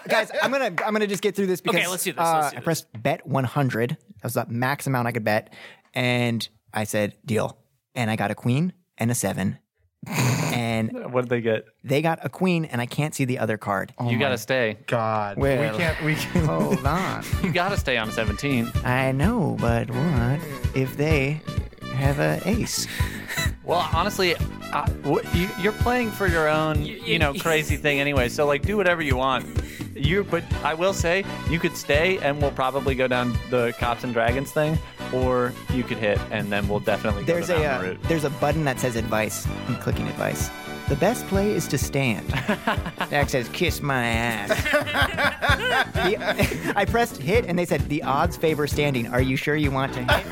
[SPEAKER 7] guys, I'm gonna I'm gonna just get through this because
[SPEAKER 8] Okay, let's do this,
[SPEAKER 7] uh,
[SPEAKER 8] let's do
[SPEAKER 7] I pressed bet 100. That was the max amount I could bet, and I said deal, and I got a queen and a seven.
[SPEAKER 1] [LAUGHS]
[SPEAKER 7] And
[SPEAKER 2] what did they get?
[SPEAKER 7] They got a queen, and I can't see the other card.
[SPEAKER 2] you gotta stay.
[SPEAKER 1] Oh God,
[SPEAKER 7] Well,
[SPEAKER 1] we can't. We can
[SPEAKER 7] hold on.
[SPEAKER 2] [LAUGHS] you gotta stay on seventeen.
[SPEAKER 7] I know, but what if they have a ace?
[SPEAKER 2] Well, honestly, I, wh- you, you're playing for your own, you know, crazy thing anyway. So like, do whatever you want. You, but I will say, you could stay, and we'll probably go down the cops and dragons thing, or you could hit, and then we'll definitely go
[SPEAKER 7] There's
[SPEAKER 2] down
[SPEAKER 7] a
[SPEAKER 2] the
[SPEAKER 7] uh,
[SPEAKER 2] route.
[SPEAKER 7] there's a button that says advice. I'm clicking advice. The best play is to
[SPEAKER 1] [LAUGHS]
[SPEAKER 7] stand. Dak says, "Kiss my ass." The- [LAUGHS] I pressed hit, and they said the odds favor standing. Are you sure you want to
[SPEAKER 1] [LAUGHS]
[SPEAKER 7] hit?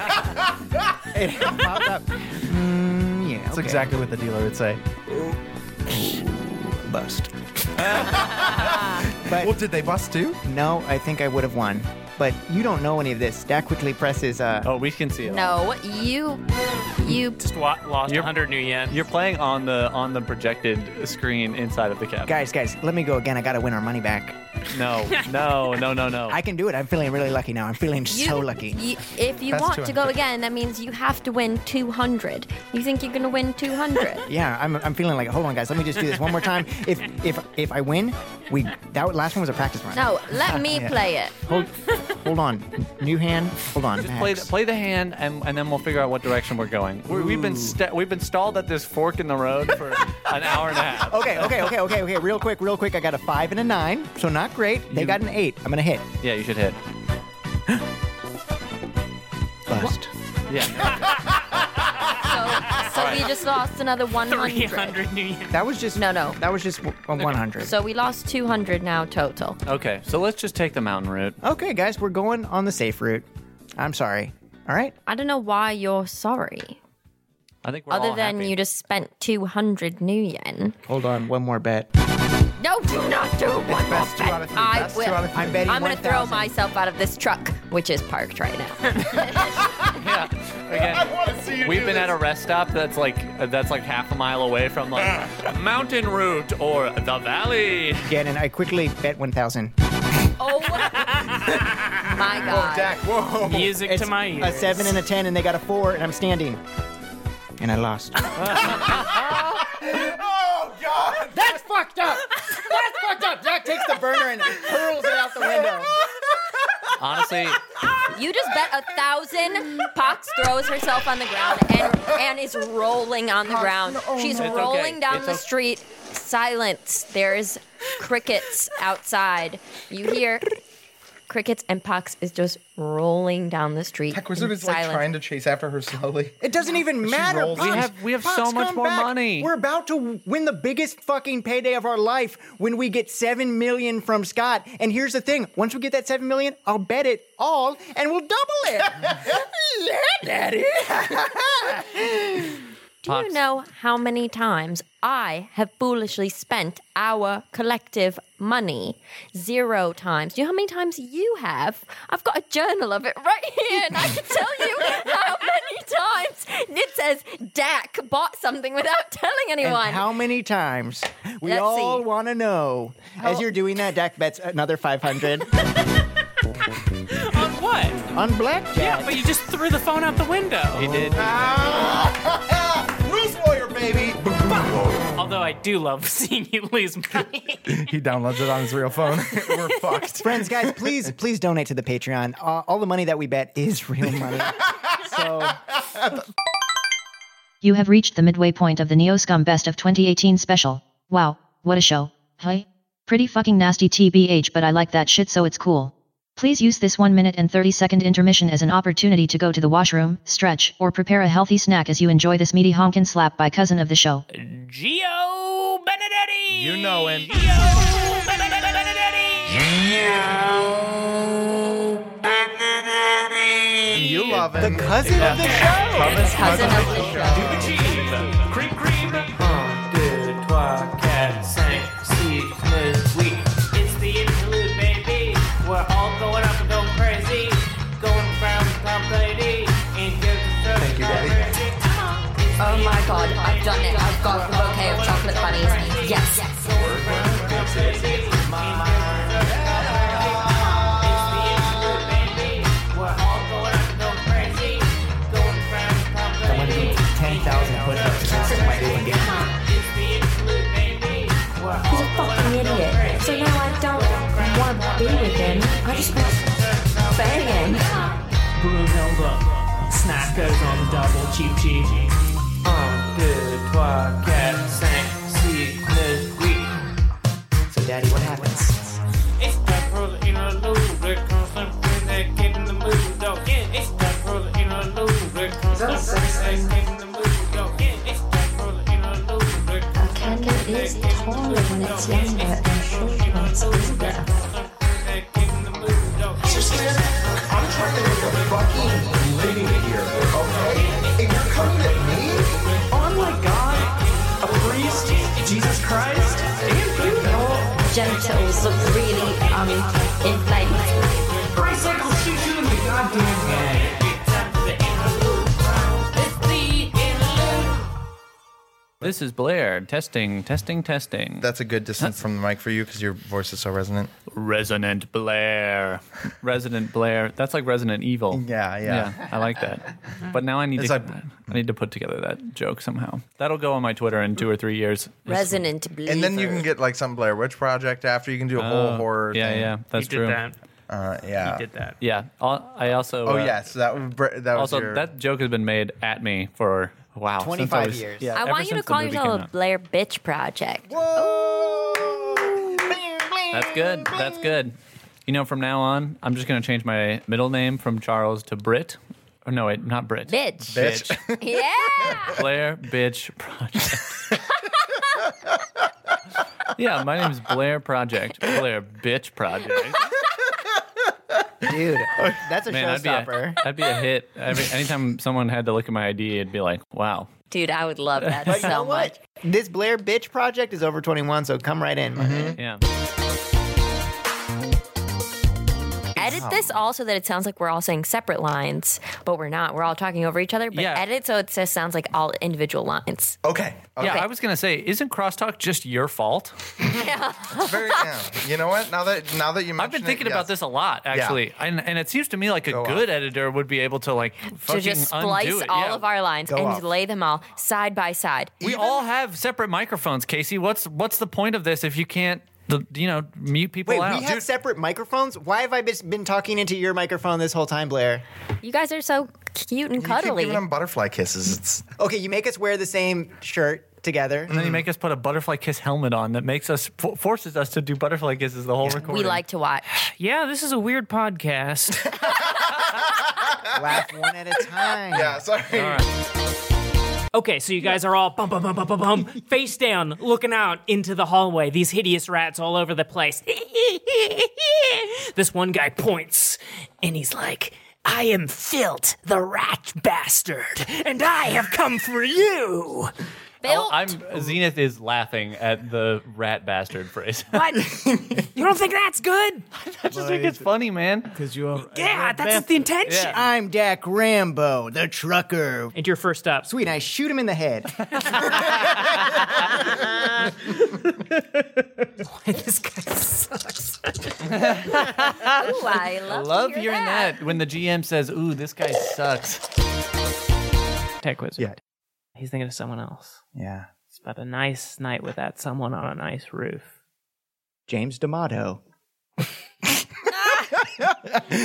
[SPEAKER 9] [LAUGHS]
[SPEAKER 7] It popped up.
[SPEAKER 8] [LAUGHS]
[SPEAKER 7] Mm, yeah,
[SPEAKER 1] That's
[SPEAKER 7] okay.
[SPEAKER 1] exactly what the dealer would say. [LAUGHS]
[SPEAKER 7] Bust.
[SPEAKER 1] well, did they bust too?
[SPEAKER 7] No, I think I would have won. But you don't know any of this. Dak quickly presses. Uh,
[SPEAKER 2] oh, we can see it.
[SPEAKER 4] No, you, you.
[SPEAKER 8] Just wa- lost
[SPEAKER 2] You're-
[SPEAKER 8] 100 new yen.
[SPEAKER 2] You're playing on the on the projected screen inside of the cab.
[SPEAKER 7] Guys, guys, let me go again. I gotta win our money back.
[SPEAKER 2] [LAUGHS] No, no, no, no, no.
[SPEAKER 7] I can do it. I'm feeling really lucky now. I'm feeling
[SPEAKER 4] You-
[SPEAKER 7] so lucky.
[SPEAKER 4] you- if you
[SPEAKER 7] That's
[SPEAKER 4] want to go
[SPEAKER 7] 200.
[SPEAKER 4] again, that means you have to win 200. You think you're going to win
[SPEAKER 7] [LAUGHS]
[SPEAKER 4] 200?
[SPEAKER 7] Yeah, I'm, I'm feeling like hold on, guys. Let me just do this one more time. If if if I win, we that last one was a practice run.
[SPEAKER 4] no, let me
[SPEAKER 7] Yeah.
[SPEAKER 4] play it.
[SPEAKER 7] Hold hold on, new hand. Hold on.
[SPEAKER 2] Just play the,
[SPEAKER 7] Max.
[SPEAKER 2] play the hand, and, and then we'll figure out what direction we're going. we we've been sta we've been stalled at this fork in the road for an hour and a
[SPEAKER 7] [LAUGHS]
[SPEAKER 2] half.
[SPEAKER 7] Okay, okay, okay, okay, okay. Real quick, real quick. I got a five and a nine, so not great. They got an eight. I'm gonna hit.
[SPEAKER 2] Yeah, you should hit.
[SPEAKER 7] Bust.
[SPEAKER 2] Yeah.
[SPEAKER 4] So we just lost another 100.
[SPEAKER 8] 300 new yen.
[SPEAKER 7] That was just
[SPEAKER 4] no, no.
[SPEAKER 7] That was just w- 100.
[SPEAKER 4] So we lost 200 now total.
[SPEAKER 2] Okay, so let's just take the mountain route.
[SPEAKER 7] Okay, guys, we're going on the safe route. I'm sorry. All right.
[SPEAKER 4] I don't know why you're sorry.
[SPEAKER 2] I think
[SPEAKER 4] Other than you just spent 200 new yen.
[SPEAKER 7] Hold on, one more bet.
[SPEAKER 4] No, do not do one more
[SPEAKER 7] best two out
[SPEAKER 4] bet.
[SPEAKER 7] of three,
[SPEAKER 4] I
[SPEAKER 7] best two
[SPEAKER 4] will.
[SPEAKER 7] out of three. I'm betting
[SPEAKER 4] I'm gonna
[SPEAKER 7] 1,000.
[SPEAKER 4] throw myself out of this truck, which is parked right now. [LAUGHS]
[SPEAKER 2] Again, we've been at a rest stop that's like uh, that's like half a mile away from like mountain route or the valley.
[SPEAKER 7] Gannon, I quickly bet 1,000.
[SPEAKER 4] oh [LAUGHS] my god.
[SPEAKER 7] whoa.
[SPEAKER 8] Music to my
[SPEAKER 7] A
[SPEAKER 8] ears.
[SPEAKER 7] seven and a ten, and they got a four, and I'm standing. And I lost.
[SPEAKER 10] [LAUGHS] oh God!
[SPEAKER 7] That's fucked up. That's fucked up. Jack takes the burner and hurls it out the window.
[SPEAKER 10] [LAUGHS]
[SPEAKER 1] [LAUGHS]
[SPEAKER 2] Honestly,
[SPEAKER 4] You just bet a thousand. Pox throws herself on the ground and, and is rolling on the ground.
[SPEAKER 7] oh
[SPEAKER 4] She's
[SPEAKER 2] no. It's
[SPEAKER 4] rolling
[SPEAKER 2] okay.
[SPEAKER 4] down
[SPEAKER 2] It's
[SPEAKER 4] the
[SPEAKER 2] okay.
[SPEAKER 4] street. Silence. There's crickets outside. You hear crickets, and Pox is just rolling down the street.
[SPEAKER 1] Tech Wizard
[SPEAKER 4] in
[SPEAKER 1] is like
[SPEAKER 4] silence.
[SPEAKER 1] trying to chase after her slowly.
[SPEAKER 7] It doesn't even
[SPEAKER 1] She
[SPEAKER 7] matter.
[SPEAKER 1] rolls- We
[SPEAKER 7] Pops.
[SPEAKER 2] have- we have
[SPEAKER 7] Pops,
[SPEAKER 2] so much
[SPEAKER 7] come
[SPEAKER 2] more
[SPEAKER 7] back.
[SPEAKER 2] money.
[SPEAKER 7] We're about to win the biggest fucking payday of our life when we get seven million from Scott. And here's the thing: once we get that seven million, I'll bet it all, and we'll double it.
[SPEAKER 2] [LAUGHS]
[SPEAKER 7] yeah, Daddy.
[SPEAKER 4] Do [LAUGHS] you know how many times I have foolishly spent our collective money? Zero times. Do you know how many times you have? I've got a journal of it right [LAUGHS] here, and I can tell you how
[SPEAKER 7] [LAUGHS]
[SPEAKER 4] many times it says Dak bought something without telling [LAUGHS]
[SPEAKER 7] And
[SPEAKER 4] anyone.
[SPEAKER 7] how many times? We
[SPEAKER 4] Let's
[SPEAKER 7] all
[SPEAKER 4] see.
[SPEAKER 7] want to know. As
[SPEAKER 4] How-
[SPEAKER 7] you're doing that, Dak bets
[SPEAKER 4] [LAUGHS]
[SPEAKER 7] another
[SPEAKER 8] [LAUGHS]
[SPEAKER 7] 500
[SPEAKER 8] On Uh, what?
[SPEAKER 7] on blackjack.
[SPEAKER 8] Yeah, but you just threw the phone out the window.
[SPEAKER 2] he did.
[SPEAKER 10] [LAUGHS] Rules lawyer, baby.
[SPEAKER 8] Although I do love [LAUGHS] seeing you lose money.
[SPEAKER 1] he downloads it on his real
[SPEAKER 7] [LAUGHS]
[SPEAKER 1] phone. [LAUGHS] We're fucked.
[SPEAKER 7] Friends, guys, please, please donate to the Patreon. Uh, all the money that we bet is real money. so
[SPEAKER 24] [LAUGHS] You have reached the midway point of the Neoscum Best of 2018 special. Wow, what a show. Hi. Pretty fucking nasty TBH, but I like that shit so it's cool. Please use this 1 minute and 30 second intermission as an opportunity to go to the washroom, stretch, or prepare a healthy snack as you enjoy this meaty honkin' slap by cousin of the show.
[SPEAKER 8] Geo
[SPEAKER 3] Benedetti.
[SPEAKER 2] You know him.
[SPEAKER 1] You love him.
[SPEAKER 7] The cousin of the show.
[SPEAKER 4] Cousin, of the show.
[SPEAKER 3] It's the interlude, baby. We're all going up and going crazy. Going round and round, lady. And you're just
[SPEAKER 1] Thank you, Daddy.
[SPEAKER 4] [LAUGHS] Oh my god, I've done it. I've got a bouquet of chocolate bunnies. Yes.
[SPEAKER 7] I want to do 10,000 push-ups and that's my doing game.
[SPEAKER 18] He's a fucking idiot. So now I don't want to be with him. I just want to bang him.
[SPEAKER 9] Brunilda. Snack goes on the double cheap cheap.
[SPEAKER 3] Un, deux, trois, quatre, cinq, six, neuf, huit.
[SPEAKER 7] So, Daddy, what happens?
[SPEAKER 3] It's time for the interlude. There comes some friends that get in the mood. Go in. It's time for the interlude. There comes some friends that get in the mood. Go in. It's time for the interlude. There comes
[SPEAKER 18] A candle is taller when it's younger and short when it's older.
[SPEAKER 10] Seriously, I'm trying to make a fucking living here, okay? And you're coming at me?
[SPEAKER 9] Oh my god! A priest, Jesus Christ, and Buddha!
[SPEAKER 4] Genitals look really um inflamed.
[SPEAKER 9] Bicycle shoot you in the goddamn head!
[SPEAKER 2] This is Blair. Testing, testing, testing.
[SPEAKER 1] That's a good distance from the mic for you because your voice is so resonant.
[SPEAKER 2] Resonant Blair. Resident Blair. That's like Resident Evil.
[SPEAKER 1] Yeah, yeah.
[SPEAKER 2] I like that. But now I need
[SPEAKER 1] It's
[SPEAKER 2] to
[SPEAKER 1] like-
[SPEAKER 2] I need to put together that joke somehow. That'll go on my Twitter in 2 or 3 years.
[SPEAKER 4] Resonant believer.
[SPEAKER 1] And then you can get like some Blair Witch Project after. You can do a
[SPEAKER 2] Oh,
[SPEAKER 1] whole horror.
[SPEAKER 2] yeah,
[SPEAKER 1] thing.
[SPEAKER 2] yeah, that's You did true. that.
[SPEAKER 1] Uh, yeah.
[SPEAKER 3] that.
[SPEAKER 2] Yeah. Al- I also
[SPEAKER 1] Oh
[SPEAKER 2] uh,
[SPEAKER 1] yeah, so that would br- that was
[SPEAKER 2] Also
[SPEAKER 1] your-
[SPEAKER 2] that joke has been made at me for wow, since I
[SPEAKER 7] 25
[SPEAKER 2] was-
[SPEAKER 7] years.
[SPEAKER 2] Yeah,
[SPEAKER 4] I
[SPEAKER 2] ever
[SPEAKER 4] want you to
[SPEAKER 2] since the
[SPEAKER 4] call
[SPEAKER 2] movie
[SPEAKER 4] yourself
[SPEAKER 2] came
[SPEAKER 4] a
[SPEAKER 2] out.
[SPEAKER 4] Blair Bitch Project.
[SPEAKER 2] That's good. That's good. You know, from now on, I'm just going to change my middle name from Charles to Brit. Or no, wait, not Brit.
[SPEAKER 4] Bitch.
[SPEAKER 8] [LAUGHS]
[SPEAKER 2] Bitch.
[SPEAKER 4] yeah.
[SPEAKER 2] Blair Bitch Project. [LAUGHS] yeah, my name's Blair Project. Blair Bitch Project.
[SPEAKER 7] Dude, that's a
[SPEAKER 2] Man, that'd be a, [LAUGHS]
[SPEAKER 7] showstopper.
[SPEAKER 2] that'd be a hit. Every, anytime someone had to look at my ID, it'd be like, wow.
[SPEAKER 4] Dude, I would love that
[SPEAKER 7] But you
[SPEAKER 4] so
[SPEAKER 7] know
[SPEAKER 4] much.
[SPEAKER 7] what? This Blair Bitch project is over 21, so come right in. my man.
[SPEAKER 2] Yeah.
[SPEAKER 4] Edit this all so that it sounds like we're all saying separate lines, but we're not. We're all talking over each other, but
[SPEAKER 2] Yeah.
[SPEAKER 4] edit so it just sounds like all individual lines.
[SPEAKER 1] Okay.
[SPEAKER 2] Yeah, I was going to say, isn't crosstalk just your fault?
[SPEAKER 1] It's very, yeah. You know what? Now that now that you
[SPEAKER 2] I've been thinking about this a lot, [LAUGHS]
[SPEAKER 1] [SIGHS]
[SPEAKER 2] actually, and and it seems to me like a
[SPEAKER 1] Go
[SPEAKER 2] good editor would be able to like
[SPEAKER 4] To
[SPEAKER 2] fucking
[SPEAKER 4] just
[SPEAKER 2] undo
[SPEAKER 4] splice
[SPEAKER 2] it.
[SPEAKER 4] all
[SPEAKER 2] yeah.
[SPEAKER 4] of our lines
[SPEAKER 2] Go
[SPEAKER 4] and
[SPEAKER 2] off.
[SPEAKER 4] lay them all side by side.
[SPEAKER 2] We all have separate microphones, Casey. What's what's the point of this if you can't, the, you know, mute people
[SPEAKER 7] Wait,
[SPEAKER 2] out?
[SPEAKER 7] we have separate microphones? Why have I bes- been talking into your microphone this whole time, Blair?
[SPEAKER 4] You guys are so cute and cuddly.
[SPEAKER 1] giving them butterfly kisses. It's
[SPEAKER 7] Okay, you make us wear the same shirt together.
[SPEAKER 2] and then you make us put a butterfly kiss helmet on that makes us fo- forces us to do butterfly kisses the whole recording.
[SPEAKER 4] We like to watch.
[SPEAKER 8] Yeah, this is a weird
[SPEAKER 1] [LAUGHS]
[SPEAKER 8] podcast.
[SPEAKER 7] Laugh one at a time.
[SPEAKER 1] yeah. Sorry.
[SPEAKER 8] okay, so you guys are all bum bum bum bum bum bum, face down, looking out into the hallway. These hideous rats all over the place. [LAUGHS] this one guy points, and he's like. I am Filt, the rat bastard, and I have come for [LAUGHS] you.
[SPEAKER 4] Bill,
[SPEAKER 2] I'm Zenith is laughing at the rat bastard
[SPEAKER 8] [LAUGHS]
[SPEAKER 2] phrase. I
[SPEAKER 8] What? you don't think that's
[SPEAKER 2] [LAUGHS]
[SPEAKER 8] good?
[SPEAKER 2] just think it's funny, man.
[SPEAKER 5] Because you are.
[SPEAKER 8] Yeah, that's the intention.
[SPEAKER 2] Yeah.
[SPEAKER 7] I'm Dak Rambo, the trucker.
[SPEAKER 8] And you're first up.
[SPEAKER 7] Sweet, I shoot him in the
[SPEAKER 2] [LAUGHS]
[SPEAKER 7] head.
[SPEAKER 8] this guy sucks.
[SPEAKER 4] ooh,
[SPEAKER 2] [LAUGHS]
[SPEAKER 4] I love, to
[SPEAKER 2] Love
[SPEAKER 4] hear
[SPEAKER 2] hearing that. when the GM says, "Ooh, this guy sucks."
[SPEAKER 8] Tech wizard.
[SPEAKER 1] Yeah.
[SPEAKER 8] He's thinking of someone else.
[SPEAKER 1] Yeah.
[SPEAKER 8] It's about a nice night with that someone on a nice roof.
[SPEAKER 7] James D'Amato.
[SPEAKER 1] We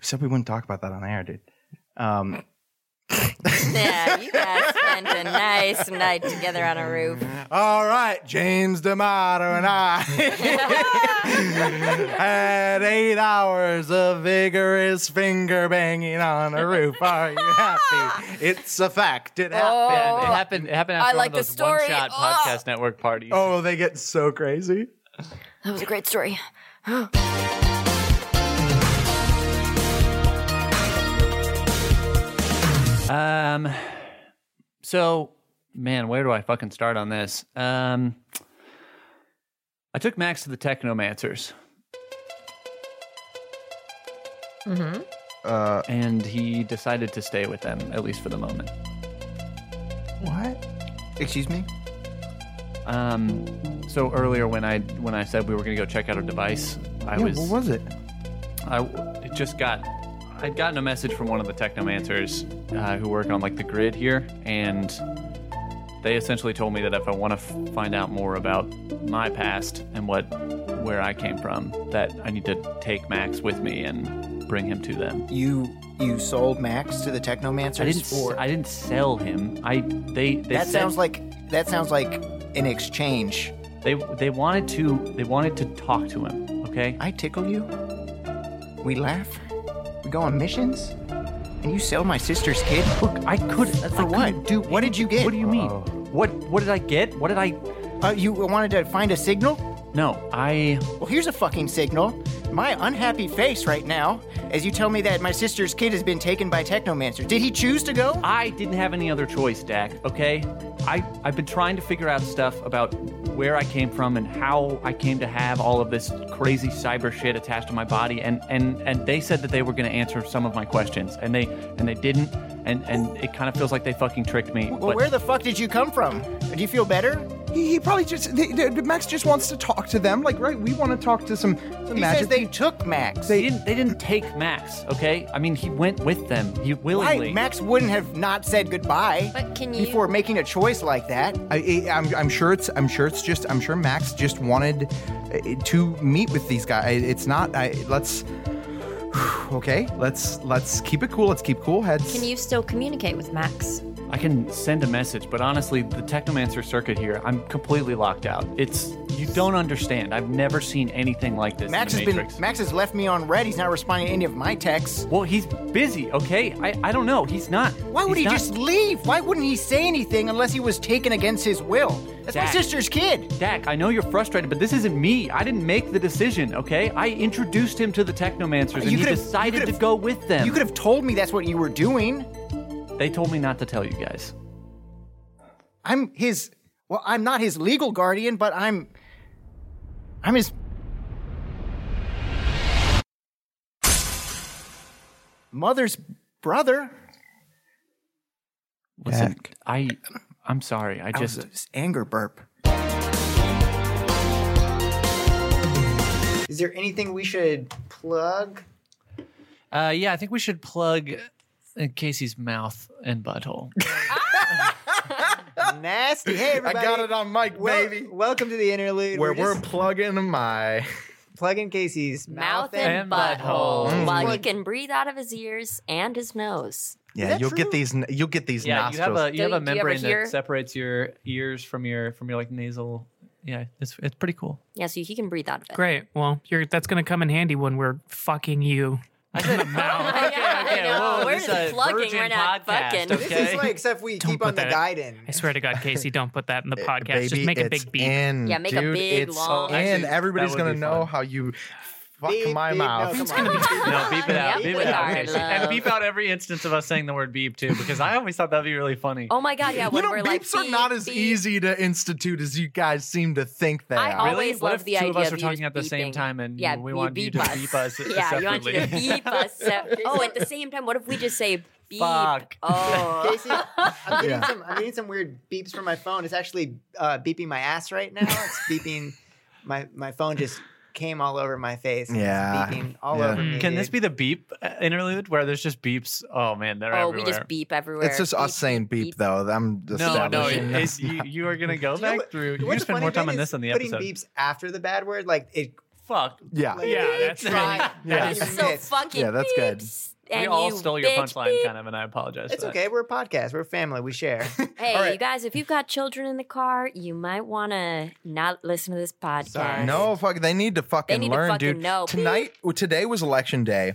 [SPEAKER 1] said we wouldn't talk about that on air, dude. Um,
[SPEAKER 23] yeah, you guys spend a nice night together on a roof.
[SPEAKER 1] All right, James D'Amato and I [LAUGHS] had eight hours of vigorous finger banging on a roof. Are you happy? It's a fact. It happened.
[SPEAKER 9] Oh,
[SPEAKER 2] it happened. It happened
[SPEAKER 23] I
[SPEAKER 2] after
[SPEAKER 23] like
[SPEAKER 2] one
[SPEAKER 23] the
[SPEAKER 2] of those one
[SPEAKER 23] story.
[SPEAKER 2] shot
[SPEAKER 23] Oh.
[SPEAKER 2] podcast network parties.
[SPEAKER 1] Oh, they get so crazy.
[SPEAKER 23] That was a great story.
[SPEAKER 2] Um, so man, where do I fucking start on this? Um, I took Max to the Technomancers,
[SPEAKER 10] Mm-hmm.
[SPEAKER 2] uh, and he decided to stay with them at least for the moment.
[SPEAKER 1] What? Excuse me?
[SPEAKER 2] Um, so earlier when I when I said we were gonna go check out a device, I
[SPEAKER 1] yeah,
[SPEAKER 2] was
[SPEAKER 1] what was it?
[SPEAKER 2] I it just got I'd gotten a message from one of the technomancers uh, who work on like the grid here, and they essentially told me that if I want to f- find out more about my past and what where I came from, that I need to take Max with me and bring him to them.
[SPEAKER 7] You you sold Max to the Technomancers.
[SPEAKER 2] I didn't. s-
[SPEAKER 7] for-
[SPEAKER 2] I didn't sell him. I they. they
[SPEAKER 7] that
[SPEAKER 2] said-
[SPEAKER 7] sounds like that sounds like an exchange.
[SPEAKER 2] They they wanted to they wanted to talk to him. Okay.
[SPEAKER 7] I tickle you. We laugh. We go on missions. And you sell my sister's kid? Look,
[SPEAKER 2] I could
[SPEAKER 7] for what? Do what did you get? What do
[SPEAKER 2] you mean? Uh, What what did I get? What did I?
[SPEAKER 7] Uh, you wanted to find a signal?
[SPEAKER 2] No, I.
[SPEAKER 7] Well, here's a fucking signal. My unhappy face right now, as you tell me that my sister's kid has been taken by Technomancer. Did he choose to go?
[SPEAKER 2] I didn't have any other choice, Dak, okay? I, I've been trying to figure out stuff about where I came from and how I came to have all of this crazy cyber shit attached to my body and, and, and they said that they were gonna answer some of my questions and they and they didn't and, and it kind of feels like they fucking tricked me.
[SPEAKER 7] Well, where the fuck did you come from? Do you feel better?
[SPEAKER 1] He, he probably just they, they- Max just wants to talk to them. Like, right? We want to talk to some some
[SPEAKER 7] He
[SPEAKER 1] magic.
[SPEAKER 7] says they took Max.
[SPEAKER 2] They didn't they didn't take Max, okay? I mean he went with them. He willingly
[SPEAKER 7] Why? Max wouldn't have not said goodbye
[SPEAKER 4] but can
[SPEAKER 1] you-
[SPEAKER 7] before making a choice like that.
[SPEAKER 1] I, I, I'm, I'm sure it's. I'm sure it's just. I'm sure Max just wanted uh, to meet with these guys. It's not. I, let's. [SIGHS] Okay. Let's let's keep it cool. Let's keep cool heads.
[SPEAKER 4] Can you still communicate with Max?
[SPEAKER 2] I can send a message, but honestly, the Technomancer circuit here, I'm completely locked out. It's you don't understand. I've never seen anything like this.
[SPEAKER 7] Max
[SPEAKER 2] in
[SPEAKER 7] has
[SPEAKER 2] the
[SPEAKER 7] been
[SPEAKER 2] Matrix.
[SPEAKER 7] Max has left me on red. He's not responding to any of my texts.
[SPEAKER 2] Well, he's busy, okay? I, I don't know. He's not.
[SPEAKER 7] Why would he just leave? Why wouldn't he say anything unless he was taken against his will? That's my
[SPEAKER 2] Dak.
[SPEAKER 7] sister's kid.
[SPEAKER 2] Dak, I know you're frustrated, but this isn't me. I didn't make the decision, okay? I introduced him to the Technomancers, and
[SPEAKER 7] You
[SPEAKER 2] he
[SPEAKER 7] could've-
[SPEAKER 2] decided to go with them.
[SPEAKER 7] You could have told me that's what you were doing.
[SPEAKER 2] They told me not to tell you guys.
[SPEAKER 7] I'm his. Well, I'm not his legal guardian, but I'm. I'm his. Mother's brother.
[SPEAKER 2] Listen, I, I'm sorry. I
[SPEAKER 7] I was
[SPEAKER 2] just
[SPEAKER 7] just anger burp. Is there anything we should
[SPEAKER 1] [LAUGHS]
[SPEAKER 7] plug?
[SPEAKER 2] Uh, yeah, I think we should plug uh, Casey's mouth and butthole.
[SPEAKER 7] Nasty. Hey,
[SPEAKER 1] I
[SPEAKER 7] everybody.
[SPEAKER 1] got it on mic,
[SPEAKER 7] Wel-
[SPEAKER 1] baby.
[SPEAKER 7] Welcome to the interlude.
[SPEAKER 1] Where we're,
[SPEAKER 7] just
[SPEAKER 1] plugging my.
[SPEAKER 7] plugging Casey's mouth,
[SPEAKER 4] Mouth and butthole.
[SPEAKER 1] Mm.
[SPEAKER 4] While you can breathe out of his ears and his nose.
[SPEAKER 1] Yeah, you'll get these. n- You'll get these
[SPEAKER 2] yeah, you
[SPEAKER 1] nostrils.
[SPEAKER 2] have a you
[SPEAKER 4] Do-
[SPEAKER 2] have a
[SPEAKER 4] do you ever
[SPEAKER 2] membrane
[SPEAKER 4] hear-
[SPEAKER 2] that separates your ears from your from your like nasal. Yeah, it's it's pretty cool.
[SPEAKER 4] Yeah, so he can breathe out of it.
[SPEAKER 8] Great. Well, you're, that's going to come in handy when we're fucking you.
[SPEAKER 2] I said
[SPEAKER 1] [LAUGHS]
[SPEAKER 4] [LAUGHS]
[SPEAKER 2] mouth.
[SPEAKER 4] yeah, I know.
[SPEAKER 2] whoa,
[SPEAKER 4] We're
[SPEAKER 2] this
[SPEAKER 4] just
[SPEAKER 7] uh,
[SPEAKER 2] is a
[SPEAKER 4] plugging.
[SPEAKER 2] virgin
[SPEAKER 4] We're not
[SPEAKER 2] podcast,
[SPEAKER 4] fucking.
[SPEAKER 2] okay?
[SPEAKER 7] This is like stuff we keep on the
[SPEAKER 8] that-
[SPEAKER 7] guide in.
[SPEAKER 8] I swear to God, Casey, don't put that in the podcast.
[SPEAKER 1] Baby,
[SPEAKER 8] Just make a
[SPEAKER 1] it's
[SPEAKER 8] big beat.
[SPEAKER 1] In,
[SPEAKER 4] Yeah, make a
[SPEAKER 1] dude,
[SPEAKER 4] big,
[SPEAKER 1] it's
[SPEAKER 4] long-
[SPEAKER 1] In.
[SPEAKER 2] Actually, that
[SPEAKER 1] Everybody's
[SPEAKER 2] would
[SPEAKER 1] gonna
[SPEAKER 2] be
[SPEAKER 1] know
[SPEAKER 2] fun.
[SPEAKER 1] how you fuck
[SPEAKER 7] Big,
[SPEAKER 1] my
[SPEAKER 7] big
[SPEAKER 1] mouth.
[SPEAKER 7] mouth. Come on.
[SPEAKER 2] No, beep it
[SPEAKER 4] Yep,
[SPEAKER 2] out. beep
[SPEAKER 4] we
[SPEAKER 2] it out.
[SPEAKER 4] are
[SPEAKER 2] Casey.
[SPEAKER 4] loved.
[SPEAKER 2] And [LAUGHS] beep out every instance of us saying the word beep too, because I always thought that'd be really funny.
[SPEAKER 4] Oh my god, yeah,
[SPEAKER 1] You
[SPEAKER 4] when
[SPEAKER 1] know,
[SPEAKER 4] we're
[SPEAKER 1] beeps
[SPEAKER 4] like
[SPEAKER 1] are not as
[SPEAKER 4] beep,
[SPEAKER 1] easy to institute as you guys seem to think they
[SPEAKER 4] I
[SPEAKER 1] are.
[SPEAKER 4] always
[SPEAKER 2] What
[SPEAKER 4] love
[SPEAKER 2] if
[SPEAKER 4] the
[SPEAKER 2] two
[SPEAKER 4] idea
[SPEAKER 2] of us
[SPEAKER 4] of
[SPEAKER 2] are
[SPEAKER 4] you
[SPEAKER 2] talking
[SPEAKER 4] just
[SPEAKER 2] at the same
[SPEAKER 4] beeping.
[SPEAKER 2] time and
[SPEAKER 4] yeah,
[SPEAKER 2] we
[SPEAKER 4] you
[SPEAKER 2] want you
[SPEAKER 4] beep
[SPEAKER 2] to
[SPEAKER 4] us.
[SPEAKER 2] beep us
[SPEAKER 4] Yeah, you want you to
[SPEAKER 2] [LAUGHS] separately.
[SPEAKER 4] beep us. se- oh, at the same time, what if we just say beep?
[SPEAKER 2] Fuck.
[SPEAKER 4] Oh,
[SPEAKER 7] [LAUGHS] Casey,
[SPEAKER 1] [LAUGHS]
[SPEAKER 7] I'm getting,
[SPEAKER 1] Yeah.
[SPEAKER 7] some, I'm getting some weird beeps from my phone. It's actually uh, beeping my ass right now. It's beeping. My my phone just came all over my face. and it's
[SPEAKER 1] Yeah.
[SPEAKER 7] beeping all
[SPEAKER 1] Yeah.
[SPEAKER 7] over me.
[SPEAKER 2] Mm. Can this
[SPEAKER 7] dude.
[SPEAKER 2] be the beep uh, interlude where there's just beeps? Oh man, they're
[SPEAKER 4] oh,
[SPEAKER 2] everywhere.
[SPEAKER 4] we just beep everywhere.
[SPEAKER 1] It's just us saying beep, though. I'm
[SPEAKER 2] no, no, it,
[SPEAKER 1] establishing
[SPEAKER 2] it's- you, you are gonna
[SPEAKER 4] [LAUGHS]
[SPEAKER 2] go
[SPEAKER 7] You know
[SPEAKER 2] back
[SPEAKER 7] what-
[SPEAKER 2] through.
[SPEAKER 7] what's
[SPEAKER 2] You
[SPEAKER 7] the
[SPEAKER 2] spend
[SPEAKER 7] funny
[SPEAKER 2] more time
[SPEAKER 7] bit
[SPEAKER 2] on
[SPEAKER 7] is
[SPEAKER 2] this than the
[SPEAKER 7] putting
[SPEAKER 2] episode.
[SPEAKER 7] beeps after the bad word, like it.
[SPEAKER 2] Fuck.
[SPEAKER 1] Yeah.
[SPEAKER 7] Like,
[SPEAKER 8] Yeah, that's
[SPEAKER 7] try- [LAUGHS]
[SPEAKER 8] really- that
[SPEAKER 1] Yeah.
[SPEAKER 8] is-
[SPEAKER 4] so fucking
[SPEAKER 1] Yeah, that's good.
[SPEAKER 4] beeps.
[SPEAKER 2] we
[SPEAKER 4] and
[SPEAKER 2] all
[SPEAKER 4] you
[SPEAKER 2] stole your
[SPEAKER 4] bitch,
[SPEAKER 2] punchline, kind of, and I apologize.
[SPEAKER 7] It's
[SPEAKER 2] for that.
[SPEAKER 7] okay. We're a podcast. We're a family.
[SPEAKER 4] [LAUGHS]
[SPEAKER 7] We share. [LAUGHS]
[SPEAKER 4] Hey, you guys, if you've got children in the car, you might want to not listen to this podcast.
[SPEAKER 1] No, fuck. They need to fucking
[SPEAKER 4] need to
[SPEAKER 1] learn,
[SPEAKER 4] fucking
[SPEAKER 1] dude.
[SPEAKER 4] know.
[SPEAKER 1] Tonight, well, today was election day.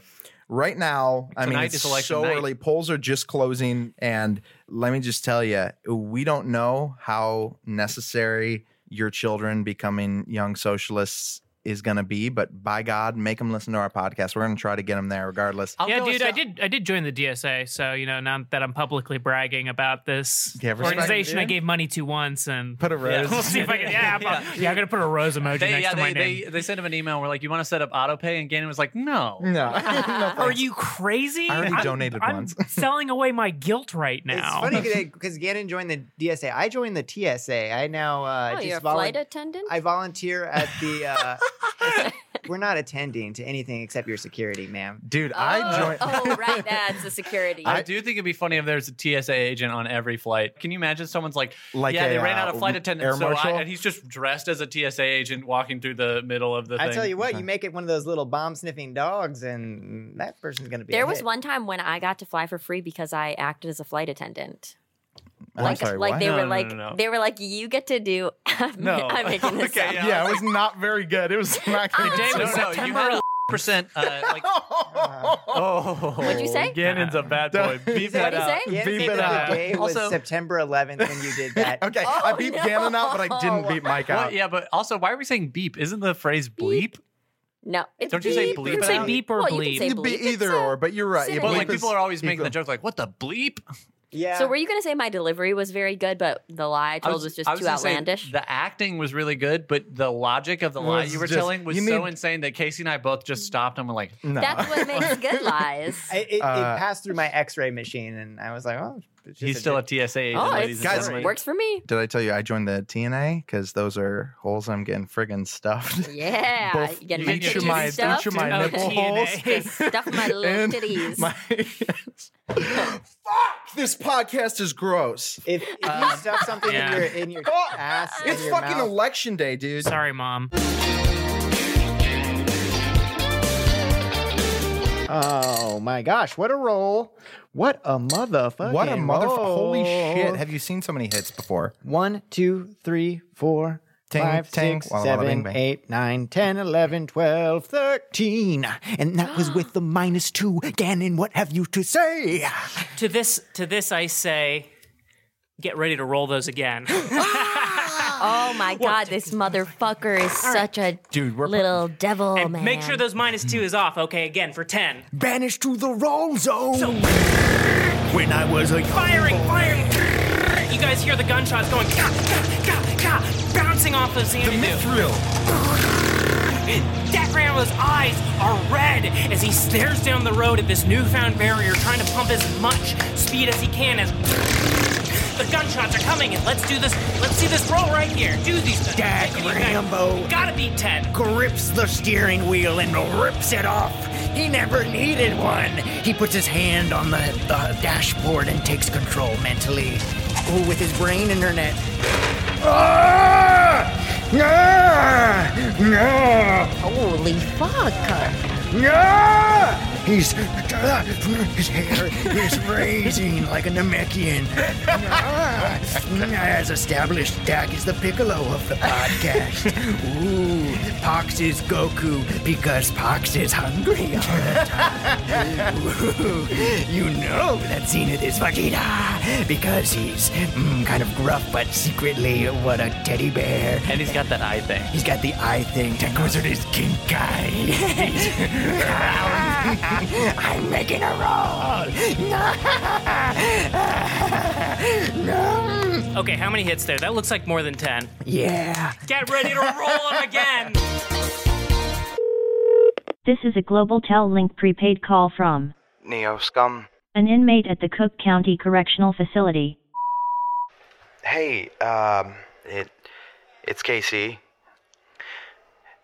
[SPEAKER 1] Right now, I mean,
[SPEAKER 2] Tonight
[SPEAKER 1] it's
[SPEAKER 2] is election
[SPEAKER 1] so
[SPEAKER 2] night.
[SPEAKER 1] early. Polls are just closing, and let me just tell you, we don't know how necessary your children becoming young socialists is going to be. But by God, make them listen to our podcast. We're going to try to get them there, regardless.
[SPEAKER 8] yeah, dude, I did. I did join the DSA, so you know, now that I'm publicly bragging about this
[SPEAKER 1] Yeah, respect,
[SPEAKER 8] organization, I
[SPEAKER 1] dude.
[SPEAKER 8] gave money to once, and
[SPEAKER 1] Put a rose.
[SPEAKER 8] we'll see if I can.
[SPEAKER 1] [LAUGHS]
[SPEAKER 8] Yeah, I'm, yeah. I'm gonna put a rose emoji
[SPEAKER 2] They,
[SPEAKER 8] next
[SPEAKER 2] yeah,
[SPEAKER 8] to
[SPEAKER 2] they,
[SPEAKER 8] my name.
[SPEAKER 2] they, they sent him an email. We're like, you want to set up autopay? And Gannon was like, no.
[SPEAKER 1] No.
[SPEAKER 2] [LAUGHS]
[SPEAKER 8] Are you crazy?
[SPEAKER 2] I already
[SPEAKER 8] I'm-
[SPEAKER 2] donated
[SPEAKER 8] I'm
[SPEAKER 2] once.
[SPEAKER 8] selling away my guilt right now.
[SPEAKER 7] It's funny because Gannon joined the DSA. I joined the TSA. I now uh,
[SPEAKER 4] Oh,
[SPEAKER 7] just
[SPEAKER 4] you're a
[SPEAKER 7] volun-
[SPEAKER 4] flight attendant?
[SPEAKER 7] I volunteer at the. Uh,
[SPEAKER 4] [LAUGHS]
[SPEAKER 7] we're not attending to anything except your security, ma'am.
[SPEAKER 1] Dude,
[SPEAKER 4] oh,
[SPEAKER 1] [LAUGHS]
[SPEAKER 4] oh,
[SPEAKER 7] [LAUGHS]
[SPEAKER 4] right. That's the security.
[SPEAKER 2] I do think it'd be funny if there's a TSA agent on every flight. Can you imagine someone's like,
[SPEAKER 1] Like
[SPEAKER 2] yeah, they
[SPEAKER 1] a,
[SPEAKER 2] ran out
[SPEAKER 1] uh,
[SPEAKER 2] of flight attendants,
[SPEAKER 1] air
[SPEAKER 2] so I-
[SPEAKER 1] marshal?
[SPEAKER 2] and he's just dressed as a TSA agent walking through the middle of the
[SPEAKER 7] I
[SPEAKER 2] thing.
[SPEAKER 7] tell you what, you make it one of those little bomb sniffing dogs, and that person's going to be.
[SPEAKER 4] There
[SPEAKER 7] a
[SPEAKER 4] was
[SPEAKER 7] hit.
[SPEAKER 4] one time when I got to fly for free because I acted as a flight attendant.
[SPEAKER 1] I'm
[SPEAKER 4] like,
[SPEAKER 1] sorry,
[SPEAKER 4] like
[SPEAKER 1] what?
[SPEAKER 4] they
[SPEAKER 1] No,
[SPEAKER 4] were
[SPEAKER 1] no,
[SPEAKER 4] like
[SPEAKER 1] no, no.
[SPEAKER 4] they were like you get to do. [LAUGHS] I'm,
[SPEAKER 2] No.
[SPEAKER 4] I'm making
[SPEAKER 1] [LAUGHS]
[SPEAKER 4] this
[SPEAKER 2] [LAUGHS] Okay,
[SPEAKER 4] up.
[SPEAKER 2] yeah.
[SPEAKER 1] Yeah, it was not very good. It was [LAUGHS] not
[SPEAKER 2] Your
[SPEAKER 1] good.
[SPEAKER 2] day was
[SPEAKER 1] No, no, you
[SPEAKER 2] September [LAUGHS]
[SPEAKER 1] had a-
[SPEAKER 2] 11%, uh,
[SPEAKER 1] [LAUGHS]
[SPEAKER 2] like,
[SPEAKER 8] Uh,
[SPEAKER 4] [LAUGHS]
[SPEAKER 2] oh,
[SPEAKER 4] What'd you say?
[SPEAKER 2] Gannon's a
[SPEAKER 4] [LAUGHS]
[SPEAKER 1] [LAUGHS]
[SPEAKER 2] bad boy.
[SPEAKER 4] What'd
[SPEAKER 2] Beep that
[SPEAKER 4] he
[SPEAKER 2] out.
[SPEAKER 4] say?
[SPEAKER 7] Yeah,
[SPEAKER 1] Beep
[SPEAKER 7] the
[SPEAKER 1] it out.
[SPEAKER 7] day was
[SPEAKER 2] Also-
[SPEAKER 7] September 11th when you did [LAUGHS]
[SPEAKER 4] [LAUGHS]
[SPEAKER 7] that.
[SPEAKER 1] okay,
[SPEAKER 4] Oh,
[SPEAKER 1] I beat Gannon out, but I didn't beat Mike
[SPEAKER 2] What?
[SPEAKER 1] out.
[SPEAKER 2] Yeah, but also, why are we saying beep? Isn't the phrase bleep?
[SPEAKER 4] No, it's
[SPEAKER 2] Don't you say
[SPEAKER 4] beep.
[SPEAKER 2] bleep
[SPEAKER 4] You can say
[SPEAKER 2] out?
[SPEAKER 4] beep or Well, you can bleep. say
[SPEAKER 1] It'd be
[SPEAKER 4] bleep. It's
[SPEAKER 1] either or, but you're right.
[SPEAKER 4] it's
[SPEAKER 1] Yeah,
[SPEAKER 4] an
[SPEAKER 2] But like
[SPEAKER 1] bleep is-
[SPEAKER 2] people are always
[SPEAKER 1] equal.
[SPEAKER 2] making the joke, like, what the bleep?
[SPEAKER 7] Yeah.
[SPEAKER 4] So were you gonna say my delivery was very good, but the lie I
[SPEAKER 2] I
[SPEAKER 4] told was, just
[SPEAKER 2] I
[SPEAKER 4] too
[SPEAKER 2] gonna say
[SPEAKER 4] outlandish? [LAUGHS]
[SPEAKER 2] the acting was really good, but the logic of the lie
[SPEAKER 1] Was
[SPEAKER 2] you were
[SPEAKER 1] just-
[SPEAKER 2] telling was
[SPEAKER 1] you
[SPEAKER 2] so
[SPEAKER 1] need-
[SPEAKER 2] insane that Casey and I both just stopped and were like,
[SPEAKER 1] No.
[SPEAKER 4] Mm. That's what
[SPEAKER 7] [LAUGHS]
[SPEAKER 4] makes good lies.
[SPEAKER 7] I- it,
[SPEAKER 1] Uh,
[SPEAKER 7] it passed through my X-ray machine, and I was like, "Oh, it's just
[SPEAKER 2] he's
[SPEAKER 7] a
[SPEAKER 2] still
[SPEAKER 7] joke.
[SPEAKER 2] a TSA agent,
[SPEAKER 4] oh,
[SPEAKER 2] ladies
[SPEAKER 4] it
[SPEAKER 2] and
[SPEAKER 1] Guys,
[SPEAKER 2] gentlemen.
[SPEAKER 4] works for me.
[SPEAKER 1] Did I tell you I joined the TNA? Because those are holes I'm getting friggin' stuffed.
[SPEAKER 4] Yeah,
[SPEAKER 1] Both
[SPEAKER 4] you getting
[SPEAKER 1] each
[SPEAKER 4] your
[SPEAKER 1] of
[SPEAKER 4] titties
[SPEAKER 1] my- each of
[SPEAKER 4] stuffed?
[SPEAKER 1] my
[SPEAKER 4] Okay.
[SPEAKER 1] nipple holes.
[SPEAKER 4] Just [LAUGHS] Stuff my little
[SPEAKER 1] And
[SPEAKER 4] titties.
[SPEAKER 1] my- [LAUGHS] Fuck! This podcast is gross. Um,
[SPEAKER 7] If, if you stuff something
[SPEAKER 8] yeah.
[SPEAKER 7] in your in
[SPEAKER 1] [LAUGHS]
[SPEAKER 7] your ass, in
[SPEAKER 1] Uh, Oh, It's
[SPEAKER 7] your
[SPEAKER 1] fucking
[SPEAKER 7] mouth,
[SPEAKER 1] election day, dude.
[SPEAKER 8] Sorry, mom.
[SPEAKER 7] Oh my gosh, what a roll. What a motherfucker.
[SPEAKER 1] What a motherfucker. Holy shit. Have you seen so many hits before?
[SPEAKER 7] One, two, three, four,
[SPEAKER 1] Ting,
[SPEAKER 7] five,
[SPEAKER 1] ting,
[SPEAKER 7] six,
[SPEAKER 1] walla, walla, bing,
[SPEAKER 7] seven,
[SPEAKER 1] bang.
[SPEAKER 7] eight, nine, 10, 11, 12, 13. And that
[SPEAKER 9] [GASPS]
[SPEAKER 7] was with the minus two. Gannon, what have you to say?
[SPEAKER 8] To this, to this, I say, get ready to roll those again.
[SPEAKER 4] [LAUGHS] Oh my god, this motherfucker is such a
[SPEAKER 1] [GASPS] Dude, we're [LAUGHS]
[SPEAKER 4] little devil,
[SPEAKER 8] and
[SPEAKER 4] man.
[SPEAKER 8] make sure those minus two is off. Okay, again for ten.
[SPEAKER 7] Banished to the roll zone.
[SPEAKER 9] When I was a
[SPEAKER 8] Firing, firing. You guys hear the gunshots going, "Ka, ka, ka, ka," bouncing off of Xanadu.
[SPEAKER 1] Thrill.
[SPEAKER 8] That Randall's eyes are red as he stares down the road at this newfound barrier, trying to pump as much speed as he can. As the gunshots are coming, and let's do this. Let's do this roll right here. Do these things.
[SPEAKER 9] Dag
[SPEAKER 8] Take it easy.
[SPEAKER 9] Rambo
[SPEAKER 8] Gotta be ten.
[SPEAKER 9] grips the steering wheel and rips it off. He never needed one. He puts his hand on the, the dashboard and takes control mentally.
[SPEAKER 7] Ooh, with his brain internet. Ah! Ah! Ah!
[SPEAKER 4] Holy fuck.
[SPEAKER 9] Yeah! He's his hair is raising like a Namekian. Ah! As established, Dak is the piccolo of the podcast. Ooh, Pox is Goku because Pox
[SPEAKER 4] [LAUGHS]
[SPEAKER 9] is hungry all the time. Ooh, [LAUGHS] you know that Zenith is Vegeta because he's mm, kind of gruff but secretly what a teddy bear.
[SPEAKER 2] And he's got that eye thing.
[SPEAKER 9] He's got the eye thing. Tech Wizard is kinkai. I'm making a roll. No.
[SPEAKER 8] Okay, how many hits there? That looks like more than ten.
[SPEAKER 9] yeah.
[SPEAKER 8] Get ready to roll them again.
[SPEAKER 24] This is a Global Tel Link prepaid call from
[SPEAKER 25] Neo scum.
[SPEAKER 24] an inmate at the Cook County Correctional Facility.
[SPEAKER 25] Hey, um, it, it's Casey.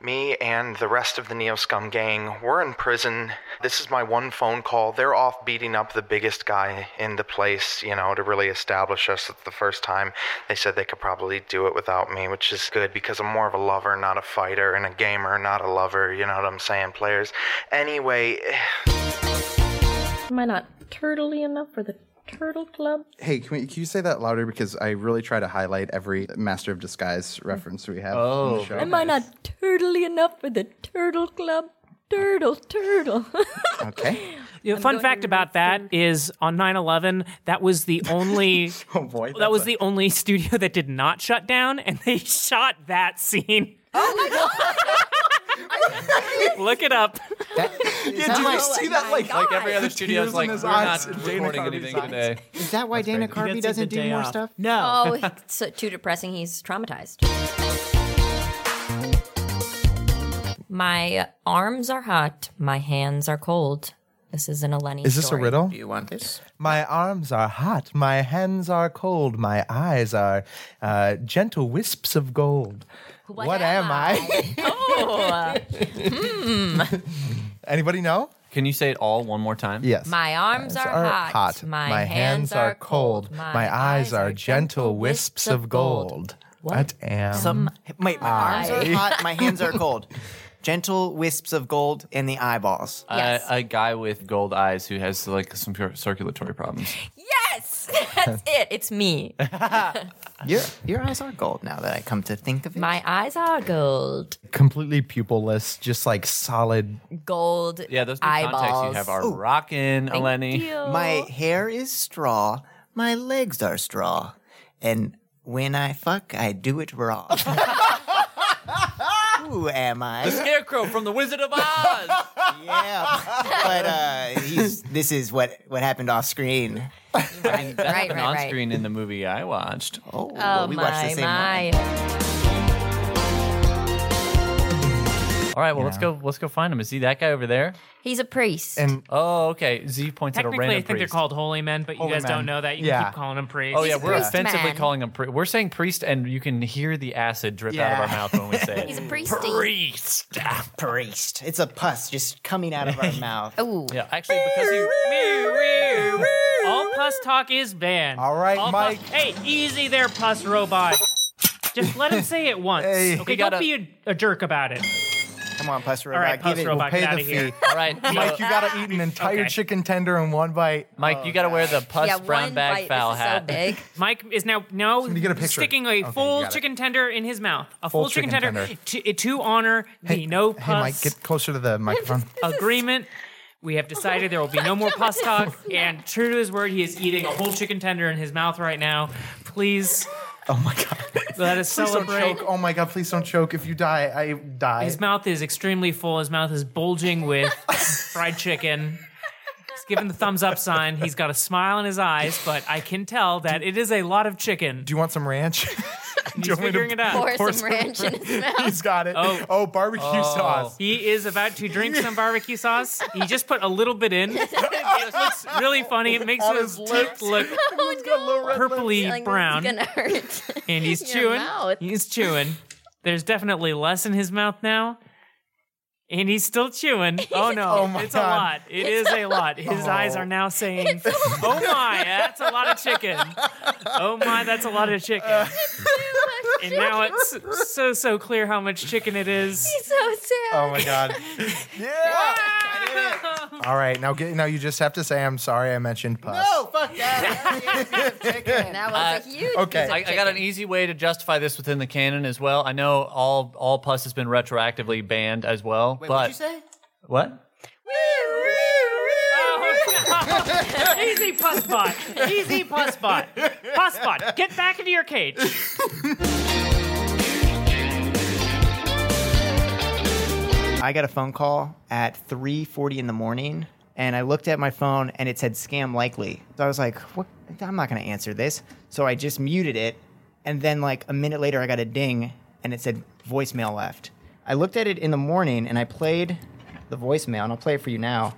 [SPEAKER 25] Me and the rest of the Neo Scum gang, we're in prison. This is my one phone call. They're off beating up the biggest guy in the place, you know, to really establish us the first time. They said they could probably do it without me, which is good because I'm more of a lover, not a fighter, and a [SIGHS] gamer, not a lover. You know what I'm saying, players? Anyway.
[SPEAKER 26] Am I not turtly enough for the turtle club?
[SPEAKER 1] Hey, can, we, can you say that louder? Because I really try to highlight every Master of Disguise reference we have. on the
[SPEAKER 2] Oh.
[SPEAKER 1] show.
[SPEAKER 4] Am I not turtly enough for the turtle club? Turtle, turtle.
[SPEAKER 1] okay.
[SPEAKER 8] Yeah, fun fact about that is on 9/11 that was
[SPEAKER 1] [LAUGHS]
[SPEAKER 8] the only
[SPEAKER 1] oh boy
[SPEAKER 8] that was the only studio that did not shut down and they [LAUGHS] shot that scene.
[SPEAKER 10] Oh my
[SPEAKER 8] [LAUGHS] Look it up. [LAUGHS]
[SPEAKER 7] Is that oh why-
[SPEAKER 2] like every other studio
[SPEAKER 7] tears
[SPEAKER 2] is
[SPEAKER 7] in
[SPEAKER 2] like, we're
[SPEAKER 7] his
[SPEAKER 2] not
[SPEAKER 7] eyes.
[SPEAKER 4] [LAUGHS]
[SPEAKER 2] recording anything today.
[SPEAKER 7] Is that why Dana Carvey doesn't do more stuff?
[SPEAKER 4] Oh, it's uh, too depressing. He's traumatized. My arms are hot. My hands are cold. This isn't a Lenny.
[SPEAKER 27] Is this a
[SPEAKER 4] story.
[SPEAKER 27] riddle?
[SPEAKER 4] you want this?
[SPEAKER 27] My arms are hot, my hands are cold, my eyes are uh, gentle wisps of gold. What, am I?
[SPEAKER 4] [LAUGHS]
[SPEAKER 27] [LAUGHS]
[SPEAKER 4] Oh. hmm.
[SPEAKER 27] Anybody know?
[SPEAKER 2] Can you say it all one more time?
[SPEAKER 27] Yes.
[SPEAKER 4] My arms are, hot. My, hands, are cold.
[SPEAKER 27] My, eyes are gentle wisps of gold. What, am
[SPEAKER 7] Some- Wait, my arms are
[SPEAKER 27] I?
[SPEAKER 7] hot, my hands
[SPEAKER 9] [LAUGHS]
[SPEAKER 7] are cold. Gentle wisps of gold in the eyeballs.
[SPEAKER 2] Uh, a guy with gold eyes who has like some cir- circulatory problems.
[SPEAKER 4] Yes, [LAUGHS] that's it. It's me.
[SPEAKER 7] Your your eyes are gold now that I come to think of it.
[SPEAKER 4] My eyes are gold.
[SPEAKER 27] Completely pupilless, just like solid.
[SPEAKER 4] Gold.
[SPEAKER 2] Yeah, those
[SPEAKER 7] new
[SPEAKER 4] eyeballs.
[SPEAKER 7] contacts you
[SPEAKER 2] Have our
[SPEAKER 7] Ooh.
[SPEAKER 2] rockin' Eleni.
[SPEAKER 7] My hair is straw, my legs are straw, and when I fuck, I do it
[SPEAKER 2] [LAUGHS]
[SPEAKER 7] raw. Who
[SPEAKER 4] [LAUGHS]
[SPEAKER 7] am
[SPEAKER 2] The
[SPEAKER 7] I?
[SPEAKER 2] Scarecrow from The Wizard of Oz.
[SPEAKER 7] yeah, but uh, he's, this is what what happened off screen.
[SPEAKER 2] that
[SPEAKER 7] right,
[SPEAKER 2] happened
[SPEAKER 7] right,
[SPEAKER 2] on
[SPEAKER 7] right.
[SPEAKER 2] screen in the movie I watched.
[SPEAKER 7] Oh,
[SPEAKER 4] Oh my my.
[SPEAKER 2] All right, well let's go. Let's go find him. Is he that guy over there?
[SPEAKER 4] He's a priest.
[SPEAKER 27] And
[SPEAKER 2] oh, okay. Z points at a
[SPEAKER 8] Technically, I
[SPEAKER 2] random
[SPEAKER 8] think they're
[SPEAKER 2] priest.
[SPEAKER 8] called holy men, but
[SPEAKER 2] Holy
[SPEAKER 8] you guys
[SPEAKER 2] men.
[SPEAKER 8] don't know that. You
[SPEAKER 2] Yeah.
[SPEAKER 8] can keep calling them priests.
[SPEAKER 2] Oh yeah, we're offensively calling him. Pri- we're saying priest, and you can hear the acid drip out of our
[SPEAKER 7] Yeah.
[SPEAKER 2] mouth when we say
[SPEAKER 8] [LAUGHS]
[SPEAKER 7] [LAUGHS]
[SPEAKER 2] it.
[SPEAKER 4] He's a priest.
[SPEAKER 2] Priest.
[SPEAKER 7] Ah, priest. It's a pus just coming out
[SPEAKER 2] [LAUGHS]
[SPEAKER 7] of our mouth.
[SPEAKER 4] Oh.
[SPEAKER 2] Yeah, actually, because he.
[SPEAKER 8] All pus talk is banned. All
[SPEAKER 27] right,
[SPEAKER 8] pus- hey, easy there, pus robot. Just let him say it once.
[SPEAKER 7] Hey.
[SPEAKER 8] okay,
[SPEAKER 7] He
[SPEAKER 8] don't
[SPEAKER 7] got a-
[SPEAKER 8] be a, a jerk about it.
[SPEAKER 7] Come on, pus
[SPEAKER 8] All right,
[SPEAKER 7] robot.
[SPEAKER 8] pus
[SPEAKER 7] give it.
[SPEAKER 8] robot, get out of here. All
[SPEAKER 7] [LAUGHS]
[SPEAKER 2] right,
[SPEAKER 27] Mike, you
[SPEAKER 2] [LAUGHS]
[SPEAKER 27] got to eat an entire chicken tender in one bite.
[SPEAKER 2] Mike, you got to wear
[SPEAKER 8] Oh,
[SPEAKER 2] the pus brown bag foul hat.
[SPEAKER 8] [LAUGHS] Mike is now no
[SPEAKER 27] Somebody get a picture.
[SPEAKER 8] sticking a
[SPEAKER 27] Okay, you
[SPEAKER 8] full
[SPEAKER 27] got it.
[SPEAKER 8] chicken tender in his mouth. A
[SPEAKER 27] Full
[SPEAKER 8] full, chicken,
[SPEAKER 27] chicken
[SPEAKER 8] tender,
[SPEAKER 27] tender.
[SPEAKER 8] To, eh, to honor the no
[SPEAKER 27] Hey, Mike,
[SPEAKER 8] pus
[SPEAKER 27] get closer to the microphone.
[SPEAKER 8] [LAUGHS] agreement. We have decided there will be no more pus talk, and true to his word, he is eating a whole chicken tender in his mouth right now. Please.
[SPEAKER 27] Oh
[SPEAKER 8] my god. Let us
[SPEAKER 27] Please don't
[SPEAKER 8] celebrate.
[SPEAKER 27] choke. Oh my god, please don't choke. If you die, I die.
[SPEAKER 8] His mouth is extremely full. His mouth is bulging with [LAUGHS] fried chicken. He's given the thumbs up sign. He's got a smile in his eyes, but I can tell that it is a lot of chicken.
[SPEAKER 27] Do you want some ranch? [LAUGHS]
[SPEAKER 8] He's
[SPEAKER 27] Do you want me to
[SPEAKER 8] figuring it out.
[SPEAKER 27] pour Pour some some ranch in his ranch? [LAUGHS] mouth. He's got it. Oh, barbecue sauce.
[SPEAKER 8] He is about to drink some barbecue sauce. He just put a little bit in.
[SPEAKER 27] [LAUGHS]
[SPEAKER 8] It looks really funny. It makes
[SPEAKER 10] On
[SPEAKER 8] his
[SPEAKER 10] his lips.
[SPEAKER 8] teeth look
[SPEAKER 10] [LAUGHS]
[SPEAKER 8] purpley brown,
[SPEAKER 10] Gonna
[SPEAKER 4] hurt.
[SPEAKER 8] and he's
[SPEAKER 10] Your
[SPEAKER 8] chewing.
[SPEAKER 10] mouth.
[SPEAKER 8] He's chewing. There's definitely less in his mouth now. And he's still chewing. Oh no,
[SPEAKER 10] Oh, my
[SPEAKER 8] it's a
[SPEAKER 10] God.
[SPEAKER 8] lot. It is a lot. His
[SPEAKER 10] Oh.
[SPEAKER 8] eyes are now saying, "Oh my, that's a lot of chicken. Oh my, that's a lot of chicken." and now it's so so clear how much chicken it is.
[SPEAKER 4] He's so sad.
[SPEAKER 27] Oh my god. All right, now get, now you just have to say I'm sorry I mentioned pus.
[SPEAKER 7] fuck
[SPEAKER 9] [LAUGHS]
[SPEAKER 7] that. that
[SPEAKER 4] was
[SPEAKER 7] a
[SPEAKER 4] huge.
[SPEAKER 27] Okay.
[SPEAKER 2] I, I got an easy way to justify this within the canon as well. I know all all pus has been retroactively banned as well,
[SPEAKER 7] Wait,
[SPEAKER 2] but
[SPEAKER 7] what'd you say?
[SPEAKER 2] what?
[SPEAKER 8] Oh, [LAUGHS] Easy puss bot. Easy puss bot. Puss bot, get back into your cage.
[SPEAKER 7] I got a phone call at 3:40 in the morning and I looked at my phone and it said scam likely. So I was like, "What I'm not going to answer this." So I just muted it and then like a minute later I got a ding and it said voicemail left. I looked at it in the morning and I played the voicemail and I'll play it for you now.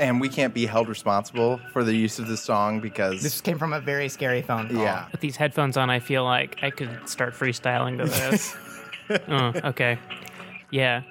[SPEAKER 1] And we can't be held responsible for the use of this song because
[SPEAKER 7] This came from a very scary phone call.
[SPEAKER 1] Yeah.
[SPEAKER 8] With these headphones on, I feel like I could start freestyling to
[SPEAKER 1] [LAUGHS]
[SPEAKER 8] this. oh, okay. Yeah.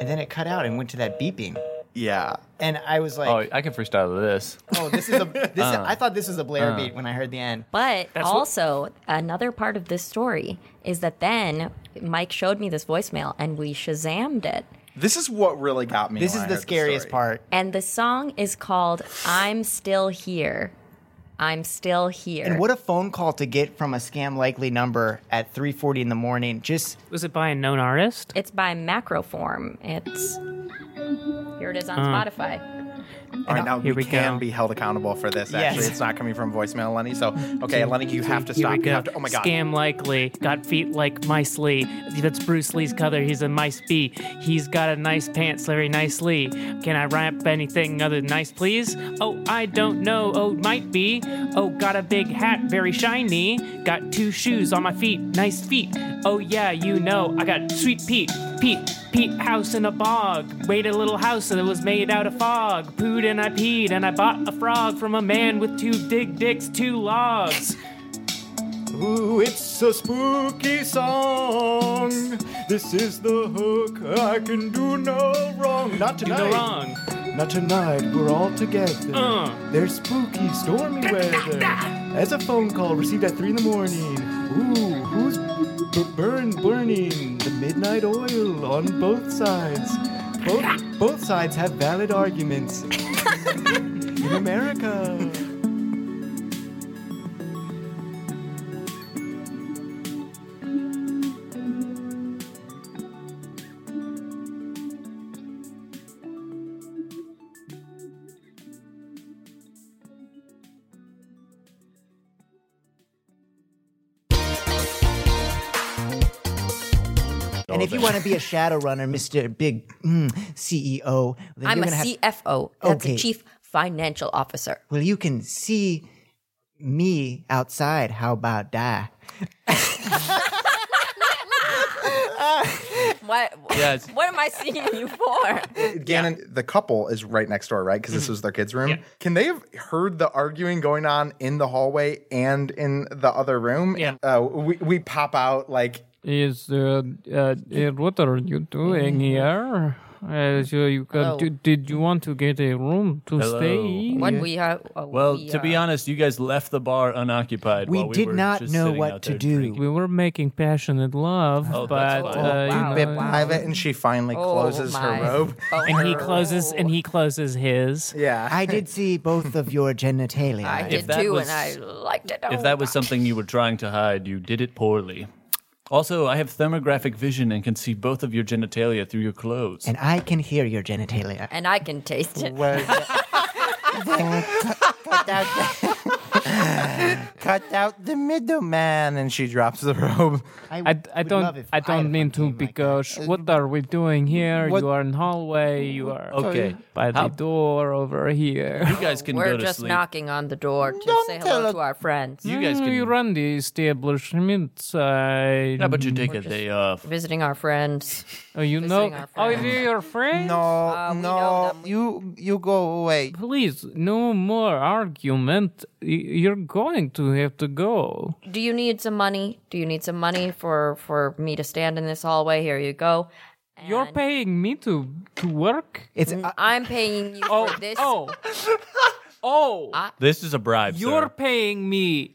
[SPEAKER 7] And then it cut out and went to that beeping.
[SPEAKER 1] Yeah.
[SPEAKER 7] And I was like,
[SPEAKER 28] oh, I can freestyle to this.
[SPEAKER 7] Oh, e- this is a. This is,
[SPEAKER 28] Uh.
[SPEAKER 7] I thought this was a Blair
[SPEAKER 28] Uh.
[SPEAKER 7] beat when I heard the end.
[SPEAKER 4] But
[SPEAKER 7] That's what-
[SPEAKER 4] also, another part of this story is that then Mike showed me this voicemail and we Shazammed it.
[SPEAKER 1] This is what really got me.
[SPEAKER 7] This
[SPEAKER 1] when
[SPEAKER 7] is
[SPEAKER 1] I
[SPEAKER 7] the
[SPEAKER 1] heard
[SPEAKER 7] scariest part.
[SPEAKER 4] And the song is called I'm Still Here. I'm Still Here.
[SPEAKER 7] And what a phone call to get from a scam likely number at 3:40 in the morning. Just
[SPEAKER 29] was it by a known artist?
[SPEAKER 4] It's by Macroform. It's here it is on
[SPEAKER 1] Oh.
[SPEAKER 4] Spotify.
[SPEAKER 1] All right, now
[SPEAKER 29] Here
[SPEAKER 1] we,
[SPEAKER 29] we
[SPEAKER 1] can
[SPEAKER 29] go.
[SPEAKER 1] be held accountable for this.
[SPEAKER 29] Yes.
[SPEAKER 1] Actually, it's not coming from voicemail, Lenny. So, okay, Lenny, you have to
[SPEAKER 29] Here we
[SPEAKER 1] stop. You
[SPEAKER 29] go.
[SPEAKER 1] have to, oh my god.
[SPEAKER 29] Scam likely. Got feet like Mice Lee. That's Bruce Lee's color. He's a mice bee. He's got a nice pants very nicely. Can I rap anything other than nice, please? Oh, I don't know. Oh, might be. Oh, got a big hat, very shiny. Got two shoes on my feet, nice feet. Oh yeah, you know I got sweet Pete. Pete, Pete house in a bog. Made a little house that was made out of fog. Pooed and I peed and I bought a frog from a man with two big dicks, two logs.
[SPEAKER 10] Ooh, it's a spooky song. This is the hook. I can do no wrong. Not
[SPEAKER 29] Do no
[SPEAKER 10] tonight.
[SPEAKER 29] wrong.
[SPEAKER 10] Not tonight. We're all together.
[SPEAKER 29] Uh.
[SPEAKER 10] There's spooky, stormy weather. As a phone call received at three in the morning. Ooh, who's b- burn burning the midnight oil on both sides? Both both sides have valid arguments. in America.
[SPEAKER 7] and if you want to be a shadow runner, Mr. Big mm, CEO, then
[SPEAKER 4] I'm
[SPEAKER 7] you're
[SPEAKER 4] a
[SPEAKER 7] gonna have-
[SPEAKER 4] CFO. That's
[SPEAKER 7] Okay.
[SPEAKER 4] a chief financial
[SPEAKER 7] [LAUGHS]
[SPEAKER 4] officer.
[SPEAKER 7] Well, you can see me outside. How about die?
[SPEAKER 4] what
[SPEAKER 1] Yes.
[SPEAKER 4] what am I seeing you for?
[SPEAKER 1] Gannon, the couple is right next door, right? Because this
[SPEAKER 23] Mm-hmm.
[SPEAKER 1] was their kids' room. Can they have heard the arguing going on in the hallway and in the other room? Yeah. Uh, we, we pop out like
[SPEAKER 8] Is uh, uh, eh, what are you doing here? Uh, so you got,
[SPEAKER 4] Oh.
[SPEAKER 8] did, did you want to get a room to
[SPEAKER 2] Hello.
[SPEAKER 8] stay?
[SPEAKER 4] What we are oh,
[SPEAKER 2] Well,
[SPEAKER 4] we
[SPEAKER 2] to be
[SPEAKER 4] are-
[SPEAKER 2] honest, you guys left the bar unoccupied.
[SPEAKER 8] We
[SPEAKER 2] while we
[SPEAKER 8] did
[SPEAKER 2] were
[SPEAKER 8] not
[SPEAKER 2] just
[SPEAKER 8] know
[SPEAKER 2] sitting
[SPEAKER 8] what
[SPEAKER 2] out
[SPEAKER 8] to
[SPEAKER 2] there
[SPEAKER 8] do.
[SPEAKER 2] drinking.
[SPEAKER 8] We were making passionate love,
[SPEAKER 2] Oh,
[SPEAKER 8] but
[SPEAKER 2] that's
[SPEAKER 8] uh,
[SPEAKER 2] fine.
[SPEAKER 8] you know,
[SPEAKER 1] bit private, and she finally
[SPEAKER 8] Oh,
[SPEAKER 1] closes her
[SPEAKER 8] [LAUGHS]
[SPEAKER 1] robe.
[SPEAKER 9] Oh,
[SPEAKER 29] and he closes and he closes his.
[SPEAKER 1] Yeah.
[SPEAKER 7] I did see both of your genitalia.
[SPEAKER 2] I If did that too, and was- I
[SPEAKER 4] liked it.
[SPEAKER 2] If that was something you were trying to hide, you did it poorly. Also, I have thermographic vision and can see both of your genitalia through your clothes.
[SPEAKER 7] and I can hear your genitalia.
[SPEAKER 4] and I can taste it. [LAUGHS]
[SPEAKER 7] Cut out,
[SPEAKER 1] cut out the middleman, and she drops the robe.
[SPEAKER 8] I, I don't I don't mean to because what are we doing here?
[SPEAKER 1] What-
[SPEAKER 8] You are in hallway. You are
[SPEAKER 2] Okay.
[SPEAKER 8] by the
[SPEAKER 2] How-
[SPEAKER 8] door over here.
[SPEAKER 2] You guys can
[SPEAKER 4] We're
[SPEAKER 2] go to
[SPEAKER 4] just
[SPEAKER 2] sleep.
[SPEAKER 4] knocking on the door to say hello to our friends. Mm.
[SPEAKER 2] You guys can-
[SPEAKER 8] Mm, you run the establishment side.
[SPEAKER 2] Yeah, but you take a day off.
[SPEAKER 4] Visiting our friends.
[SPEAKER 8] Oh, you
[SPEAKER 4] Visiting
[SPEAKER 8] know.
[SPEAKER 4] our
[SPEAKER 8] Oh,
[SPEAKER 4] friends.
[SPEAKER 8] they're your friends? No,
[SPEAKER 4] Uh,
[SPEAKER 1] no. You you go away.
[SPEAKER 8] Please, no more argument. Y- You're going to have to go.
[SPEAKER 4] Do you need some money? Do you need some money for for me to stand in this hallway? Here you go.
[SPEAKER 8] You're paying me to to work.
[SPEAKER 7] It's
[SPEAKER 4] Mm, I'm paying you for this.
[SPEAKER 8] Oh. Oh.
[SPEAKER 2] This is a bribe.
[SPEAKER 8] You're
[SPEAKER 2] sir.
[SPEAKER 8] paying me.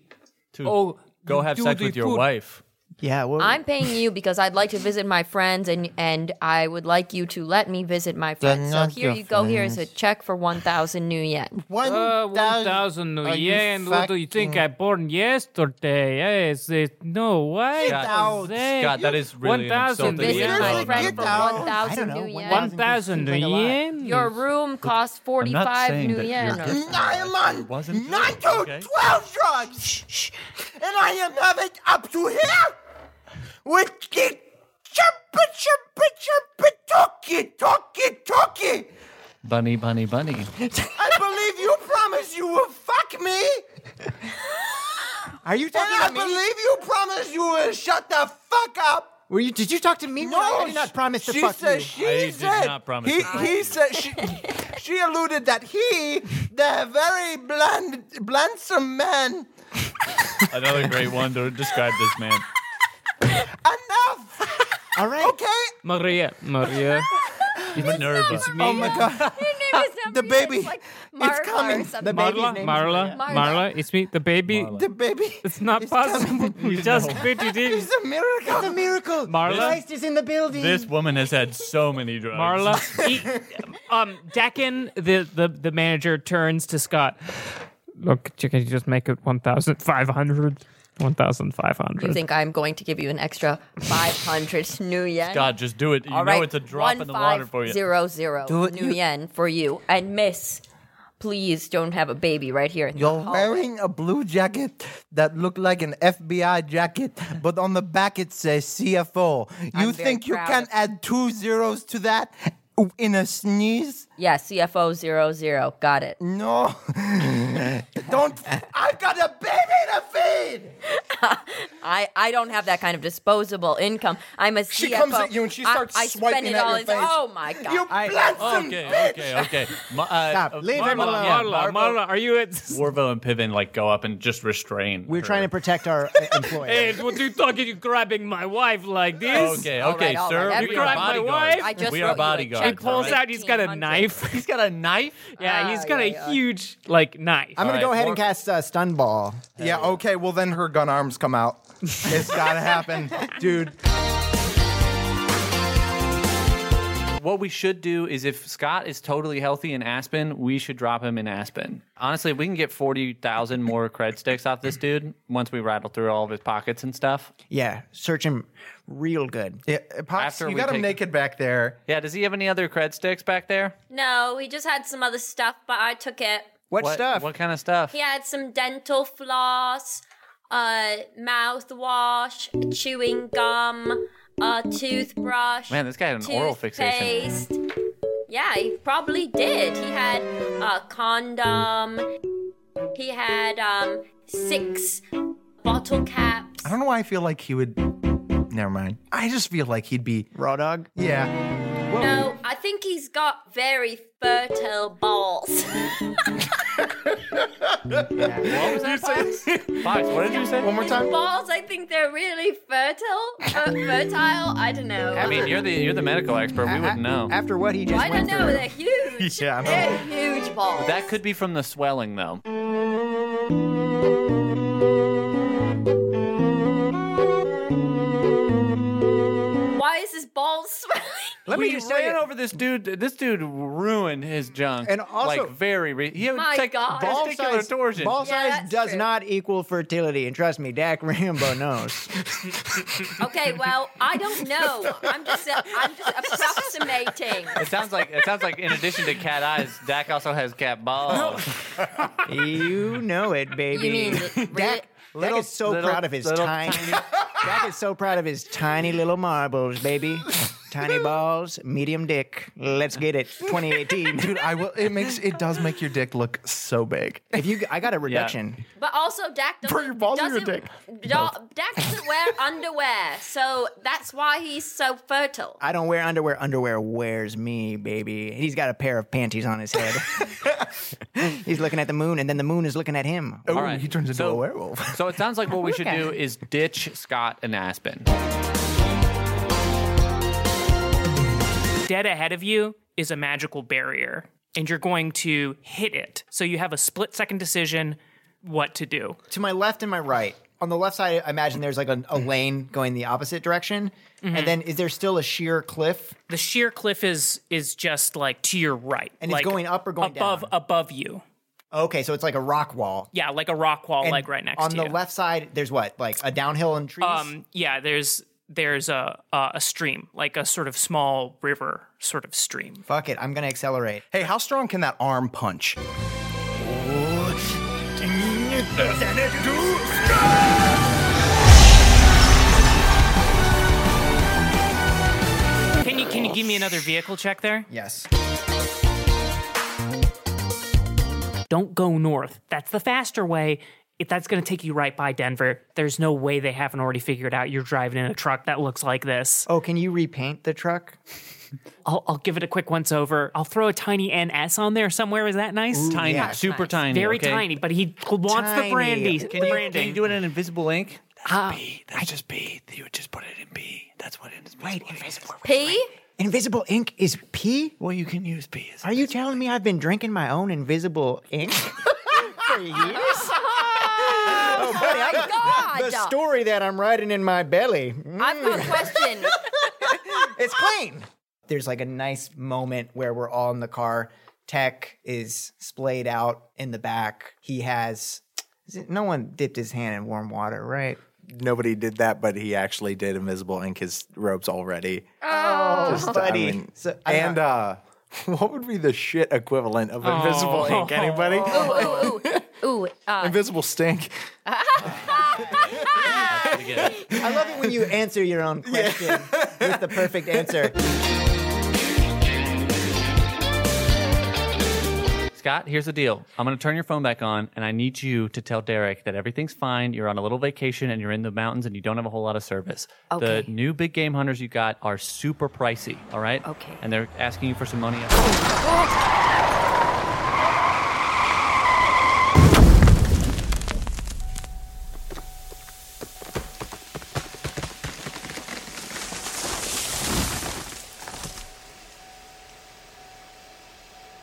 [SPEAKER 2] To
[SPEAKER 8] oh,
[SPEAKER 2] go have
[SPEAKER 8] do
[SPEAKER 2] sex
[SPEAKER 8] the
[SPEAKER 2] with your
[SPEAKER 8] food.
[SPEAKER 2] wife.
[SPEAKER 7] Yeah. Well,
[SPEAKER 4] I'm paying you because I'd like to visit my friends, and and I would like you to let me visit my
[SPEAKER 8] They're
[SPEAKER 4] friends. So
[SPEAKER 8] not
[SPEAKER 4] here
[SPEAKER 8] your
[SPEAKER 4] you go. Here is a
[SPEAKER 8] friends.
[SPEAKER 4] check for one thousand new yen.
[SPEAKER 8] One uh, one thousand new
[SPEAKER 4] Are you
[SPEAKER 8] yen. What do you think I born yesterday? Yes, it, no way.
[SPEAKER 2] Get
[SPEAKER 8] Oh,
[SPEAKER 2] out. God, that is
[SPEAKER 8] one
[SPEAKER 2] really an
[SPEAKER 8] thousand
[SPEAKER 2] insulting
[SPEAKER 8] yen.
[SPEAKER 2] insult. Get
[SPEAKER 4] Friend for one thousand new yen.
[SPEAKER 8] One thousand yen.
[SPEAKER 4] Your room costs
[SPEAKER 2] I'm not
[SPEAKER 4] forty-five
[SPEAKER 2] saying
[SPEAKER 4] new
[SPEAKER 2] that you're
[SPEAKER 4] yen.
[SPEAKER 2] different.
[SPEAKER 9] Diamond!
[SPEAKER 2] Wasn't good,
[SPEAKER 9] 9 to
[SPEAKER 2] okay?
[SPEAKER 9] 12 drugs! Shh, shh. And I am having up to here with the chirpa, chirpa, chirpa, talkie, talkie, talkie!
[SPEAKER 2] Bunny, bunny, bunny.
[SPEAKER 9] I believe you promised you will fuck me!
[SPEAKER 7] Are you
[SPEAKER 9] talking and I believe you promised you will shut the fuck up!
[SPEAKER 7] Were you? Did you talk to me?
[SPEAKER 9] No,
[SPEAKER 7] I did not promise to
[SPEAKER 9] she
[SPEAKER 7] fuck
[SPEAKER 9] said,
[SPEAKER 7] you.
[SPEAKER 9] She
[SPEAKER 7] I did
[SPEAKER 9] said,
[SPEAKER 7] not promise
[SPEAKER 9] He,
[SPEAKER 7] to fuck
[SPEAKER 9] he
[SPEAKER 7] you. [LAUGHS]
[SPEAKER 9] said she, she alluded that he, the very bland, blandsome man,
[SPEAKER 8] [LAUGHS]
[SPEAKER 2] Another great one to describe this man.
[SPEAKER 9] enough.
[SPEAKER 7] All right.
[SPEAKER 9] Okay.
[SPEAKER 8] Maria, Maria.
[SPEAKER 30] It's Nerva. It's me. Oh
[SPEAKER 23] [LAUGHS]
[SPEAKER 30] my god.
[SPEAKER 12] [LAUGHS] the baby.
[SPEAKER 4] Marla
[SPEAKER 12] it's coming.
[SPEAKER 4] The
[SPEAKER 12] baby's
[SPEAKER 31] Marla,
[SPEAKER 12] name is
[SPEAKER 31] Marla,
[SPEAKER 12] Marla.
[SPEAKER 31] Marla, it's me, the baby.
[SPEAKER 12] The baby.
[SPEAKER 31] It's not
[SPEAKER 12] [LAUGHS]
[SPEAKER 31] possible.
[SPEAKER 23] [LAUGHS]
[SPEAKER 31] You just quit it in.
[SPEAKER 12] It's a miracle.
[SPEAKER 9] It's a miracle.
[SPEAKER 31] Marla?
[SPEAKER 9] Christ is in the
[SPEAKER 2] [LAUGHS]
[SPEAKER 9] building.
[SPEAKER 30] This woman has had so many
[SPEAKER 31] [LAUGHS]
[SPEAKER 30] drugs.
[SPEAKER 31] Marla,
[SPEAKER 8] Um, Deccan, the, the the manager turns to Scott.
[SPEAKER 31] Look, you can just make it 1,500. 1,500.
[SPEAKER 23] You think I'm going to give you an extra
[SPEAKER 30] [LAUGHS]
[SPEAKER 23] 500 new yen?
[SPEAKER 30] God, just do it. You
[SPEAKER 23] All
[SPEAKER 30] know
[SPEAKER 23] right,
[SPEAKER 30] it's a drop in the water for you.
[SPEAKER 23] 1500
[SPEAKER 30] Do it,
[SPEAKER 23] new
[SPEAKER 30] you-
[SPEAKER 23] yen for you. And miss, please don't have a baby right here. in the
[SPEAKER 1] Oh.
[SPEAKER 27] You're
[SPEAKER 23] hallway.
[SPEAKER 27] wearing a blue jacket that looked like an FBI jacket, but on the back it says CFO. You
[SPEAKER 23] I'm very
[SPEAKER 27] think you
[SPEAKER 23] proud
[SPEAKER 27] can
[SPEAKER 23] of-
[SPEAKER 27] add two zeros to that in a sneeze?
[SPEAKER 23] Yeah, CFO zero zero. Got it.
[SPEAKER 27] No. [LAUGHS] Don't. I've got a baby to feed.
[SPEAKER 23] [LAUGHS] I, I don't have that kind of disposable income. I'm a CFO.
[SPEAKER 27] She comes at you and she starts
[SPEAKER 23] I, I
[SPEAKER 27] swiping
[SPEAKER 23] spend it
[SPEAKER 27] at
[SPEAKER 23] all
[SPEAKER 27] your
[SPEAKER 23] in-
[SPEAKER 27] face.
[SPEAKER 23] Oh my god!
[SPEAKER 27] You
[SPEAKER 23] I-
[SPEAKER 27] blessing
[SPEAKER 30] Okay,
[SPEAKER 27] bitch.
[SPEAKER 30] okay, okay. Ma- uh,
[SPEAKER 7] Stop. Leave him alone.
[SPEAKER 31] Marla, Marla, are you at?
[SPEAKER 30] Warvo and Piven like go up and just restrain.
[SPEAKER 7] We're
[SPEAKER 30] her.
[SPEAKER 7] trying to protect our uh, employees.
[SPEAKER 31] Hey, what you talking? You grabbing my wife like this?
[SPEAKER 30] Okay, All okay, right, all sir, right.
[SPEAKER 31] You
[SPEAKER 30] we are
[SPEAKER 31] grabbed my
[SPEAKER 30] bodyguards.
[SPEAKER 31] wife.
[SPEAKER 30] I just We are wrote you a bodyguards,
[SPEAKER 31] He pulls
[SPEAKER 30] alright?
[SPEAKER 31] out. He's got a knife. He's got a knife. Yeah,
[SPEAKER 23] Ah,
[SPEAKER 31] he's got a
[SPEAKER 23] yeah, yeah.
[SPEAKER 31] huge like knife.
[SPEAKER 7] I'm gonna go ahead and cast uh, stun ball.
[SPEAKER 1] Yeah, okay, well then her gun arms
[SPEAKER 23] [LAUGHS]
[SPEAKER 1] come out. It's gotta happen. Dude.
[SPEAKER 2] What we should do is if Scott is totally healthy in Aspen, we should drop him in Aspen. Honestly, if we can get 40,000 more cred sticks off this dude once we rattle through all of his pockets and stuff.
[SPEAKER 7] [LAUGHS] Yeah, search him real good.
[SPEAKER 1] Yeah,
[SPEAKER 9] uh,
[SPEAKER 2] After you we got him take-
[SPEAKER 1] naked back there.
[SPEAKER 2] Yeah, does he have any other cred sticks back there?
[SPEAKER 4] No, we just had some other stuff, but I took it.
[SPEAKER 2] What kind of
[SPEAKER 30] [LAUGHS]
[SPEAKER 2] stuff?
[SPEAKER 4] He had some dental floss, uh, mouthwash, chewing gum, a toothbrush.
[SPEAKER 2] Man, this guy had an oral fixation.
[SPEAKER 4] toothpaste. Yeah, he probably did. He had a condom. He had um six bottle caps.
[SPEAKER 1] I don't know why I feel like he would. Never mind. I just feel like he'd be.
[SPEAKER 7] Raw dog?
[SPEAKER 1] Yeah.
[SPEAKER 4] No, I think he's got very fertile balls.
[SPEAKER 2] What
[SPEAKER 4] [LAUGHS]
[SPEAKER 2] was that, Fox? Fox, what did you say?
[SPEAKER 1] One more time.
[SPEAKER 4] Balls, I think they're really fertile. Uh, fertile, I don't know.
[SPEAKER 2] I mean, you're the you're the medical expert. We wouldn't know.
[SPEAKER 30] [LAUGHS]
[SPEAKER 7] Uh-huh. After what he just
[SPEAKER 4] I don't know. They're huge.
[SPEAKER 2] yeah,
[SPEAKER 4] They're huge balls.
[SPEAKER 2] That could be from the swelling, though.
[SPEAKER 4] Why is his balls
[SPEAKER 7] [LAUGHS]
[SPEAKER 4] swelling?
[SPEAKER 2] Let
[SPEAKER 4] me
[SPEAKER 2] we
[SPEAKER 4] just tell
[SPEAKER 2] ran
[SPEAKER 4] you-
[SPEAKER 2] over this dude. This dude ruined his junk,
[SPEAKER 7] And also-
[SPEAKER 2] like very. Re- he had
[SPEAKER 4] My
[SPEAKER 2] like
[SPEAKER 4] God.
[SPEAKER 2] ball
[SPEAKER 7] size,
[SPEAKER 2] size, torsion.
[SPEAKER 7] ball size does not equal fertility, and trust me, Dak Rambo knows. [LAUGHS]
[SPEAKER 4] Okay, well, I don't know. I'm just I'm just approximating.
[SPEAKER 2] It sounds like it sounds like in addition to cat eyes, Dak also has cat balls.
[SPEAKER 7] you know it, baby.
[SPEAKER 4] You
[SPEAKER 7] [LAUGHS]
[SPEAKER 4] mean re-
[SPEAKER 7] Dak, Dak is so
[SPEAKER 2] little-
[SPEAKER 7] proud of his
[SPEAKER 2] little
[SPEAKER 7] tiny. [LAUGHS] Dak is so proud of his tiny little marbles, baby. Tiny balls, medium dick. Let's get it. 2018.
[SPEAKER 1] Dude, I will. It makes it does make your dick look so big.
[SPEAKER 7] If you, I
[SPEAKER 2] [LAUGHS]
[SPEAKER 7] got a reduction.
[SPEAKER 4] But also, Dak
[SPEAKER 9] Oh,
[SPEAKER 4] doesn't.
[SPEAKER 1] For your balls or your
[SPEAKER 4] doesn't-
[SPEAKER 1] dick?
[SPEAKER 4] Da- Dak doesn't wear underwear, so that's why he's so fertile.
[SPEAKER 7] I don't wear underwear. Underwear wears me, baby. He's got a pair of panties on his head. [LAUGHS] He's looking at the moon, and then the moon is looking at him.
[SPEAKER 1] Oh, he turns into a werewolf.
[SPEAKER 2] so it sounds like what we should
[SPEAKER 7] Okay.
[SPEAKER 2] do is ditch Scott and Aspen.
[SPEAKER 8] Dead ahead of you is a magical barrier, and you're going to hit it. So you have a split second decision what to do.
[SPEAKER 7] To my left and my right. On the left side, I imagine there's like a, a lane going the opposite direction,
[SPEAKER 8] Mhm.
[SPEAKER 7] and then is there still a sheer cliff?
[SPEAKER 8] The sheer cliff is is just like to your right,
[SPEAKER 7] And it's
[SPEAKER 8] like
[SPEAKER 7] going up or going
[SPEAKER 8] above
[SPEAKER 7] down?
[SPEAKER 8] above you.
[SPEAKER 7] Okay, so it's like a rock wall.
[SPEAKER 8] Yeah, like a rock wall,
[SPEAKER 7] And
[SPEAKER 8] like right next
[SPEAKER 7] on
[SPEAKER 8] to
[SPEAKER 7] the
[SPEAKER 8] you.
[SPEAKER 7] left side, there's what like a downhill and trees.
[SPEAKER 8] Um, yeah, there's there's a a a stream, like a sort of small river, sort of stream.
[SPEAKER 7] Fuck it, I'm gonna accelerate.
[SPEAKER 1] Hey, how strong can that arm punch?
[SPEAKER 8] Can you can you give me another vehicle check there?
[SPEAKER 7] Yes.
[SPEAKER 8] Don't go north. That's the faster way. If that's going to take you right by Denver, there's no way they haven't already figured out you're driving in a truck that looks like this.
[SPEAKER 7] Oh, can you repaint the truck?
[SPEAKER 8] I'll, I'll give it a quick once over. I'll throw a tiny NS on there somewhere. Is that nice?
[SPEAKER 2] Ooh, Tiny, yeah, super nice. tiny,
[SPEAKER 8] Very
[SPEAKER 2] okay?
[SPEAKER 8] tiny, but he wants the
[SPEAKER 2] Tiny.
[SPEAKER 8] brandy. Uh,
[SPEAKER 2] Can you- can you do it in invisible ink?
[SPEAKER 8] That's
[SPEAKER 2] B. That's just B. You would just put it in B. That's what it is. Wait, invisible.
[SPEAKER 4] P?
[SPEAKER 7] Invisible ink is pee?
[SPEAKER 30] Well, you can use pee.
[SPEAKER 7] Are you telling me I've been drinking my own invisible ink? for years?
[SPEAKER 12] [LAUGHS]
[SPEAKER 7] oh, buddy, I-
[SPEAKER 23] God.
[SPEAKER 7] The story that I'm writing in my belly.
[SPEAKER 23] I've got a
[SPEAKER 12] Mm. [LAUGHS]
[SPEAKER 23] question.
[SPEAKER 7] it's clean. There's like a nice moment where we're all in the car. Tech is splayed out in the back. He has. is it- no one dipped his hand in warm water, right?
[SPEAKER 27] Nobody did that, but he actually did invisible ink his robes already.
[SPEAKER 7] Oh,
[SPEAKER 27] Just, I
[SPEAKER 7] buddy.
[SPEAKER 27] mean-
[SPEAKER 7] So- I'm
[SPEAKER 27] and uh, [LAUGHS] what would be the shit equivalent of invisible
[SPEAKER 10] Oh.
[SPEAKER 27] ink?
[SPEAKER 2] [LAUGHS]
[SPEAKER 27] Anybody?
[SPEAKER 23] ooh, ooh, ooh. Ooh,
[SPEAKER 12] [LAUGHS]
[SPEAKER 2] Ah.
[SPEAKER 23] uh, [LAUGHS]
[SPEAKER 27] invisible stink.
[SPEAKER 7] [LAUGHS] I love it when you answer your own question with the
[SPEAKER 1] [LAUGHS]
[SPEAKER 7] perfect answer.
[SPEAKER 2] Scott, here's the deal. I'm going to turn your phone back on, and I need you to tell Derek that everything's fine. You're on a little vacation, and you're in the mountains, and you don't have a whole lot of service.
[SPEAKER 10] Okay.
[SPEAKER 2] The new big game hunters you got are super pricey, all right? Okay. And they're asking you for some money.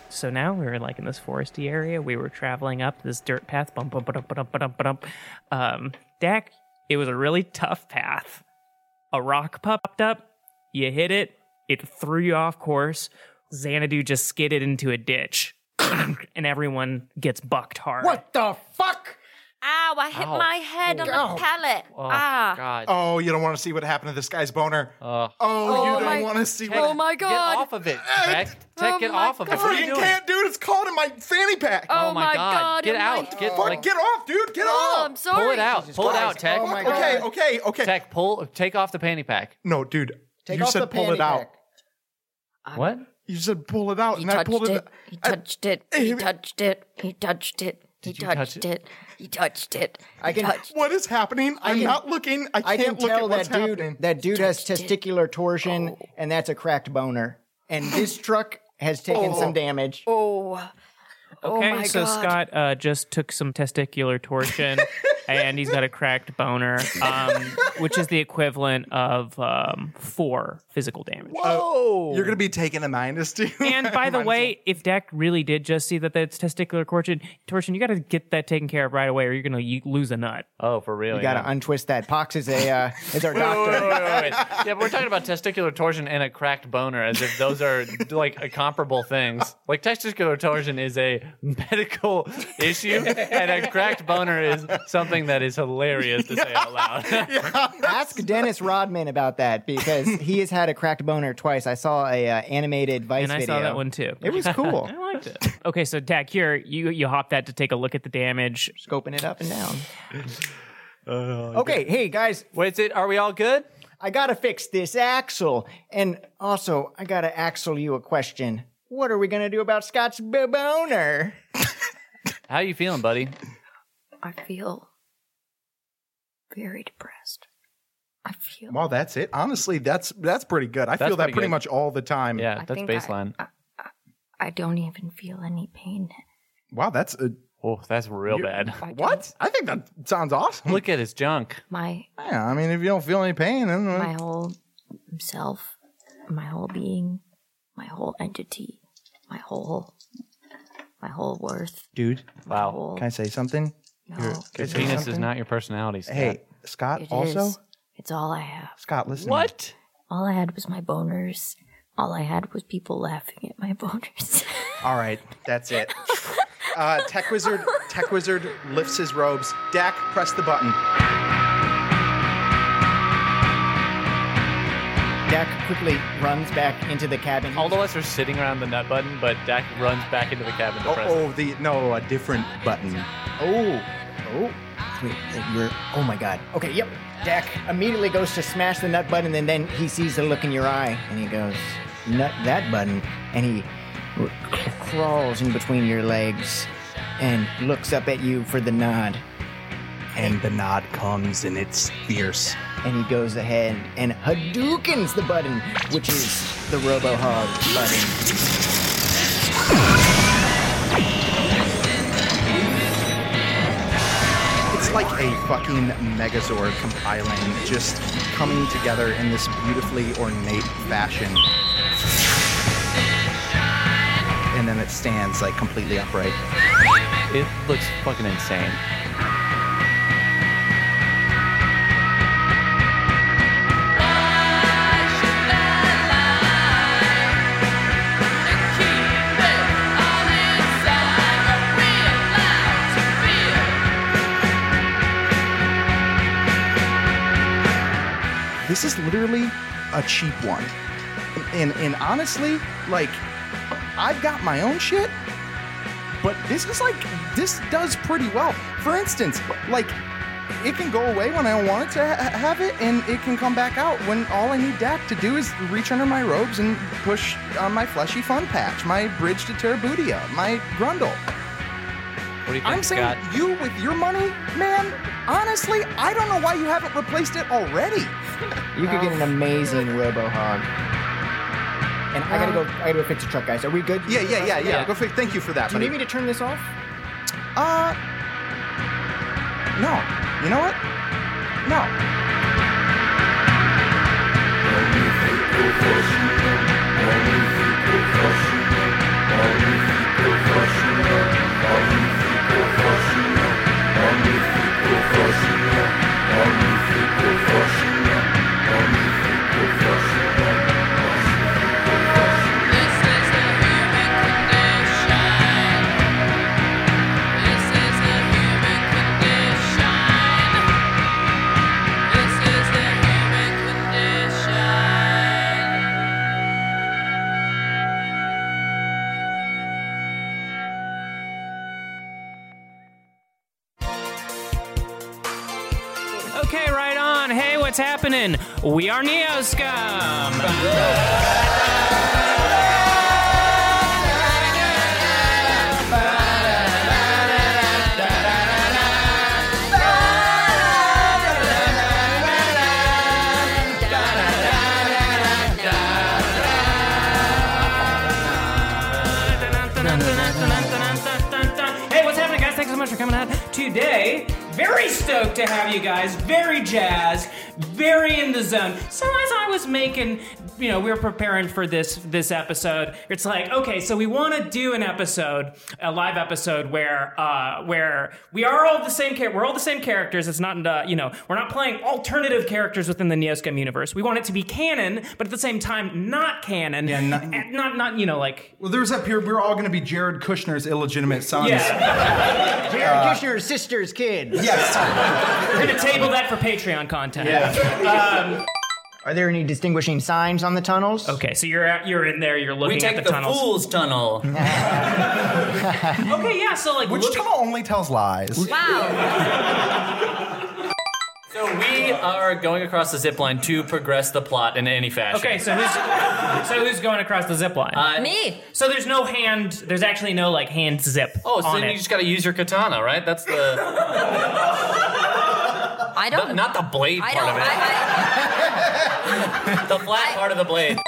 [SPEAKER 8] So now we were like in this foresty area. We were traveling up this dirt path. Bum, bum, ba-dum, ba-dum, ba-dum, ba-dum. Um, Dak, it was a really tough path. A rock popped up. You hit it. It threw you off course. Xanadu just skidded into a ditch. [COUGHS] and everyone gets bucked hard.
[SPEAKER 23] What
[SPEAKER 7] the fuck?
[SPEAKER 23] Ow, I hit
[SPEAKER 8] Ow.
[SPEAKER 23] my head on
[SPEAKER 8] Ow.
[SPEAKER 23] the pallet.
[SPEAKER 2] Oh,
[SPEAKER 23] ah.
[SPEAKER 1] Oh, you don't want to see what happened to this guy's boner. oh,
[SPEAKER 23] Oh
[SPEAKER 1] you
[SPEAKER 23] my-
[SPEAKER 1] don't want to see
[SPEAKER 23] Tech,
[SPEAKER 1] what.
[SPEAKER 23] oh my
[SPEAKER 1] Get
[SPEAKER 23] God.
[SPEAKER 1] off
[SPEAKER 2] of it,
[SPEAKER 1] Tech.
[SPEAKER 2] Tech,
[SPEAKER 7] Oh
[SPEAKER 2] get off of it. What are you
[SPEAKER 1] You
[SPEAKER 2] doing?
[SPEAKER 1] can't, dude. It's called in my fanny pack.
[SPEAKER 2] Oh Oh my my God. God, Get in my- out. Get,
[SPEAKER 1] Fuck,
[SPEAKER 2] like-
[SPEAKER 1] get off, dude. Get
[SPEAKER 2] Oh,
[SPEAKER 1] off.
[SPEAKER 2] I'm Pull it out. Pull it out, Tech.
[SPEAKER 1] Oh okay, okay, okay.
[SPEAKER 2] Tech, pull, take off the panty pack.
[SPEAKER 1] No, dude. you said pull it out.
[SPEAKER 2] What?
[SPEAKER 1] You said pull it out,
[SPEAKER 23] He
[SPEAKER 1] and I
[SPEAKER 23] touched
[SPEAKER 1] pulled it.
[SPEAKER 23] it. He touched it.
[SPEAKER 1] [LAUGHS]
[SPEAKER 23] He touched it. He touched it. He touched it? He touched it.
[SPEAKER 7] I
[SPEAKER 23] He
[SPEAKER 7] can-
[SPEAKER 23] touched
[SPEAKER 1] What is happening?
[SPEAKER 7] I
[SPEAKER 1] I'm
[SPEAKER 7] can-
[SPEAKER 1] not looking. I can't
[SPEAKER 7] I can
[SPEAKER 1] look
[SPEAKER 7] tell
[SPEAKER 1] at what's
[SPEAKER 7] that dude
[SPEAKER 1] happening. Oh.
[SPEAKER 7] that dude has testicular torsion, and that's a cracked boner. And
[SPEAKER 1] [LAUGHS]
[SPEAKER 7] this truck has taken
[SPEAKER 23] Oh.
[SPEAKER 7] some damage.
[SPEAKER 23] Oh. Oh
[SPEAKER 8] Okay,
[SPEAKER 23] my
[SPEAKER 8] so
[SPEAKER 23] God.
[SPEAKER 8] Scott uh, just took some testicular
[SPEAKER 23] [LAUGHS]
[SPEAKER 8] torsion, and he's got a cracked boner, um, which is the equivalent of um, four physical damage.
[SPEAKER 1] Whoa! uh, you're gonna be taking a minus two.
[SPEAKER 8] And by the way, if Dak really did just see that that's testicular torsion, torsion, you got to get that taken care of right away, or you're gonna y- lose a nut.
[SPEAKER 2] Oh, for real?
[SPEAKER 7] You gotta untwist that. Pox is a uh, is our doctor. [LAUGHS]
[SPEAKER 1] [LAUGHS] Oh,
[SPEAKER 2] yeah, but we're talking about testicular torsion and a cracked boner as if those are like a comparable things. Like testicular torsion is a
[SPEAKER 7] [LAUGHS]
[SPEAKER 2] medical issue, and a cracked boner is something that is hilarious to say out
[SPEAKER 7] [LAUGHS]
[SPEAKER 2] loud. [LAUGHS]
[SPEAKER 7] Ask Dennis Rodman about that because he has had a cracked boner twice. I saw a uh, animated Vice
[SPEAKER 8] and I
[SPEAKER 7] video.
[SPEAKER 8] saw that one too. [LAUGHS]
[SPEAKER 7] It was cool.
[SPEAKER 8] I liked it. Okay, so Dak, here you you hop that to take a look at the damage,
[SPEAKER 7] scoping it up and down.
[SPEAKER 2] okay.
[SPEAKER 7] Okay, hey guys.
[SPEAKER 2] Wait, it, are we all good?
[SPEAKER 7] I gotta fix this axle, and also I gotta axle you a question. What are we gonna do about Scott's b- boner?
[SPEAKER 2] How you feeling, buddy?
[SPEAKER 23] I feel very depressed. I feel.
[SPEAKER 1] [LAUGHS] Well, that's it. Honestly, that's that's pretty good. I
[SPEAKER 2] That's
[SPEAKER 1] feel that
[SPEAKER 2] pretty
[SPEAKER 1] pretty
[SPEAKER 2] good.
[SPEAKER 1] much all the time.
[SPEAKER 2] Yeah,
[SPEAKER 23] I that's think I- baseline.
[SPEAKER 2] I,
[SPEAKER 23] I don't even feel any pain. [LAUGHS]
[SPEAKER 1] wow, that's a,
[SPEAKER 2] oh, that's real bad.
[SPEAKER 1] What? I think that sounds awesome.
[SPEAKER 2] Look at his junk.
[SPEAKER 23] My
[SPEAKER 1] Yeah, I mean, if you don't feel any pain, then uh,
[SPEAKER 23] my whole self, my whole being, my whole entity, my whole my whole worth.
[SPEAKER 1] dude.
[SPEAKER 2] Wow.
[SPEAKER 1] Can I say something?
[SPEAKER 23] No.
[SPEAKER 1] Your-
[SPEAKER 2] Your
[SPEAKER 1] can I say
[SPEAKER 2] penis is
[SPEAKER 1] something?
[SPEAKER 2] not your personality. Scott.
[SPEAKER 1] Hey, Scott.
[SPEAKER 23] It
[SPEAKER 1] also,
[SPEAKER 23] is- it's all I have.
[SPEAKER 1] Scott, listen.
[SPEAKER 2] What?
[SPEAKER 23] All I had was my boners. All I had was people laughing at my boners. [LAUGHS]
[SPEAKER 1] All right, that's it. Uh, Tech Wizard, Tech Wizard lifts his robes. Dak, press the button.
[SPEAKER 7] Dak quickly runs back into the cabin.
[SPEAKER 2] All of us are sitting around the nut button, but Dak runs back into the cabin to press.
[SPEAKER 1] Oh, the no, a different button.
[SPEAKER 7] Oh, oh, wait, you're. Oh my God. Okay, yep. Dak immediately goes to smash the nut button, and then he sees the look in your eye, and he goes, "Nut that button," and he r- crawls in between your legs and looks up at you for the nod.
[SPEAKER 27] And the nod comes and it's fierce.
[SPEAKER 7] And he goes ahead and Hadoukens the button, which is the RoboHog button.
[SPEAKER 1] It's like a fucking Megazord compiling, just coming together in this beautifully ornate fashion. And then it stands like completely upright.
[SPEAKER 32] It looks fucking insane.
[SPEAKER 1] This is literally a cheap one. And, and honestly, like, I've got my own shit, but this is like, this does pretty well. For instance, like, it can go away when I want it to ha- have it, and it can come back out when all I need Dak to do is reach under my robes and push on my fleshy fun patch, my bridge to Terrabudia, my Grundle.
[SPEAKER 32] What do you think,
[SPEAKER 1] I'm saying
[SPEAKER 32] Scott?
[SPEAKER 1] you with your money, man. Honestly, I don't know why you haven't replaced it already.
[SPEAKER 7] You could get an amazing Robo Hog. And I gotta go. I gotta go fix the truck, guys. Are we good?
[SPEAKER 1] Yeah, yeah, yeah, yeah. Go fix. Thank you for that.
[SPEAKER 7] Do you need
[SPEAKER 1] buddy.
[SPEAKER 7] me to turn this off?
[SPEAKER 1] Uh, no. You know what? No.
[SPEAKER 8] Okay, right on. Hey, what's happening? We are Neoscum. Hey, what's happening, guys? Thanks so much for coming out today. Very stoked to have you guys. Very jazzed. Very in the zone. So as I was making, you know, we were preparing for this this episode. It's like, okay, so we want to do an episode, a live episode where uh, where we are all the same character. We're all the same characters. It's not, uh, you know, we're not playing alternative characters within the Neoscum universe. We want it to be canon, but at the same time, not canon. Yeah,
[SPEAKER 1] not-
[SPEAKER 8] not, not you know, like
[SPEAKER 1] Well, there's up here. We're all going to be Jared Kushner's illegitimate sons.
[SPEAKER 8] Yeah.
[SPEAKER 7] Jared
[SPEAKER 1] Uh,
[SPEAKER 7] Kushner's sister's kid.
[SPEAKER 1] Yes.
[SPEAKER 8] We're gonna table that for Patreon content.
[SPEAKER 7] Yeah.
[SPEAKER 8] Um,
[SPEAKER 7] Are there any distinguishing signs on the tunnels?
[SPEAKER 8] okay, so you're out, you're in there. You're looking
[SPEAKER 7] take
[SPEAKER 8] at
[SPEAKER 7] the
[SPEAKER 8] the tunnels.
[SPEAKER 7] fool's
[SPEAKER 8] tunnel. okay, yeah. So like,
[SPEAKER 33] Which
[SPEAKER 8] look-
[SPEAKER 33] tunnel only tells lies?
[SPEAKER 2] So we are going across the zip line to progress the plot in any fashion.
[SPEAKER 8] [LAUGHS] okay, so who's so who's going across the zip line?
[SPEAKER 2] Uh,
[SPEAKER 8] Me. So there's no hand. There's actually no like hand zip.
[SPEAKER 2] Oh, so
[SPEAKER 8] on
[SPEAKER 2] then
[SPEAKER 8] it.
[SPEAKER 2] you just gotta use your katana, right? That's the
[SPEAKER 4] I don't.
[SPEAKER 2] not the blade
[SPEAKER 4] I
[SPEAKER 2] part
[SPEAKER 4] don't.
[SPEAKER 2] of it. [LAUGHS] the flat part of the blade.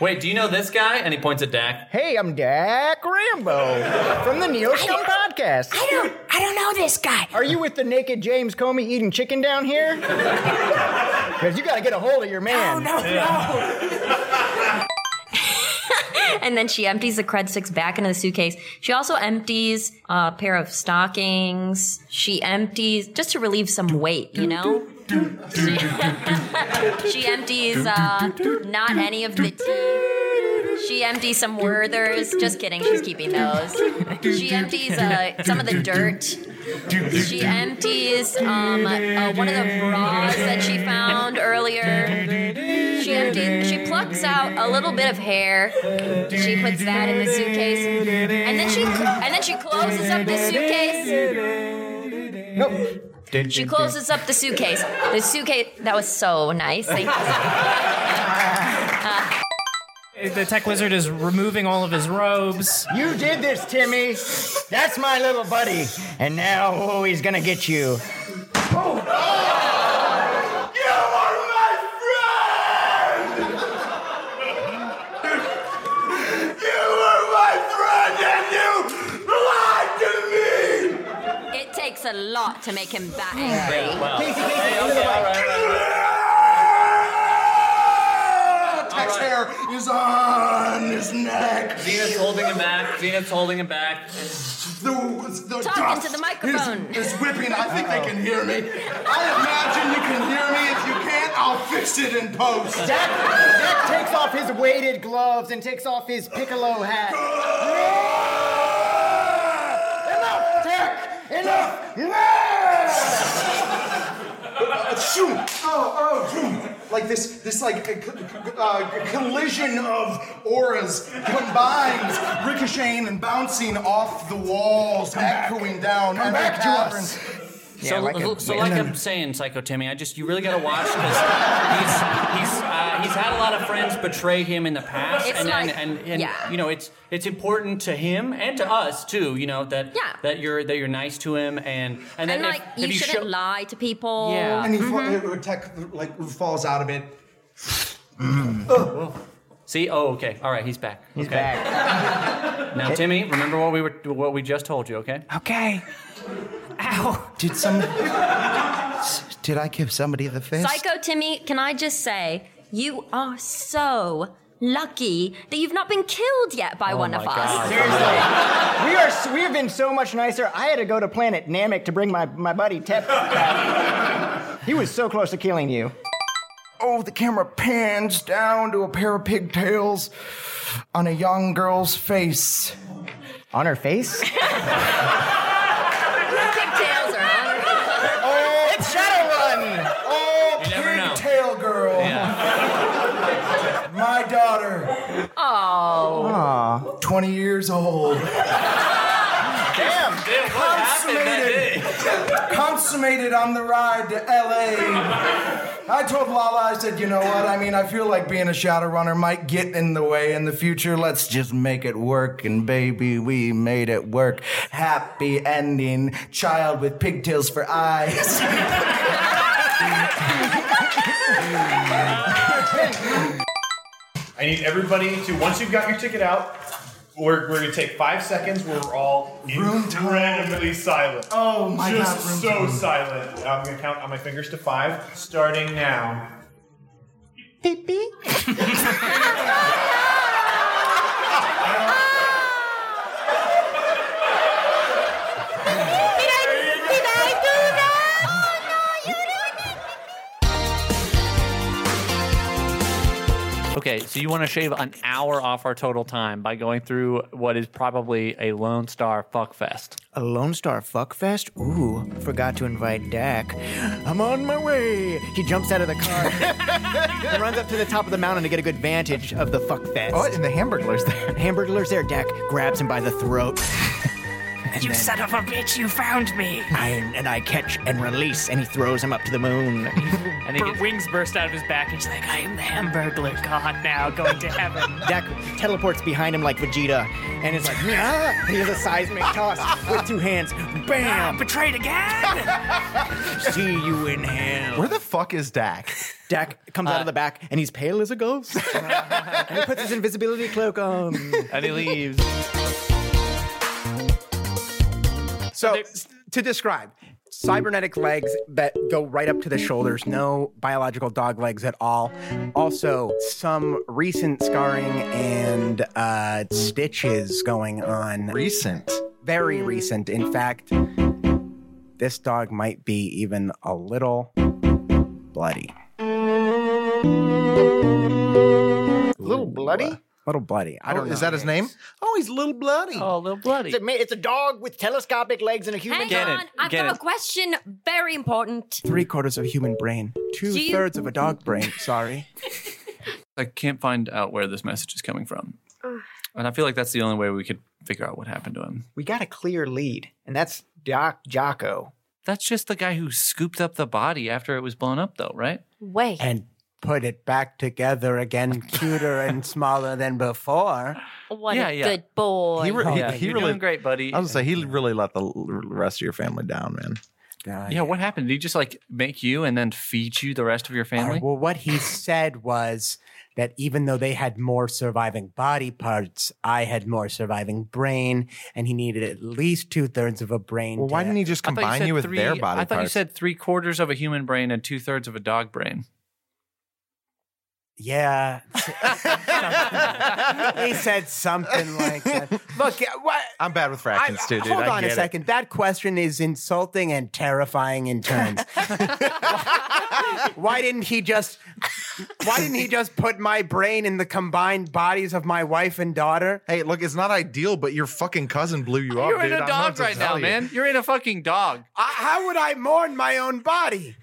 [SPEAKER 2] Wait, do you know this guy? And he points at Dak.
[SPEAKER 7] Hey, I'm Dak Rambo from the Neo Scum Podcast. I
[SPEAKER 4] don't, I don't know this guy.
[SPEAKER 7] Are you with the naked James Comey eating chicken down here? Because you got to get a hold of your
[SPEAKER 4] Oh,
[SPEAKER 7] man.
[SPEAKER 4] No, no, and then she empties the cred sticks back into the suitcase. She also empties a pair of stockings. She empties just to relieve some weight, you know. she empties uh, not any of the tea. She empties some Werthers. Just kidding, she's keeping those. She empties uh, some of the dirt. She empties um, uh, one of the bras that she found earlier. She empties. She plucks out a little bit of hair. She puts that in the suitcase, and then she and then she closes up the suitcase. She closes up the suitcase. The suitcase that was so nice. Thank you.
[SPEAKER 8] [LAUGHS] the tech wizard is removing all of his robes.
[SPEAKER 7] You did this, Timmy. That's my little buddy. And now oh, he's going to get you.
[SPEAKER 4] It takes a lot to make him that angry. [LAUGHS]
[SPEAKER 2] Wow. Hey, okay, all right, all right.
[SPEAKER 4] All
[SPEAKER 9] rat's hair is on his neck.
[SPEAKER 14] Zenith's holding him back. Zenith's holding him back.
[SPEAKER 9] The, the
[SPEAKER 4] Talk
[SPEAKER 9] dust
[SPEAKER 4] into the microphone.
[SPEAKER 9] Is, is whipping. I think they can hear me. I imagine you can hear me. If you can't, I'll fix it in post.
[SPEAKER 7] Zach, Zach takes off his weighted gloves and takes off his piccolo hat.
[SPEAKER 9] Enough, Dick! Enough! Yeah! Shoot! Oh, oh, shoot! Like this, this like c- c- uh, collision of auras combines, ricocheting and bouncing off the walls, echoing down.
[SPEAKER 14] Come
[SPEAKER 9] at
[SPEAKER 14] back
[SPEAKER 9] the
[SPEAKER 14] to
[SPEAKER 9] cavern.
[SPEAKER 14] us.
[SPEAKER 9] Yeah,
[SPEAKER 14] so,
[SPEAKER 9] like a-
[SPEAKER 14] so
[SPEAKER 9] yeah.
[SPEAKER 4] [LAUGHS]
[SPEAKER 14] like I'm saying, Psycho Timmy, I just you really gotta watch because he's he's uh, he's had a lot of friends betray him in the past,
[SPEAKER 4] It's
[SPEAKER 14] and,
[SPEAKER 4] like-
[SPEAKER 14] and and, and
[SPEAKER 4] yeah.
[SPEAKER 14] you know it's it's important to him and to us too, you know that
[SPEAKER 4] Yeah.
[SPEAKER 14] that you're that you're nice to him and and then if,
[SPEAKER 4] and like
[SPEAKER 14] if
[SPEAKER 4] you, shouldn't
[SPEAKER 14] show-
[SPEAKER 4] lie to people.
[SPEAKER 9] And he fa-
[SPEAKER 4] Mhm.
[SPEAKER 9] uh, tech, like falls out of it.
[SPEAKER 14] see oh okay all right he's back he's okay.
[SPEAKER 7] back
[SPEAKER 14] [LAUGHS] now Timmy remember what we were what we just told you okay
[SPEAKER 34] Okay. Ow. Did some. Did I give somebody the fist?
[SPEAKER 4] Psycho Timmy, can I just say you are so lucky that you've not been killed yet
[SPEAKER 7] Oh
[SPEAKER 4] by one of us.
[SPEAKER 7] We are. s- We have been so much nicer. I had to go to Planet Namek to bring my my buddy Tep. back. he was so close to killing you.
[SPEAKER 34] Oh, the camera pans down to a pair of pigtails on a young girl's face.
[SPEAKER 7] On
[SPEAKER 34] [LAUGHS]
[SPEAKER 7] her face?
[SPEAKER 4] Pigtails are
[SPEAKER 9] Oh,
[SPEAKER 7] it's Shadowrun.
[SPEAKER 9] Oh,
[SPEAKER 14] You never know.
[SPEAKER 9] pigtail girl. My daughter,
[SPEAKER 4] Oh.
[SPEAKER 7] Aww.
[SPEAKER 34] 20 years old.
[SPEAKER 9] Damn. consummated, consummated on the ride to LA.
[SPEAKER 34] I told Lala, I said, you know what? I mean, I feel like being a shadow runner might get in the way in the future. Let's just make it work. And baby, we made it work. Happy ending. Child with pigtails for eyes. [LAUGHS]
[SPEAKER 20] [LAUGHS] I need everybody to once you've got your ticket out, we're, we're gonna take five seconds where we're all incredibly silent.
[SPEAKER 34] Oh my
[SPEAKER 20] Just
[SPEAKER 34] God, room
[SPEAKER 20] so
[SPEAKER 34] tone.
[SPEAKER 20] silent. I'm gonna count on my fingers to five, starting now.
[SPEAKER 2] Okay, so you want to shave an hour off our total time by going through what is probably a Lone Star fuckfest.
[SPEAKER 7] A Lone Star Fuckfest? Ooh, forgot to invite Dak. I'm on my way. He jumps out of the car and runs up to the top of the mountain to get a good vantage of the Fuckfest.
[SPEAKER 1] Oh, and the Hamburglar's
[SPEAKER 7] there. Hamburglar's there. Dak grabs him by the throat. And
[SPEAKER 19] You
[SPEAKER 7] then
[SPEAKER 19] son of a bitch, you found me.
[SPEAKER 7] I, and I catch and release, and he throws him up to the moon.
[SPEAKER 19] [LAUGHS] And wings burst out of his back, and he's like, I am the Hamburglar God now, going to heaven.
[SPEAKER 7] Dak teleports behind him like Vegeta, and it's like, "Nyah!" he does a seismic toss with two hands.
[SPEAKER 19] [LAUGHS]
[SPEAKER 7] Bam!
[SPEAKER 19] Betrayed again!
[SPEAKER 7] [LAUGHS] See you in hell.
[SPEAKER 1] Where the fuck is Dak?
[SPEAKER 7] Dak comes
[SPEAKER 19] Uh,
[SPEAKER 7] out of the back and he's pale as
[SPEAKER 19] [LAUGHS]
[SPEAKER 7] a ghost. and he puts his invisibility cloak on.
[SPEAKER 2] And he leaves.
[SPEAKER 12] So s- to describe, cybernetic legs that go right up to the shoulders, no biological dog legs at all. Also, some recent scarring and uh, stitches going on.
[SPEAKER 1] Recent.
[SPEAKER 12] Very recent. In fact, this dog might be even a little bloody.
[SPEAKER 1] Little bloody?
[SPEAKER 12] Little bloody. I
[SPEAKER 1] Oh,
[SPEAKER 12] don't know.
[SPEAKER 1] Is that his name?
[SPEAKER 12] Oh, he's
[SPEAKER 20] [LAUGHS]
[SPEAKER 12] little bloody.
[SPEAKER 2] Oh, little bloody.
[SPEAKER 7] It's a, ma- it's a dog with telescopic legs and a human.
[SPEAKER 4] Hang
[SPEAKER 12] Get it,
[SPEAKER 4] on, I've
[SPEAKER 12] get
[SPEAKER 4] got
[SPEAKER 12] it.
[SPEAKER 4] a question, very important.
[SPEAKER 12] Three quarters of a human brain, two
[SPEAKER 4] You-
[SPEAKER 12] thirds of a dog brain. Sorry.
[SPEAKER 2] [LAUGHS] I can't find out where this message is coming from. And I feel like that's the only way we could figure out what happened to him.
[SPEAKER 7] We got a clear lead, and that's Doc Jocko.
[SPEAKER 2] That's just the guy who scooped up the body after it was blown up, though, right?
[SPEAKER 4] Wait.
[SPEAKER 12] And put it back together again, cuter
[SPEAKER 2] [LAUGHS]
[SPEAKER 12] and smaller than before.
[SPEAKER 4] What
[SPEAKER 12] Yeah,
[SPEAKER 4] a
[SPEAKER 12] yeah.
[SPEAKER 4] good boy.
[SPEAKER 1] He, re-
[SPEAKER 2] Oh,
[SPEAKER 1] he, he really,
[SPEAKER 2] great, buddy.
[SPEAKER 1] I was gonna say he really let the l- rest of your family down, man.
[SPEAKER 2] Yeah, what happened? Did he just like make you and then feed you the rest of your family?
[SPEAKER 12] Well, what he said was that even though they had more surviving body parts, I had more surviving brain, and he needed at least two thirds of a brain.
[SPEAKER 1] Well, why
[SPEAKER 12] to-
[SPEAKER 1] didn't he just
[SPEAKER 2] I thought said three- I thought you said three quarters of a human brain and two thirds of a dog brain. [LAUGHS]
[SPEAKER 12] Yeah. he said something like that.
[SPEAKER 2] [LAUGHS]
[SPEAKER 12] Look, yeah, what?
[SPEAKER 1] I'm bad with fractions
[SPEAKER 12] I-
[SPEAKER 1] too, dude.
[SPEAKER 12] Hold
[SPEAKER 1] I
[SPEAKER 12] on a
[SPEAKER 1] get it.
[SPEAKER 12] second. That question is insulting and terrifying
[SPEAKER 35] [LAUGHS]
[SPEAKER 12] in turns. why didn't he just? Why didn't he just put my brain in the combined bodies of my wife and daughter?
[SPEAKER 1] Hey, look, it's not ideal, but your fucking cousin blew you
[SPEAKER 35] You're in a dog right now, man. You're in a fucking dog.
[SPEAKER 12] I, how would I mourn my own body?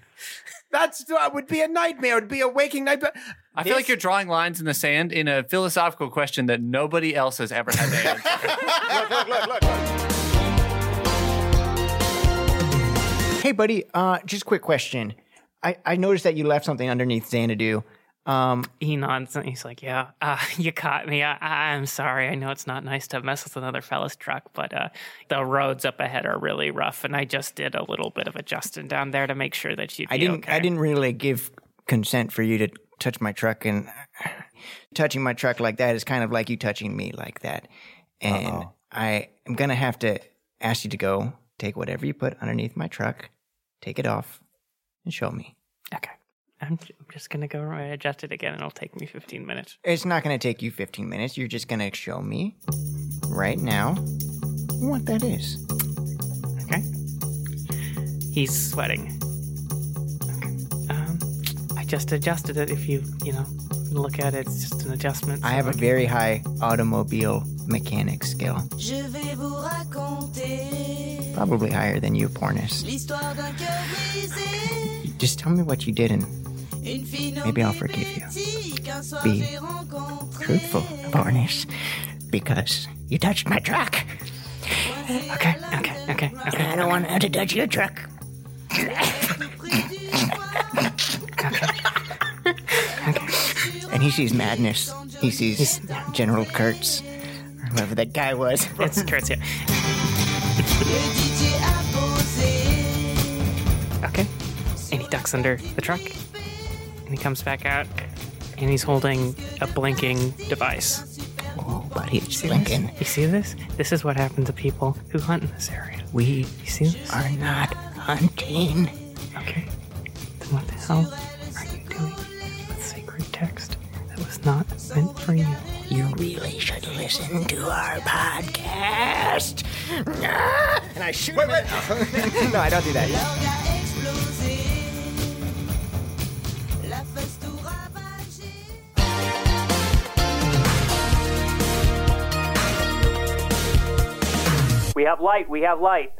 [SPEAKER 12] That's that would be a nightmare. It would be a waking nightmare.
[SPEAKER 35] I feel like you're drawing lines in the sand in a philosophical question that nobody else has ever had to answer.
[SPEAKER 7] Hey, buddy. Uh, just a quick question. I, I noticed that you left something underneath Xanadu. Um,
[SPEAKER 8] he nods and he's like, [LAUGHS] "Yeah, uh, you caught me. I, I, I'm sorry. I know it's not nice to mess with another fella's truck, but uh, the roads up ahead are really rough, and I just did a little bit of adjusting down there to make sure that you'd
[SPEAKER 7] I
[SPEAKER 8] be
[SPEAKER 7] didn't.
[SPEAKER 8] okay."
[SPEAKER 7] I didn't really give consent for you to touch my truck, and [SIGHS] touching my truck like that is kind of like you touching me like that. And I am gonna have to ask you to go take whatever you put underneath my truck, take it off, and show me.
[SPEAKER 8] I'm, j- I'm just gonna go and adjust it again, and it'll take me 15 minutes.
[SPEAKER 7] It's not gonna take you 15 minutes. You're just gonna show me right now what that is.
[SPEAKER 8] Okay. He's sweating. Um, I just adjusted it. If you, you know, look at it, it's just an adjustment.
[SPEAKER 7] I have a very high automobile mechanic skill,
[SPEAKER 10] Je vais vous raconter
[SPEAKER 7] probably higher than you, Pornis.
[SPEAKER 10] l'histoire d'un cœur brisé.
[SPEAKER 7] Just tell me what you did and
[SPEAKER 10] Une fille
[SPEAKER 7] Maybe
[SPEAKER 10] nommée
[SPEAKER 7] I'll forgive you.
[SPEAKER 10] Betty qu'un soir
[SPEAKER 7] Be
[SPEAKER 10] j'ai rencontré.
[SPEAKER 7] truthful, Barnes, because you touched my truck.
[SPEAKER 10] Okay, okay,
[SPEAKER 8] okay.
[SPEAKER 7] And I don't want to touch your truck. And he sees madness. He sees General Kurtz, or whoever that guy was.
[SPEAKER 8] It's Kurtz, yeah.
[SPEAKER 10] Le DJ a posé.
[SPEAKER 8] Okay. And he ducks under the truck. And he comes back out. And he's holding a blinking device.
[SPEAKER 7] Oh, but he's
[SPEAKER 8] blinking. You see this? This is what happens to people who hunt in this area.
[SPEAKER 7] We you
[SPEAKER 8] see this?
[SPEAKER 7] [LAUGHS] are not hunting.
[SPEAKER 8] Okay. Then what the hell are you doing with sacred text that was not meant for you?
[SPEAKER 7] You really should listen to our podcast. Ah! And I shoot him. [LAUGHS] in- no, I don't do that.
[SPEAKER 10] L'orgue a explosé. La face tout ravagée.
[SPEAKER 9] We have light. We have light.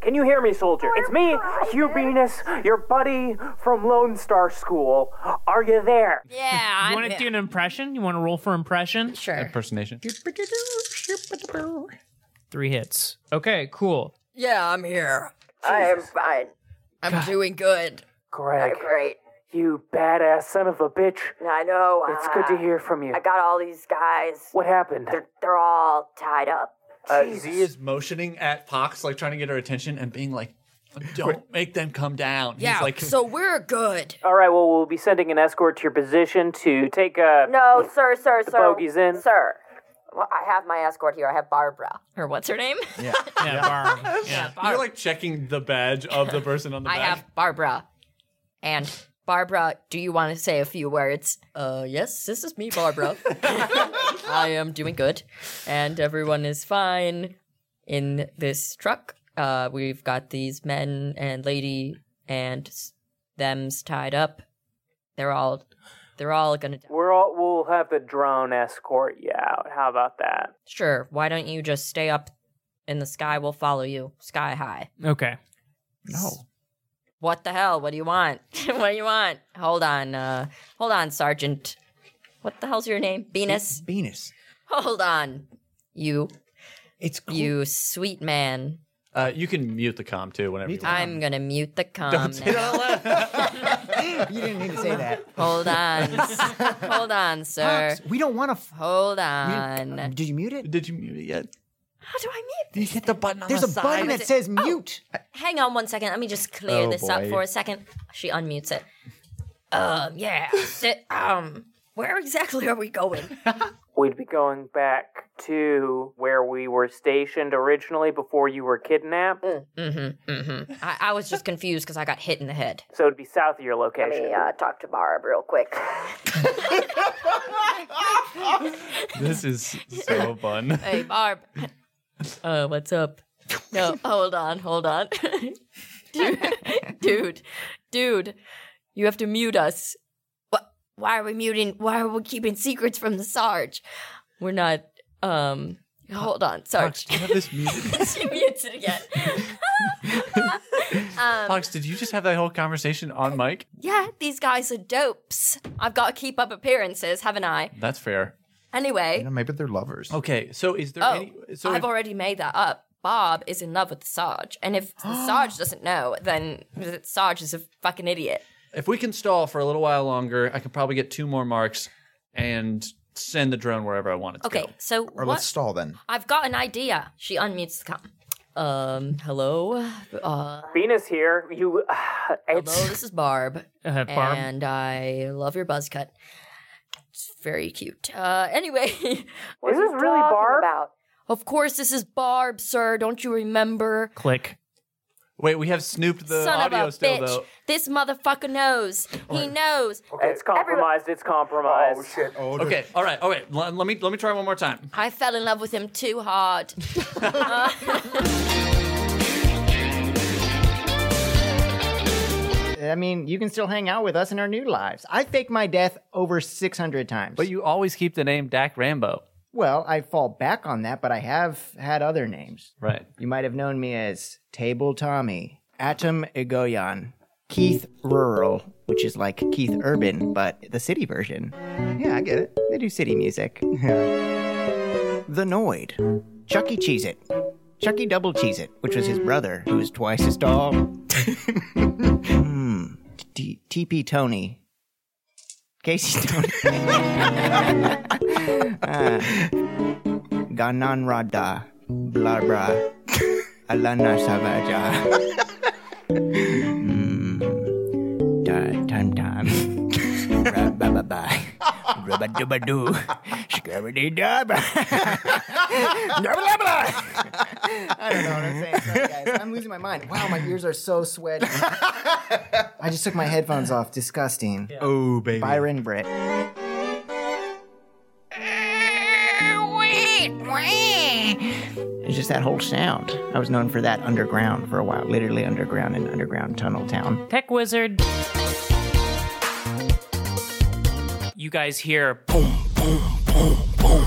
[SPEAKER 9] Can you hear me, soldier? It's me, Hugh Venus, your buddy from Lone Star School. Are you there?
[SPEAKER 8] Yeah.
[SPEAKER 9] I'm
[SPEAKER 8] You want to
[SPEAKER 9] there.
[SPEAKER 8] do an impression? You want to roll for impression?
[SPEAKER 9] Sure.
[SPEAKER 35] Impersonation.
[SPEAKER 8] Three hits. Okay, cool.
[SPEAKER 4] Yeah, I'm here. I am fine. I'm doing good.
[SPEAKER 8] Greg.
[SPEAKER 4] I'm great.
[SPEAKER 8] You badass son of a bitch.
[SPEAKER 4] I know. Ah,
[SPEAKER 8] It's good to hear from you.
[SPEAKER 4] I got all these guys.
[SPEAKER 8] What happened?
[SPEAKER 4] They're, they're all tied up.
[SPEAKER 2] [LAUGHS] Uh, Z is motioning at Pox, like trying to get her attention and being like, don't make them come down. He's like,
[SPEAKER 4] we're good.
[SPEAKER 8] All right, well, we'll be sending an escort to your position to take a.
[SPEAKER 4] No, sir, sir,
[SPEAKER 8] The
[SPEAKER 4] sir.
[SPEAKER 8] bogey's in.
[SPEAKER 4] Sir. Well, I have my escort here. I have Barbara. Or what's her name?
[SPEAKER 2] [LAUGHS] yeah.
[SPEAKER 8] yeah,
[SPEAKER 2] You're like checking the badge of the
[SPEAKER 35] [LAUGHS]
[SPEAKER 2] person on the
[SPEAKER 4] I
[SPEAKER 2] back.
[SPEAKER 4] have Barbara. And Barbara, do you want to say a few words? Uh, yes, this is me, Barbara. [LAUGHS] I am doing good, and everyone is fine in this truck. Uh, we've got these men and lady and s- them's tied up. They're all, they're all gonna die.
[SPEAKER 8] We're all, we'll have the drone escort you out. How about that?
[SPEAKER 4] Sure, why don't you just stay up in the sky? We'll follow you sky high.
[SPEAKER 8] Okay.
[SPEAKER 4] No. What the hell? What do you want? [LAUGHS] what do you want? Hold on, uh hold on, Sergeant. What the hell's your name? Venus?
[SPEAKER 7] Venus.
[SPEAKER 4] Hold on. You
[SPEAKER 7] It's
[SPEAKER 4] you sweet man.
[SPEAKER 2] Uh, you can mute the comm too whenever you want.
[SPEAKER 4] I'm gonna mute the com.
[SPEAKER 2] Don't-
[SPEAKER 4] now. [LAUGHS]
[SPEAKER 7] You didn't need to say that.
[SPEAKER 4] Hold
[SPEAKER 7] [LAUGHS]
[SPEAKER 4] on. hold on, sir.
[SPEAKER 7] Pops, we don't want to. F-
[SPEAKER 4] hold
[SPEAKER 7] on. did you mute it?
[SPEAKER 2] Did you mute it yet?
[SPEAKER 4] How do I mute?
[SPEAKER 2] You hit the button
[SPEAKER 4] on
[SPEAKER 7] There's
[SPEAKER 4] the
[SPEAKER 7] a button
[SPEAKER 4] side.
[SPEAKER 7] that says
[SPEAKER 8] Oh.
[SPEAKER 7] mute.
[SPEAKER 4] Hang on one second. Let me just clear
[SPEAKER 7] Oh,
[SPEAKER 4] this up
[SPEAKER 7] boy.
[SPEAKER 4] for a second. She unmutes it. Um, yeah. Sit, um, Where exactly are we going?
[SPEAKER 36] We'd be going back to where we were stationed originally before you were kidnapped.
[SPEAKER 18] Mm,
[SPEAKER 4] Mm-hmm.
[SPEAKER 10] [LAUGHS]
[SPEAKER 4] Mm-hmm. I, I was just confused because I got hit in the head.
[SPEAKER 36] So it'd be south of your location.
[SPEAKER 4] Let me, uh,
[SPEAKER 18] talk to Barb real quick.
[SPEAKER 2] [LAUGHS] This is so fun.
[SPEAKER 4] Hey, Barb. Uh, what's up? [LAUGHS] No, Oh, hold on, hold on. [LAUGHS] dude, dude, dude, you have to mute us. What? Why are we muting? Why are we keeping secrets from the Sarge? We're not, um, hold on, Sarge.
[SPEAKER 2] Do you have this
[SPEAKER 4] [LAUGHS]
[SPEAKER 2] music?
[SPEAKER 4] she mutes it again. um,
[SPEAKER 2] Fox, did you just have that whole conversation on mic?
[SPEAKER 4] yeah, these guys are dopes. I've got to keep up appearances, haven't I?
[SPEAKER 2] That's fair.
[SPEAKER 4] Anyway,
[SPEAKER 2] maybe they're lovers. Okay, so is there
[SPEAKER 4] oh,
[SPEAKER 2] any? So
[SPEAKER 4] I've
[SPEAKER 2] if-
[SPEAKER 4] already made that up. Bob is in love with Sarge, and
[SPEAKER 2] [GASPS]
[SPEAKER 4] if the Sarge doesn't know, then Sarge is a fucking idiot.
[SPEAKER 35] Oh.
[SPEAKER 2] If we can stall for a little while longer, I could probably get two more marks and send the drone wherever I want it to
[SPEAKER 4] Okay,
[SPEAKER 2] go.
[SPEAKER 4] so what?
[SPEAKER 2] stall then.
[SPEAKER 4] I've got an idea. She unmutes the com. Um, hello. Uh,
[SPEAKER 36] Venus here. You. [SIGHS]
[SPEAKER 4] hello, this is Barb.
[SPEAKER 36] Uh, Barb.
[SPEAKER 4] And I love your buzz cut. It's very cute. Uh, anyway, [LAUGHS] what
[SPEAKER 18] This is really Barb? About?
[SPEAKER 4] Of course, this is Barb, sir. Don't you remember?
[SPEAKER 2] Click. Wait, we have snooped the
[SPEAKER 4] Son
[SPEAKER 2] audio
[SPEAKER 4] of a
[SPEAKER 2] still
[SPEAKER 4] bitch.
[SPEAKER 2] though.
[SPEAKER 4] This motherfucker knows. He knows.
[SPEAKER 36] It's compromised. It's compromised. Oh shit.
[SPEAKER 2] Okay, all right, all right. L- let me let me try one more time.
[SPEAKER 4] I fell in love with him too
[SPEAKER 2] [LAUGHS]
[SPEAKER 4] hard. Uh,
[SPEAKER 7] I mean, you can still hang out with us in our new lives. I fake my death over 600 times. But
[SPEAKER 37] you always keep the name Dak Rambo.
[SPEAKER 7] Well, I fall back on that, but I have had other names.
[SPEAKER 37] Right.
[SPEAKER 7] You might have known me as Table Tommy, Atom Egoyan, Keith Rural, which is like Keith Urban, but the city version. Yeah, I get it. They do city music. [LAUGHS] the Noid, Chucky Cheese It, Chucky Double Cheese It, which was his brother, who was twice as tall. [LAUGHS] hmm. T- TP Tony. Casey [LAUGHS] Tony. Uh, Ganan Rada, Blabra, Alana Savaja. Mm, da- Tam Tam, Rabababa, [LAUGHS] Rabadubadoo,
[SPEAKER 36] [LAUGHS]
[SPEAKER 7] Scaraday Dabba. [LAUGHS] I don't know what I'm saying. Sorry, guys. I'm losing my mind. Wow, my ears are so [LAUGHS] sweaty. I just took my headphones off. Disgusting. Oh, baby. Byron Britt. It's just that whole sound. I was known for that underground for a while, literally underground in underground tunnel town.
[SPEAKER 8] Tech Wizard. You guys hear boom, boom, boom, boom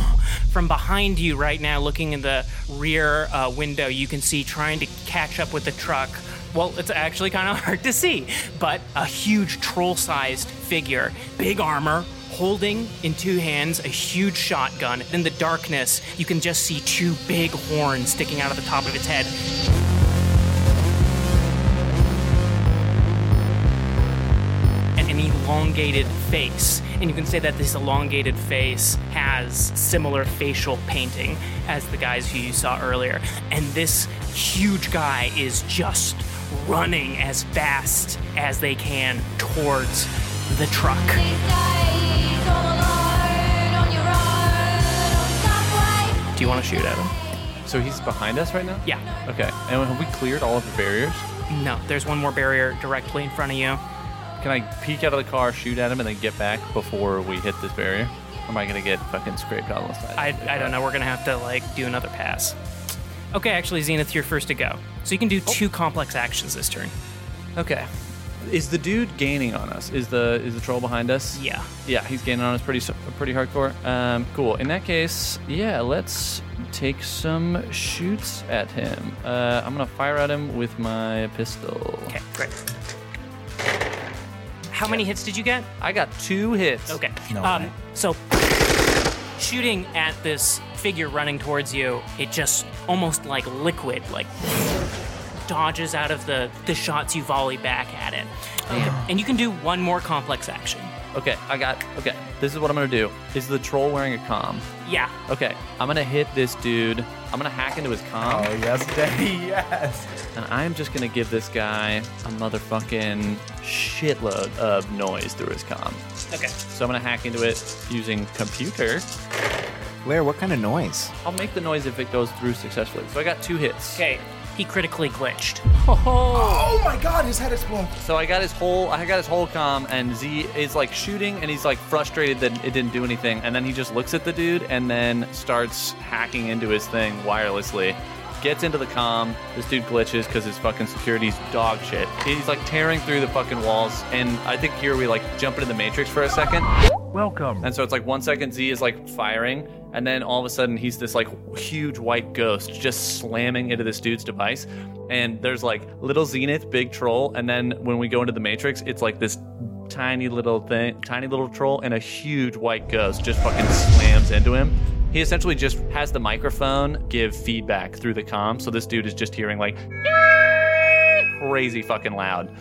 [SPEAKER 8] from behind you right now, looking in the rear uh, window. You can see trying to catch up with the truck. Well, it's actually kind of [LAUGHS] hard to see, but a huge troll sized figure, big armor. Holding in two hands a huge shotgun. In the darkness, you can just see two big horns sticking out of the top of its head. an, an elongated face. And you can say that this elongated face has similar facial painting as the guys who you saw earlier. And this huge guy is just running as fast as they can towards the truck. Do you want to shoot at him?
[SPEAKER 2] So he's behind us right now?
[SPEAKER 8] Yeah.
[SPEAKER 2] Okay. And have we cleared all of the barriers?
[SPEAKER 8] No, there's one more barrier directly in front of you.
[SPEAKER 2] Can I peek out of the car, shoot at him, and then get back before we hit this barrier? Or am I gonna get fucking scraped on the side?
[SPEAKER 8] I, I don't know. We're gonna have to like do another pass. Okay, actually, Zenith, you're first to go. So you can do two complex actions this turn.
[SPEAKER 2] Okay. Is the dude gaining on us? Is the is the troll behind us?
[SPEAKER 8] Yeah.
[SPEAKER 2] Yeah, he's gaining on us pretty s- pretty hardcore. Um, cool. In that case, yeah, let's take some shoots at him. Uh, I'm gonna fire at him with my pistol. Okay,
[SPEAKER 8] great. How many hits did you get?
[SPEAKER 2] I got two hits.
[SPEAKER 8] Okay.
[SPEAKER 2] No way.
[SPEAKER 8] Um, so shooting at this figure running towards you, it just almost like liquid, like dodges out of the, the shots you volley back at it. And you can do one more complex action.
[SPEAKER 2] Okay, I got. Okay, this is what I'm gonna do. Is the troll wearing a comm?
[SPEAKER 8] Yeah.
[SPEAKER 2] Okay, I'm gonna hit this dude. I'm gonna hack into his comm.
[SPEAKER 1] Oh,
[SPEAKER 9] [LAUGHS]
[SPEAKER 1] yes, Daddy, yes.
[SPEAKER 2] And I'm just gonna give this guy a motherfucking shitload of noise through his comm.
[SPEAKER 8] Okay.
[SPEAKER 2] So I'm gonna hack into it using computer.
[SPEAKER 7] Blair, what kind of noise?
[SPEAKER 2] I'll make the noise if it goes through successfully. So I got two hits.
[SPEAKER 8] Okay. He critically glitched.
[SPEAKER 2] Oh.
[SPEAKER 9] my god, his head exploded.
[SPEAKER 2] So I got his whole I got his whole comm and Z is like shooting and he's like frustrated that it didn't do anything and then he just looks at the dude and then starts hacking into his thing wirelessly. Gets into the comm. This dude glitches because his fucking security's dog shit. He's like tearing through the fucking walls, and I think here we like jump into the matrix for a second.
[SPEAKER 1] Welcome.
[SPEAKER 2] And so it's like one second Z is like firing, and then all of a sudden he's this like huge white ghost just slamming into this dude's device. And there's like little Zenith, big troll, and then when we go into the Matrix, it's like this tiny little thing, tiny little troll, and a huge white ghost just fucking slams into him. He essentially just has the microphone give feedback through the comm, so this dude is just hearing like crazy fucking loud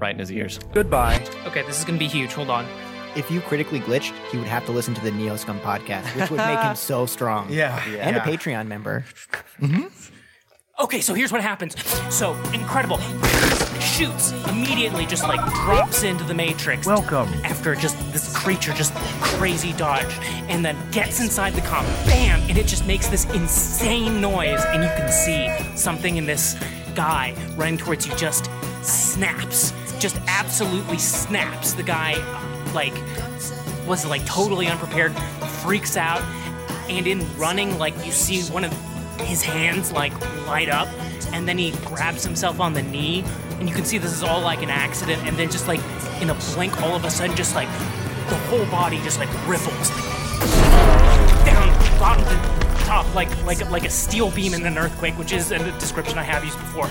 [SPEAKER 2] right in his ears.
[SPEAKER 8] Goodbye. Okay, this is gonna be huge. Hold on.
[SPEAKER 7] If you critically glitched, he would have to listen to the Neo Scum podcast, which would make [LAUGHS] him so strong.
[SPEAKER 8] Yeah.
[SPEAKER 7] And a
[SPEAKER 8] Yeah.
[SPEAKER 7] Patreon member.
[SPEAKER 8] Okay, so here's what happens. So incredible. Shoots immediately, just like drops into the matrix. Welcome. After just this creature just crazy dodge, and then gets inside the comm. Bam! And it just makes this insane noise, and you can see something in this guy running towards you just snaps, just absolutely snaps. The guy, like, was like totally unprepared, freaks out, and in running, like you see one of his hands like light up, and then he grabs himself on the knee, and you can see this is all like an accident, and then just like in a blink, all of a sudden, just like the whole body just like ripples like, down bottom to top, like like like a steel beam in an earthquake, which is a description I have used before.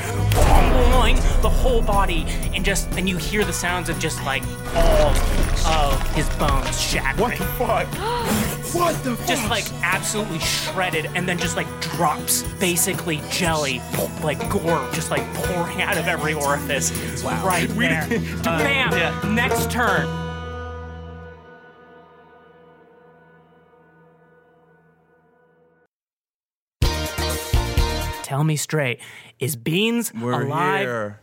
[SPEAKER 8] Boing, the whole body, and just and you hear the sounds of just like all of his bones shattering. What the [GASPS] fuck? What the Just like absolutely shredded and then just like drops basically jelly, like gore, just like pouring out of every orifice. Wow. Right
[SPEAKER 38] We-
[SPEAKER 8] [LAUGHS] there. Bam! Next turn. Tell me straight, is Beans alive?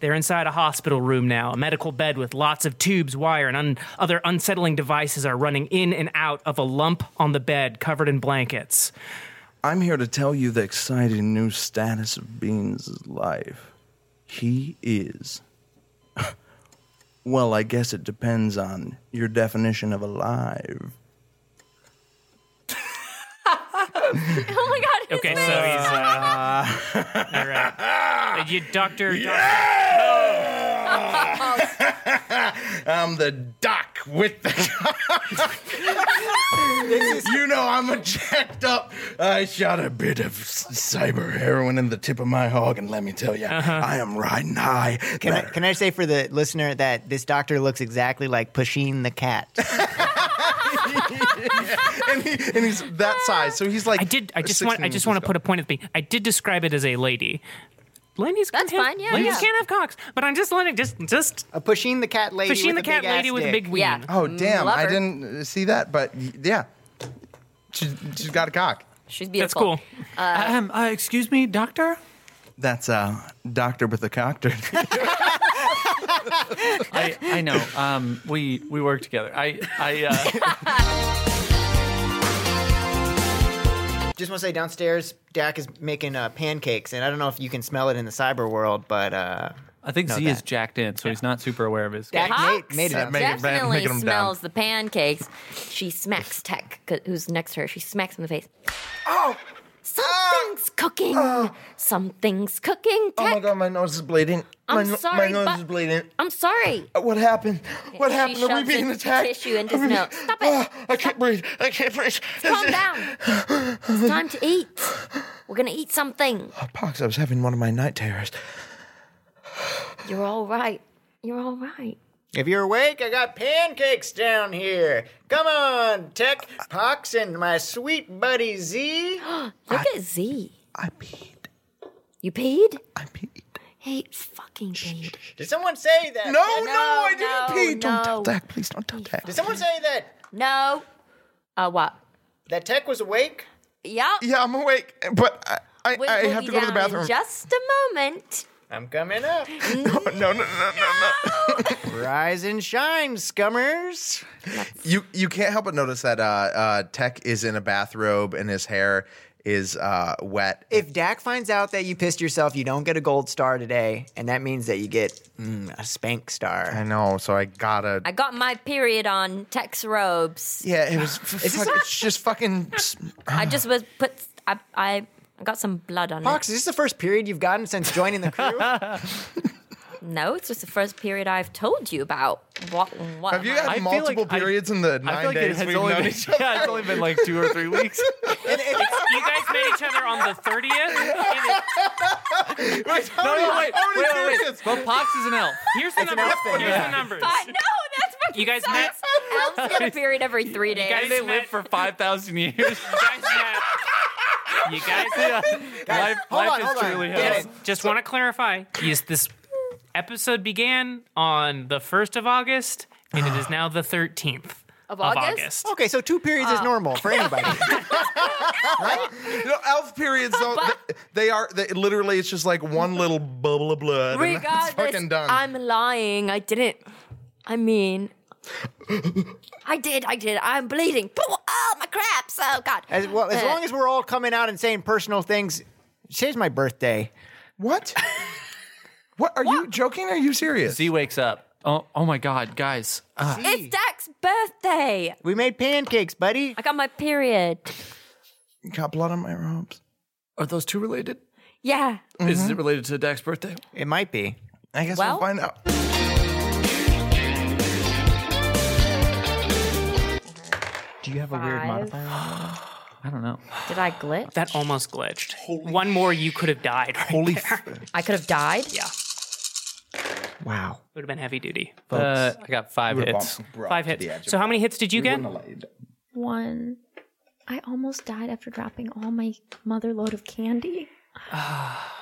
[SPEAKER 8] They're inside a hospital room now, a medical bed with lots of tubes, wire, and un- other unsettling devices are running in and out of a lump on the bed covered in blankets.
[SPEAKER 1] I'm here to tell you the exciting new status of Beans' life. He is. [LAUGHS] well, I guess it depends on your definition of alive.
[SPEAKER 39] oh my god.
[SPEAKER 8] Okay, so he's. Uh, all
[SPEAKER 9] [LAUGHS]
[SPEAKER 8] right. You, doctor.
[SPEAKER 9] I'm the doc with the [LAUGHS] you know, I'm a jacked up. [LAUGHS] I shot a bit of s- cyber heroin in the tip of my hog, and let me tell you,
[SPEAKER 1] Uh-huh.
[SPEAKER 9] I am riding high.
[SPEAKER 7] Can I, can I say for the listener that this doctor looks exactly like Pusheen the cat?
[SPEAKER 1] [LAUGHS]
[SPEAKER 40] and, he, [LAUGHS] and he's that size, so he's like.
[SPEAKER 8] uh, I did. I just want. I just want to put a point at the. I did describe it as a lady. Ladies That's can
[SPEAKER 39] fine, yeah,
[SPEAKER 8] Ladies
[SPEAKER 39] yeah.
[SPEAKER 8] can't have cocks, but I'm just letting just just
[SPEAKER 7] a pushing the cat lady.
[SPEAKER 8] Pushing the
[SPEAKER 7] with a
[SPEAKER 8] cat
[SPEAKER 7] big-ass
[SPEAKER 8] lady with a
[SPEAKER 7] dick.
[SPEAKER 8] big ween.
[SPEAKER 40] Oh
[SPEAKER 7] Mm,
[SPEAKER 39] Mm,
[SPEAKER 40] damn! I didn't see that, but y- yeah, she's, she's got a cock.
[SPEAKER 41] She's
[SPEAKER 40] beautiful.
[SPEAKER 41] That's
[SPEAKER 40] cool.
[SPEAKER 10] um, uh, excuse me, doctor.
[SPEAKER 1] That's uh, doctor with a coctor.
[SPEAKER 9] uh,
[SPEAKER 10] [LAUGHS] I, I know. Um, we we work together. I I uh,
[SPEAKER 7] Just want to say downstairs, Dak is making uh, pancakes, and I don't know if you can smell it in the cyber world, but uh,
[SPEAKER 10] I think
[SPEAKER 7] know
[SPEAKER 10] Z
[SPEAKER 7] that.
[SPEAKER 10] is jacked in, so he's not super aware of his.
[SPEAKER 7] Dak
[SPEAKER 4] Hawks
[SPEAKER 7] made, made it down.
[SPEAKER 4] definitely smells the pancakes. She smacks Tech, 'cause- who's next to her. She smacks him in the face.
[SPEAKER 9] Oh! Ah.
[SPEAKER 4] Something's cooking. Something's cooking.
[SPEAKER 9] Oh my
[SPEAKER 4] Tech.
[SPEAKER 9] god, my nose is bleeding.
[SPEAKER 4] I'm
[SPEAKER 9] my, no-
[SPEAKER 4] sorry,
[SPEAKER 9] my nose
[SPEAKER 4] but-
[SPEAKER 9] is bleeding.
[SPEAKER 4] I'm sorry.
[SPEAKER 9] Uh, What happened? What
[SPEAKER 4] She
[SPEAKER 9] happened? Are we
[SPEAKER 4] shoves
[SPEAKER 9] being
[SPEAKER 4] a
[SPEAKER 9] attacked?
[SPEAKER 4] tissue into
[SPEAKER 9] Are we
[SPEAKER 4] his
[SPEAKER 9] being-
[SPEAKER 4] mouth. Stop
[SPEAKER 9] Ah, I can't breathe. I can't breathe.
[SPEAKER 4] Calm down. It's time to eat. We're gonna eat something.
[SPEAKER 9] [LAUGHS] Pox, I was having one of my night terrors.
[SPEAKER 4] You're all right. You're all right.
[SPEAKER 7] If you're awake, I got pancakes down here. Come on, Tech, Pox, and my sweet buddy Z.
[SPEAKER 39] [GASPS]
[SPEAKER 4] Look at Z. I peed. You peed? I peed.
[SPEAKER 10] hate fucking pain.
[SPEAKER 7] Did someone say that?
[SPEAKER 10] No, no, I didn't pee.
[SPEAKER 9] Don't tell
[SPEAKER 10] no.
[SPEAKER 9] Dak. Please don't tell Dak.
[SPEAKER 7] Did someone say that?
[SPEAKER 10] No. Uh, what?
[SPEAKER 7] That tech was awake?
[SPEAKER 10] Yeah.
[SPEAKER 9] Yeah, I'm awake, but I, I,
[SPEAKER 10] We
[SPEAKER 9] I
[SPEAKER 10] will
[SPEAKER 9] have
[SPEAKER 10] be
[SPEAKER 9] to go to the
[SPEAKER 10] down in
[SPEAKER 9] bathroom.
[SPEAKER 10] Just a moment.
[SPEAKER 7] I'm coming up.
[SPEAKER 9] [LAUGHS] no, no, no, no,
[SPEAKER 7] no. Rise and shine, scummers.
[SPEAKER 9] You you can't help but notice that uh, uh, Tech is in a bathrobe and his hair is uh, wet.
[SPEAKER 7] If Dak finds out that you pissed yourself, you don't get a gold star today, and that means that you get mm, a spank star. I
[SPEAKER 9] know, so I gotta.
[SPEAKER 4] I got my period on Tex robes.
[SPEAKER 9] Yeah, it was.
[SPEAKER 4] Is this
[SPEAKER 9] fuck- it's just fucking.
[SPEAKER 4] I just was put. I I I got some blood on
[SPEAKER 7] Fox,
[SPEAKER 4] it.
[SPEAKER 7] is this the first period you've gotten since joining
[SPEAKER 4] [LAUGHS]
[SPEAKER 7] the crew?
[SPEAKER 4] No, it's just the first period I've told you about. What? what
[SPEAKER 9] Have you
[SPEAKER 4] am I-
[SPEAKER 9] had multiple periods in the
[SPEAKER 2] I
[SPEAKER 9] nine
[SPEAKER 2] feel like it
[SPEAKER 9] days
[SPEAKER 2] has
[SPEAKER 9] we've
[SPEAKER 2] only
[SPEAKER 9] known
[SPEAKER 2] been-
[SPEAKER 9] each other?
[SPEAKER 2] [LAUGHS] yeah, it's only been like two or
[SPEAKER 9] [LAUGHS]
[SPEAKER 2] three weeks.
[SPEAKER 8] It's- [LAUGHS] you guys met each other on the 30th?
[SPEAKER 40] [LAUGHS]
[SPEAKER 9] wait,
[SPEAKER 2] how No, no, many- wait, how many wait, wait, wait. periods? But
[SPEAKER 8] Pox is an elf. Here's the numbers. Here's the numbers.
[SPEAKER 4] But no, that's fucking
[SPEAKER 8] You guys
[SPEAKER 4] sucks. Elves get a period every three days.
[SPEAKER 2] And they live for five thousand years.
[SPEAKER 8] You guys, uh,
[SPEAKER 2] Yeah. [LAUGHS] Guys, Life- hold life on, is hold on. truly hell.
[SPEAKER 8] Just, just want to clarify. Yes, this episode began on the first of August, and it is now the thirteenth
[SPEAKER 7] Of Okay, so two periods is normal for
[SPEAKER 4] [LAUGHS]
[SPEAKER 7] anybody.
[SPEAKER 9] No, elf periods though they, they are they, literally it's just like one little bubble of blood. and it's
[SPEAKER 4] Regardless,
[SPEAKER 9] fucking done.
[SPEAKER 4] I'm lying. I didn't. I mean, I did. I did. I'm bleeding. Pooh, Oh my craps! Oh god.
[SPEAKER 7] As, well, as
[SPEAKER 4] Uh,
[SPEAKER 7] long as we're all coming out and saying personal things, today's my birthday. [LAUGHS]
[SPEAKER 9] What? what are you joking? Are you serious?
[SPEAKER 2] Z wakes up. Oh, oh my God, guys. Ah.
[SPEAKER 4] Uh, it's Dak's birthday.
[SPEAKER 7] We made pancakes, buddy.
[SPEAKER 4] I got my period.
[SPEAKER 9] Got blood on my robes.
[SPEAKER 2] Are those two related?
[SPEAKER 4] Yeah.
[SPEAKER 7] Mm-hmm.
[SPEAKER 2] Is it related to Dak's birthday?
[SPEAKER 7] It might be.
[SPEAKER 9] I guess
[SPEAKER 4] Well-
[SPEAKER 9] we'll find out.
[SPEAKER 7] Do you have a
[SPEAKER 8] weird [GASPS]
[SPEAKER 7] modifier?
[SPEAKER 2] I don't know.
[SPEAKER 4] Did I glitch?
[SPEAKER 8] That almost glitched. One more, you could have died. Right Holy.
[SPEAKER 4] I could have died.
[SPEAKER 8] Yeah.
[SPEAKER 7] Wow.
[SPEAKER 8] Would have been heavy duty.
[SPEAKER 2] Uh, I got five
[SPEAKER 8] You were
[SPEAKER 2] hits.
[SPEAKER 8] Five hits. So how many hits did you get?
[SPEAKER 10] One. I almost died after dropping all my mother load of candy.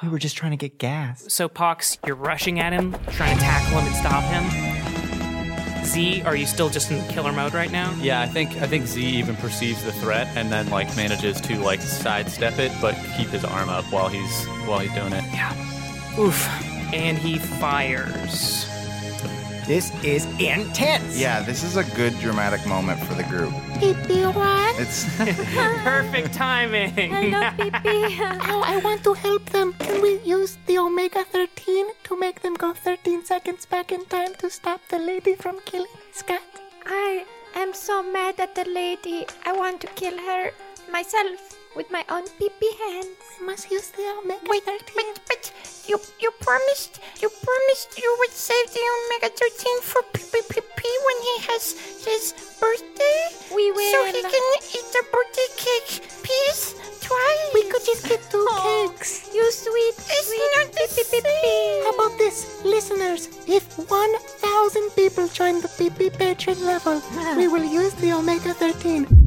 [SPEAKER 7] We were just trying to get gas.
[SPEAKER 8] So Pox, you're rushing at him, trying to tackle him and stop him. Z, are you still just in killer mode right now?
[SPEAKER 2] Yeah, I think I think Z even perceives the threat and then like manages to like sidestep it, but keep his arm up while he's while he's doing it.
[SPEAKER 8] Yeah. Oof. And he fires.
[SPEAKER 7] This is intense.
[SPEAKER 9] Yeah, this is a good dramatic moment for the group.
[SPEAKER 1] [LAUGHS]
[SPEAKER 10] PP1.
[SPEAKER 9] It's
[SPEAKER 8] [LAUGHS] Perfect timing.
[SPEAKER 10] Hello, PP.
[SPEAKER 8] [LAUGHS]
[SPEAKER 10] oh, I want to help them. Can we use the Omega 13 to make them go 13 seconds back in time to stop the lady from killing Scott? I am so mad at the lady. I want to kill her myself with my own PP hands. We must use the Omega wait, 13. Wait, but you, you promised, you promised you would save the Omega 13 for PPP when he has his birthday? We will. So he can eat the birthday cake piece twice. We could just get two cakes. You sweet, it's sweet not the same. How about this, listeners? If 1,000 people join the PP patron level, we will use the Omega 13.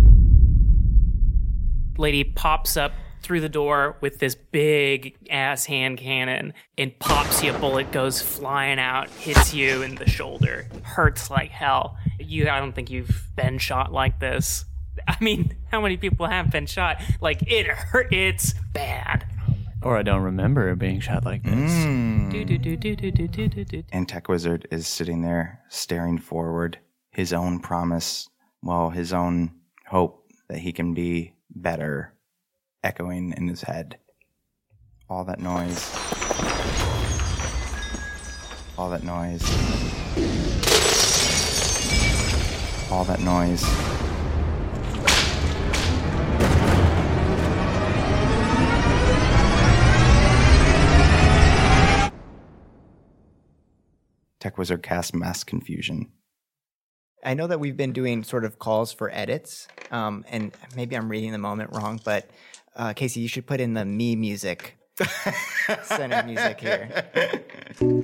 [SPEAKER 8] Lady pops up through the door with this big ass hand cannon and pops you. A bullet goes flying out, hits you in the shoulder, hurts like hell. You, I don't think you've been shot like this. I mean, how many people have been shot? Like it hurt. It's bad.
[SPEAKER 2] Or I don't remember being shot like this.
[SPEAKER 8] Do do do do do do do do do.
[SPEAKER 1] And Tech Wizard is sitting there staring forward, his own promise, well, his own hope that he can be better echoing in his head. All that noise. All that noise. All that noise. Tech Wizard cast Mass Confusion.
[SPEAKER 7] I know that we've been doing sort of calls for edits, um, and maybe I'm reading the moment wrong, but uh, Casey, you should put in the me
[SPEAKER 2] [LAUGHS]
[SPEAKER 7] music, center music here.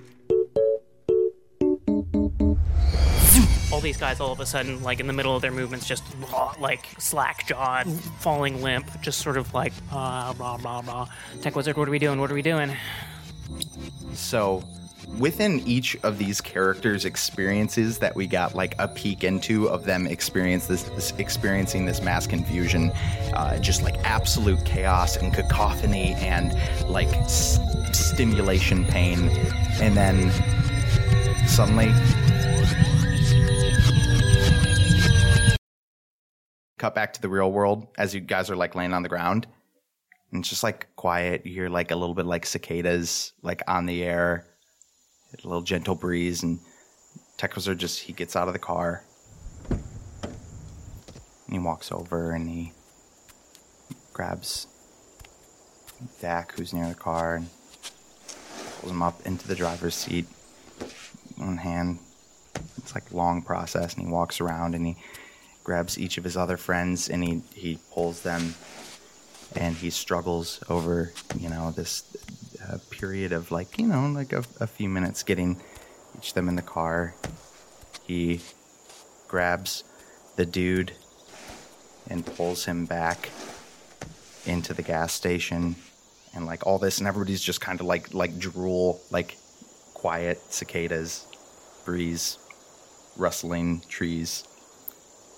[SPEAKER 8] all these guys all of a sudden like in the middle of their movements just like slack jawed falling limp "Ah, just sort of like uh, blah blah blah tech wizard what are we doing what are we doing
[SPEAKER 1] So within each of these characters' experiences that we got like a peek into of them experience this, this- experiencing this mass confusion, uh, just like absolute chaos and cacophony and like s- stimulation pain, and then suddenly cut back to the real world as you guys are like laying on the ground and it's just like quiet you hear like a little bit like cicadas like on the air a little gentle breeze and Techwizard just he gets out of the car and he walks over and he grabs Dak who's near the car and pulls him up into the driver's seat one hand it's like a long process and he walks around and he grabs each of his other friends and he, he pulls them and he struggles over you know this uh, period of like you know like a, a few minutes getting each of them in the car he grabs the dude and pulls him back into the gas station and like all this and everybody's just kind of like like drool like quiet cicadas breeze rustling trees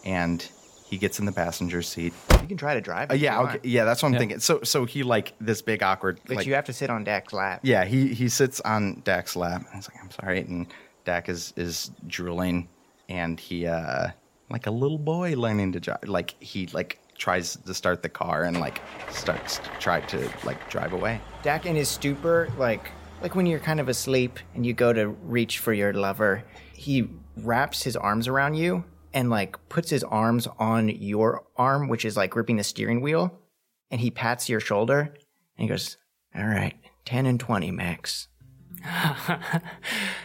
[SPEAKER 1] and he gets in the passenger seat
[SPEAKER 7] You can try to drive.
[SPEAKER 1] uh,
[SPEAKER 7] if you
[SPEAKER 1] yeah,
[SPEAKER 7] want.
[SPEAKER 1] okay, yeah, that's what I'm thinking. So, so he like this big awkward.
[SPEAKER 7] But
[SPEAKER 1] like-
[SPEAKER 7] you have to sit on Dak's lap.
[SPEAKER 1] yeah, he he sits on Dak's lap and he's like, "I'm sorry," and Dak is is drooling, and he uh like a little boy learning to drive. Like he like tries to start the car and like starts to try to like drive away.
[SPEAKER 7] Dak in his stupor, like like when you're kind of asleep and you go to reach for your lover, he wraps his arms around you and like puts his arms on your arm, which is like gripping the steering wheel, and he pats your shoulder and he goes, "All right, ten and twenty max."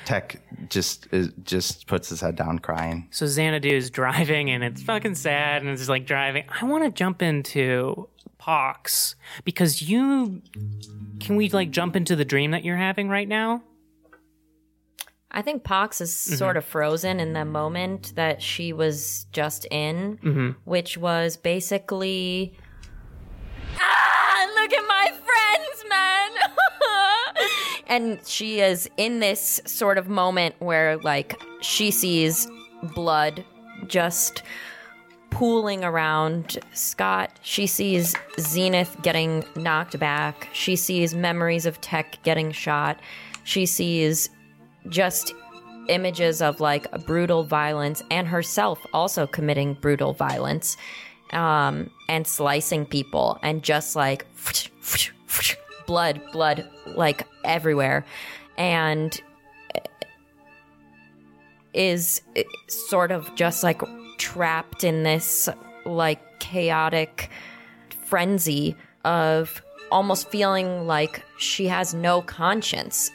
[SPEAKER 1] Tech just is, just puts his head down, crying.
[SPEAKER 8] So Xanadu is driving and it's fucking sad and it's just like driving. I want to jump into Pox because you can we like jump into the dream that you're having right now?
[SPEAKER 4] I think Pox is sort of frozen in the moment that she was just in,
[SPEAKER 8] Mhm.
[SPEAKER 4] which was basically. Ah, look at my friends, [LAUGHS] man! and she is in this sort of moment where, like, she sees blood just pooling around Scott. She sees Zenith getting knocked back. She sees memories of Tech getting shot. She sees just images of like brutal violence and herself also committing brutal violence um, and slicing people and just like blood, blood like everywhere. And is eh, sort of just like trapped in this like chaotic frenzy of almost feeling like she has no conscience,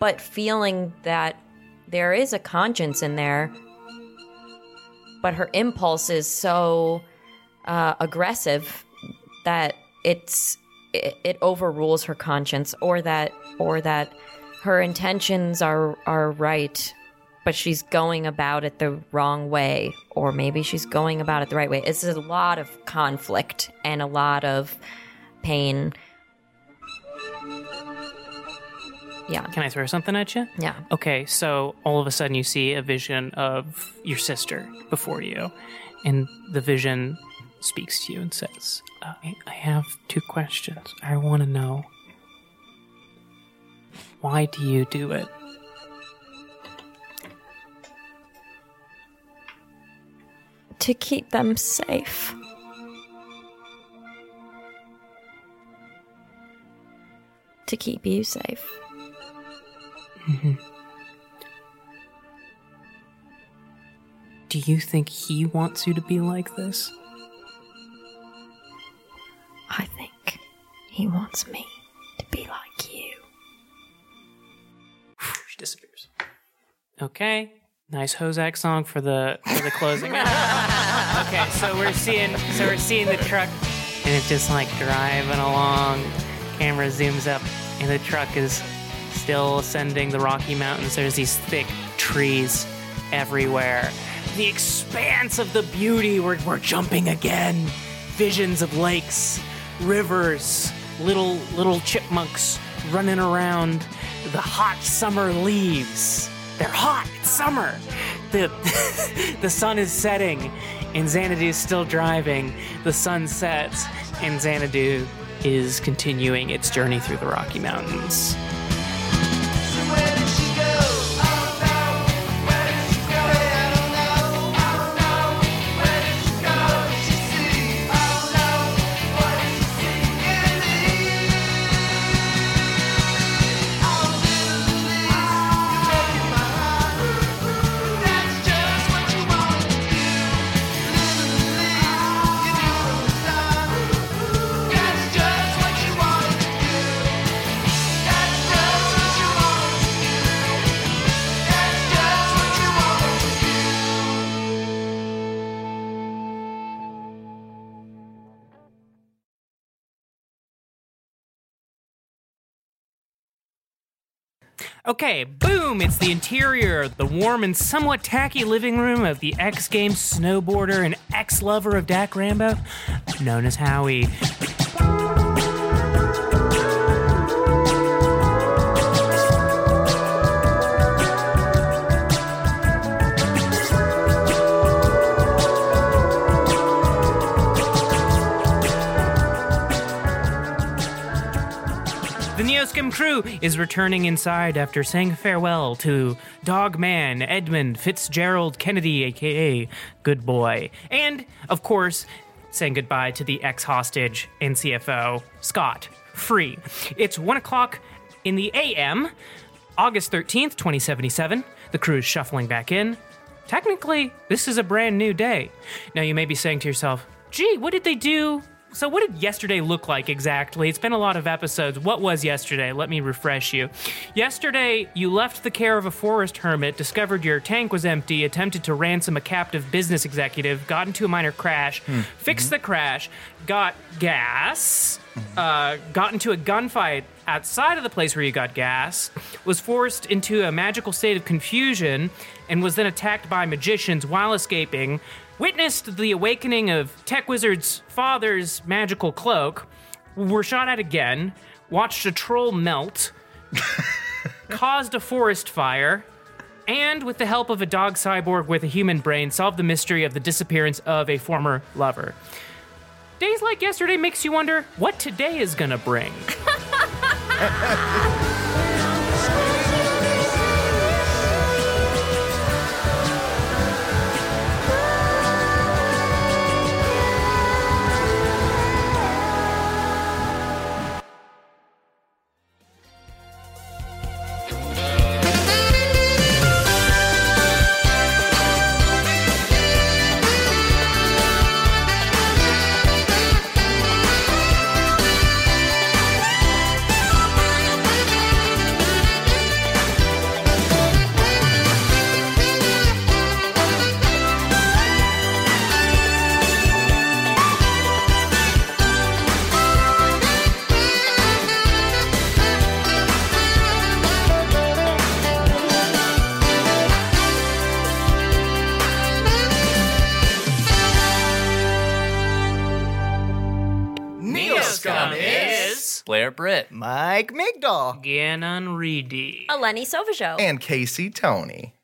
[SPEAKER 4] but feeling that there is a conscience in there, but her impulse is so uh, aggressive that it's it, it overrules her conscience or that or that her intentions are are right but she's going about it the wrong way or maybe she's going about it the right way it's a lot of conflict and a lot of pain yeah
[SPEAKER 8] Can I throw something at you?
[SPEAKER 4] Yeah.
[SPEAKER 8] Okay, so all of a sudden you see a vision of your sister before you, and the vision speaks to you and says, uh, I, I have two questions. I want to know why do you do it?
[SPEAKER 4] to keep them safe to keep you safe
[SPEAKER 10] Mm-hmm.
[SPEAKER 8] Do you think he wants you to be like this?
[SPEAKER 4] I think he wants me to be like you.
[SPEAKER 8] She disappears. [LAUGHS] Okay. Nice Hozak song for the for the closing. okay, so we're seeing so we're seeing the truck and it's just like driving along. Camera zooms up and the truck is still ascending the Rocky Mountains. There's these thick trees everywhere. The expanse of the beauty we're we're jumping again. Visions of lakes, rivers, little little chipmunks running around the hot summer leaves. They're hot. It's summer. The [LAUGHS] the sun is setting, and Xanadu is still driving. The sun sets, and Xanadu is continuing its journey through the Rocky Mountains. Okay, boom! It's the interior, the warm and somewhat tacky living room of the ex Games snowboarder and ex lover of Dak Rambo, known as Howie. The Neoskim crew is returning inside after saying farewell to Dogman, Edmund, Fitzgerald, Kennedy, aka Good Boy, and, of course, saying goodbye to the ex hostage and CFO, Scott Free. It's 1 o'clock in the AM, August 13th, 2077. The crew is shuffling back in. Technically, this is a brand new day. Now, you may be saying to yourself, gee, what did they do so, what did yesterday look like exactly? It's been a lot of episodes. What was yesterday? Let me refresh you. Yesterday, you left the care of a forest hermit, discovered your tank was empty, attempted to ransom a captive business executive, got into a minor crash, fixed the crash, got gas, uh, got into a gunfight outside of the place where you got gas, was forced into a magical state of confusion, and was then attacked by magicians while escaping. Witnessed the awakening of Tech Wizard's father's magical cloak, were shot at again, watched a troll melt, caused a forest fire, and with the help of a dog cyborg with a human brain, solved the mystery of the disappearance of a former lover. Days like yesterday makes you wonder what today is gonna bring.
[SPEAKER 5] Neoscum
[SPEAKER 2] is Blair Britt,
[SPEAKER 7] Mike Migdal,
[SPEAKER 8] Gannon Reedy,
[SPEAKER 4] Eleni Sovajou,
[SPEAKER 34] And Casey Tony.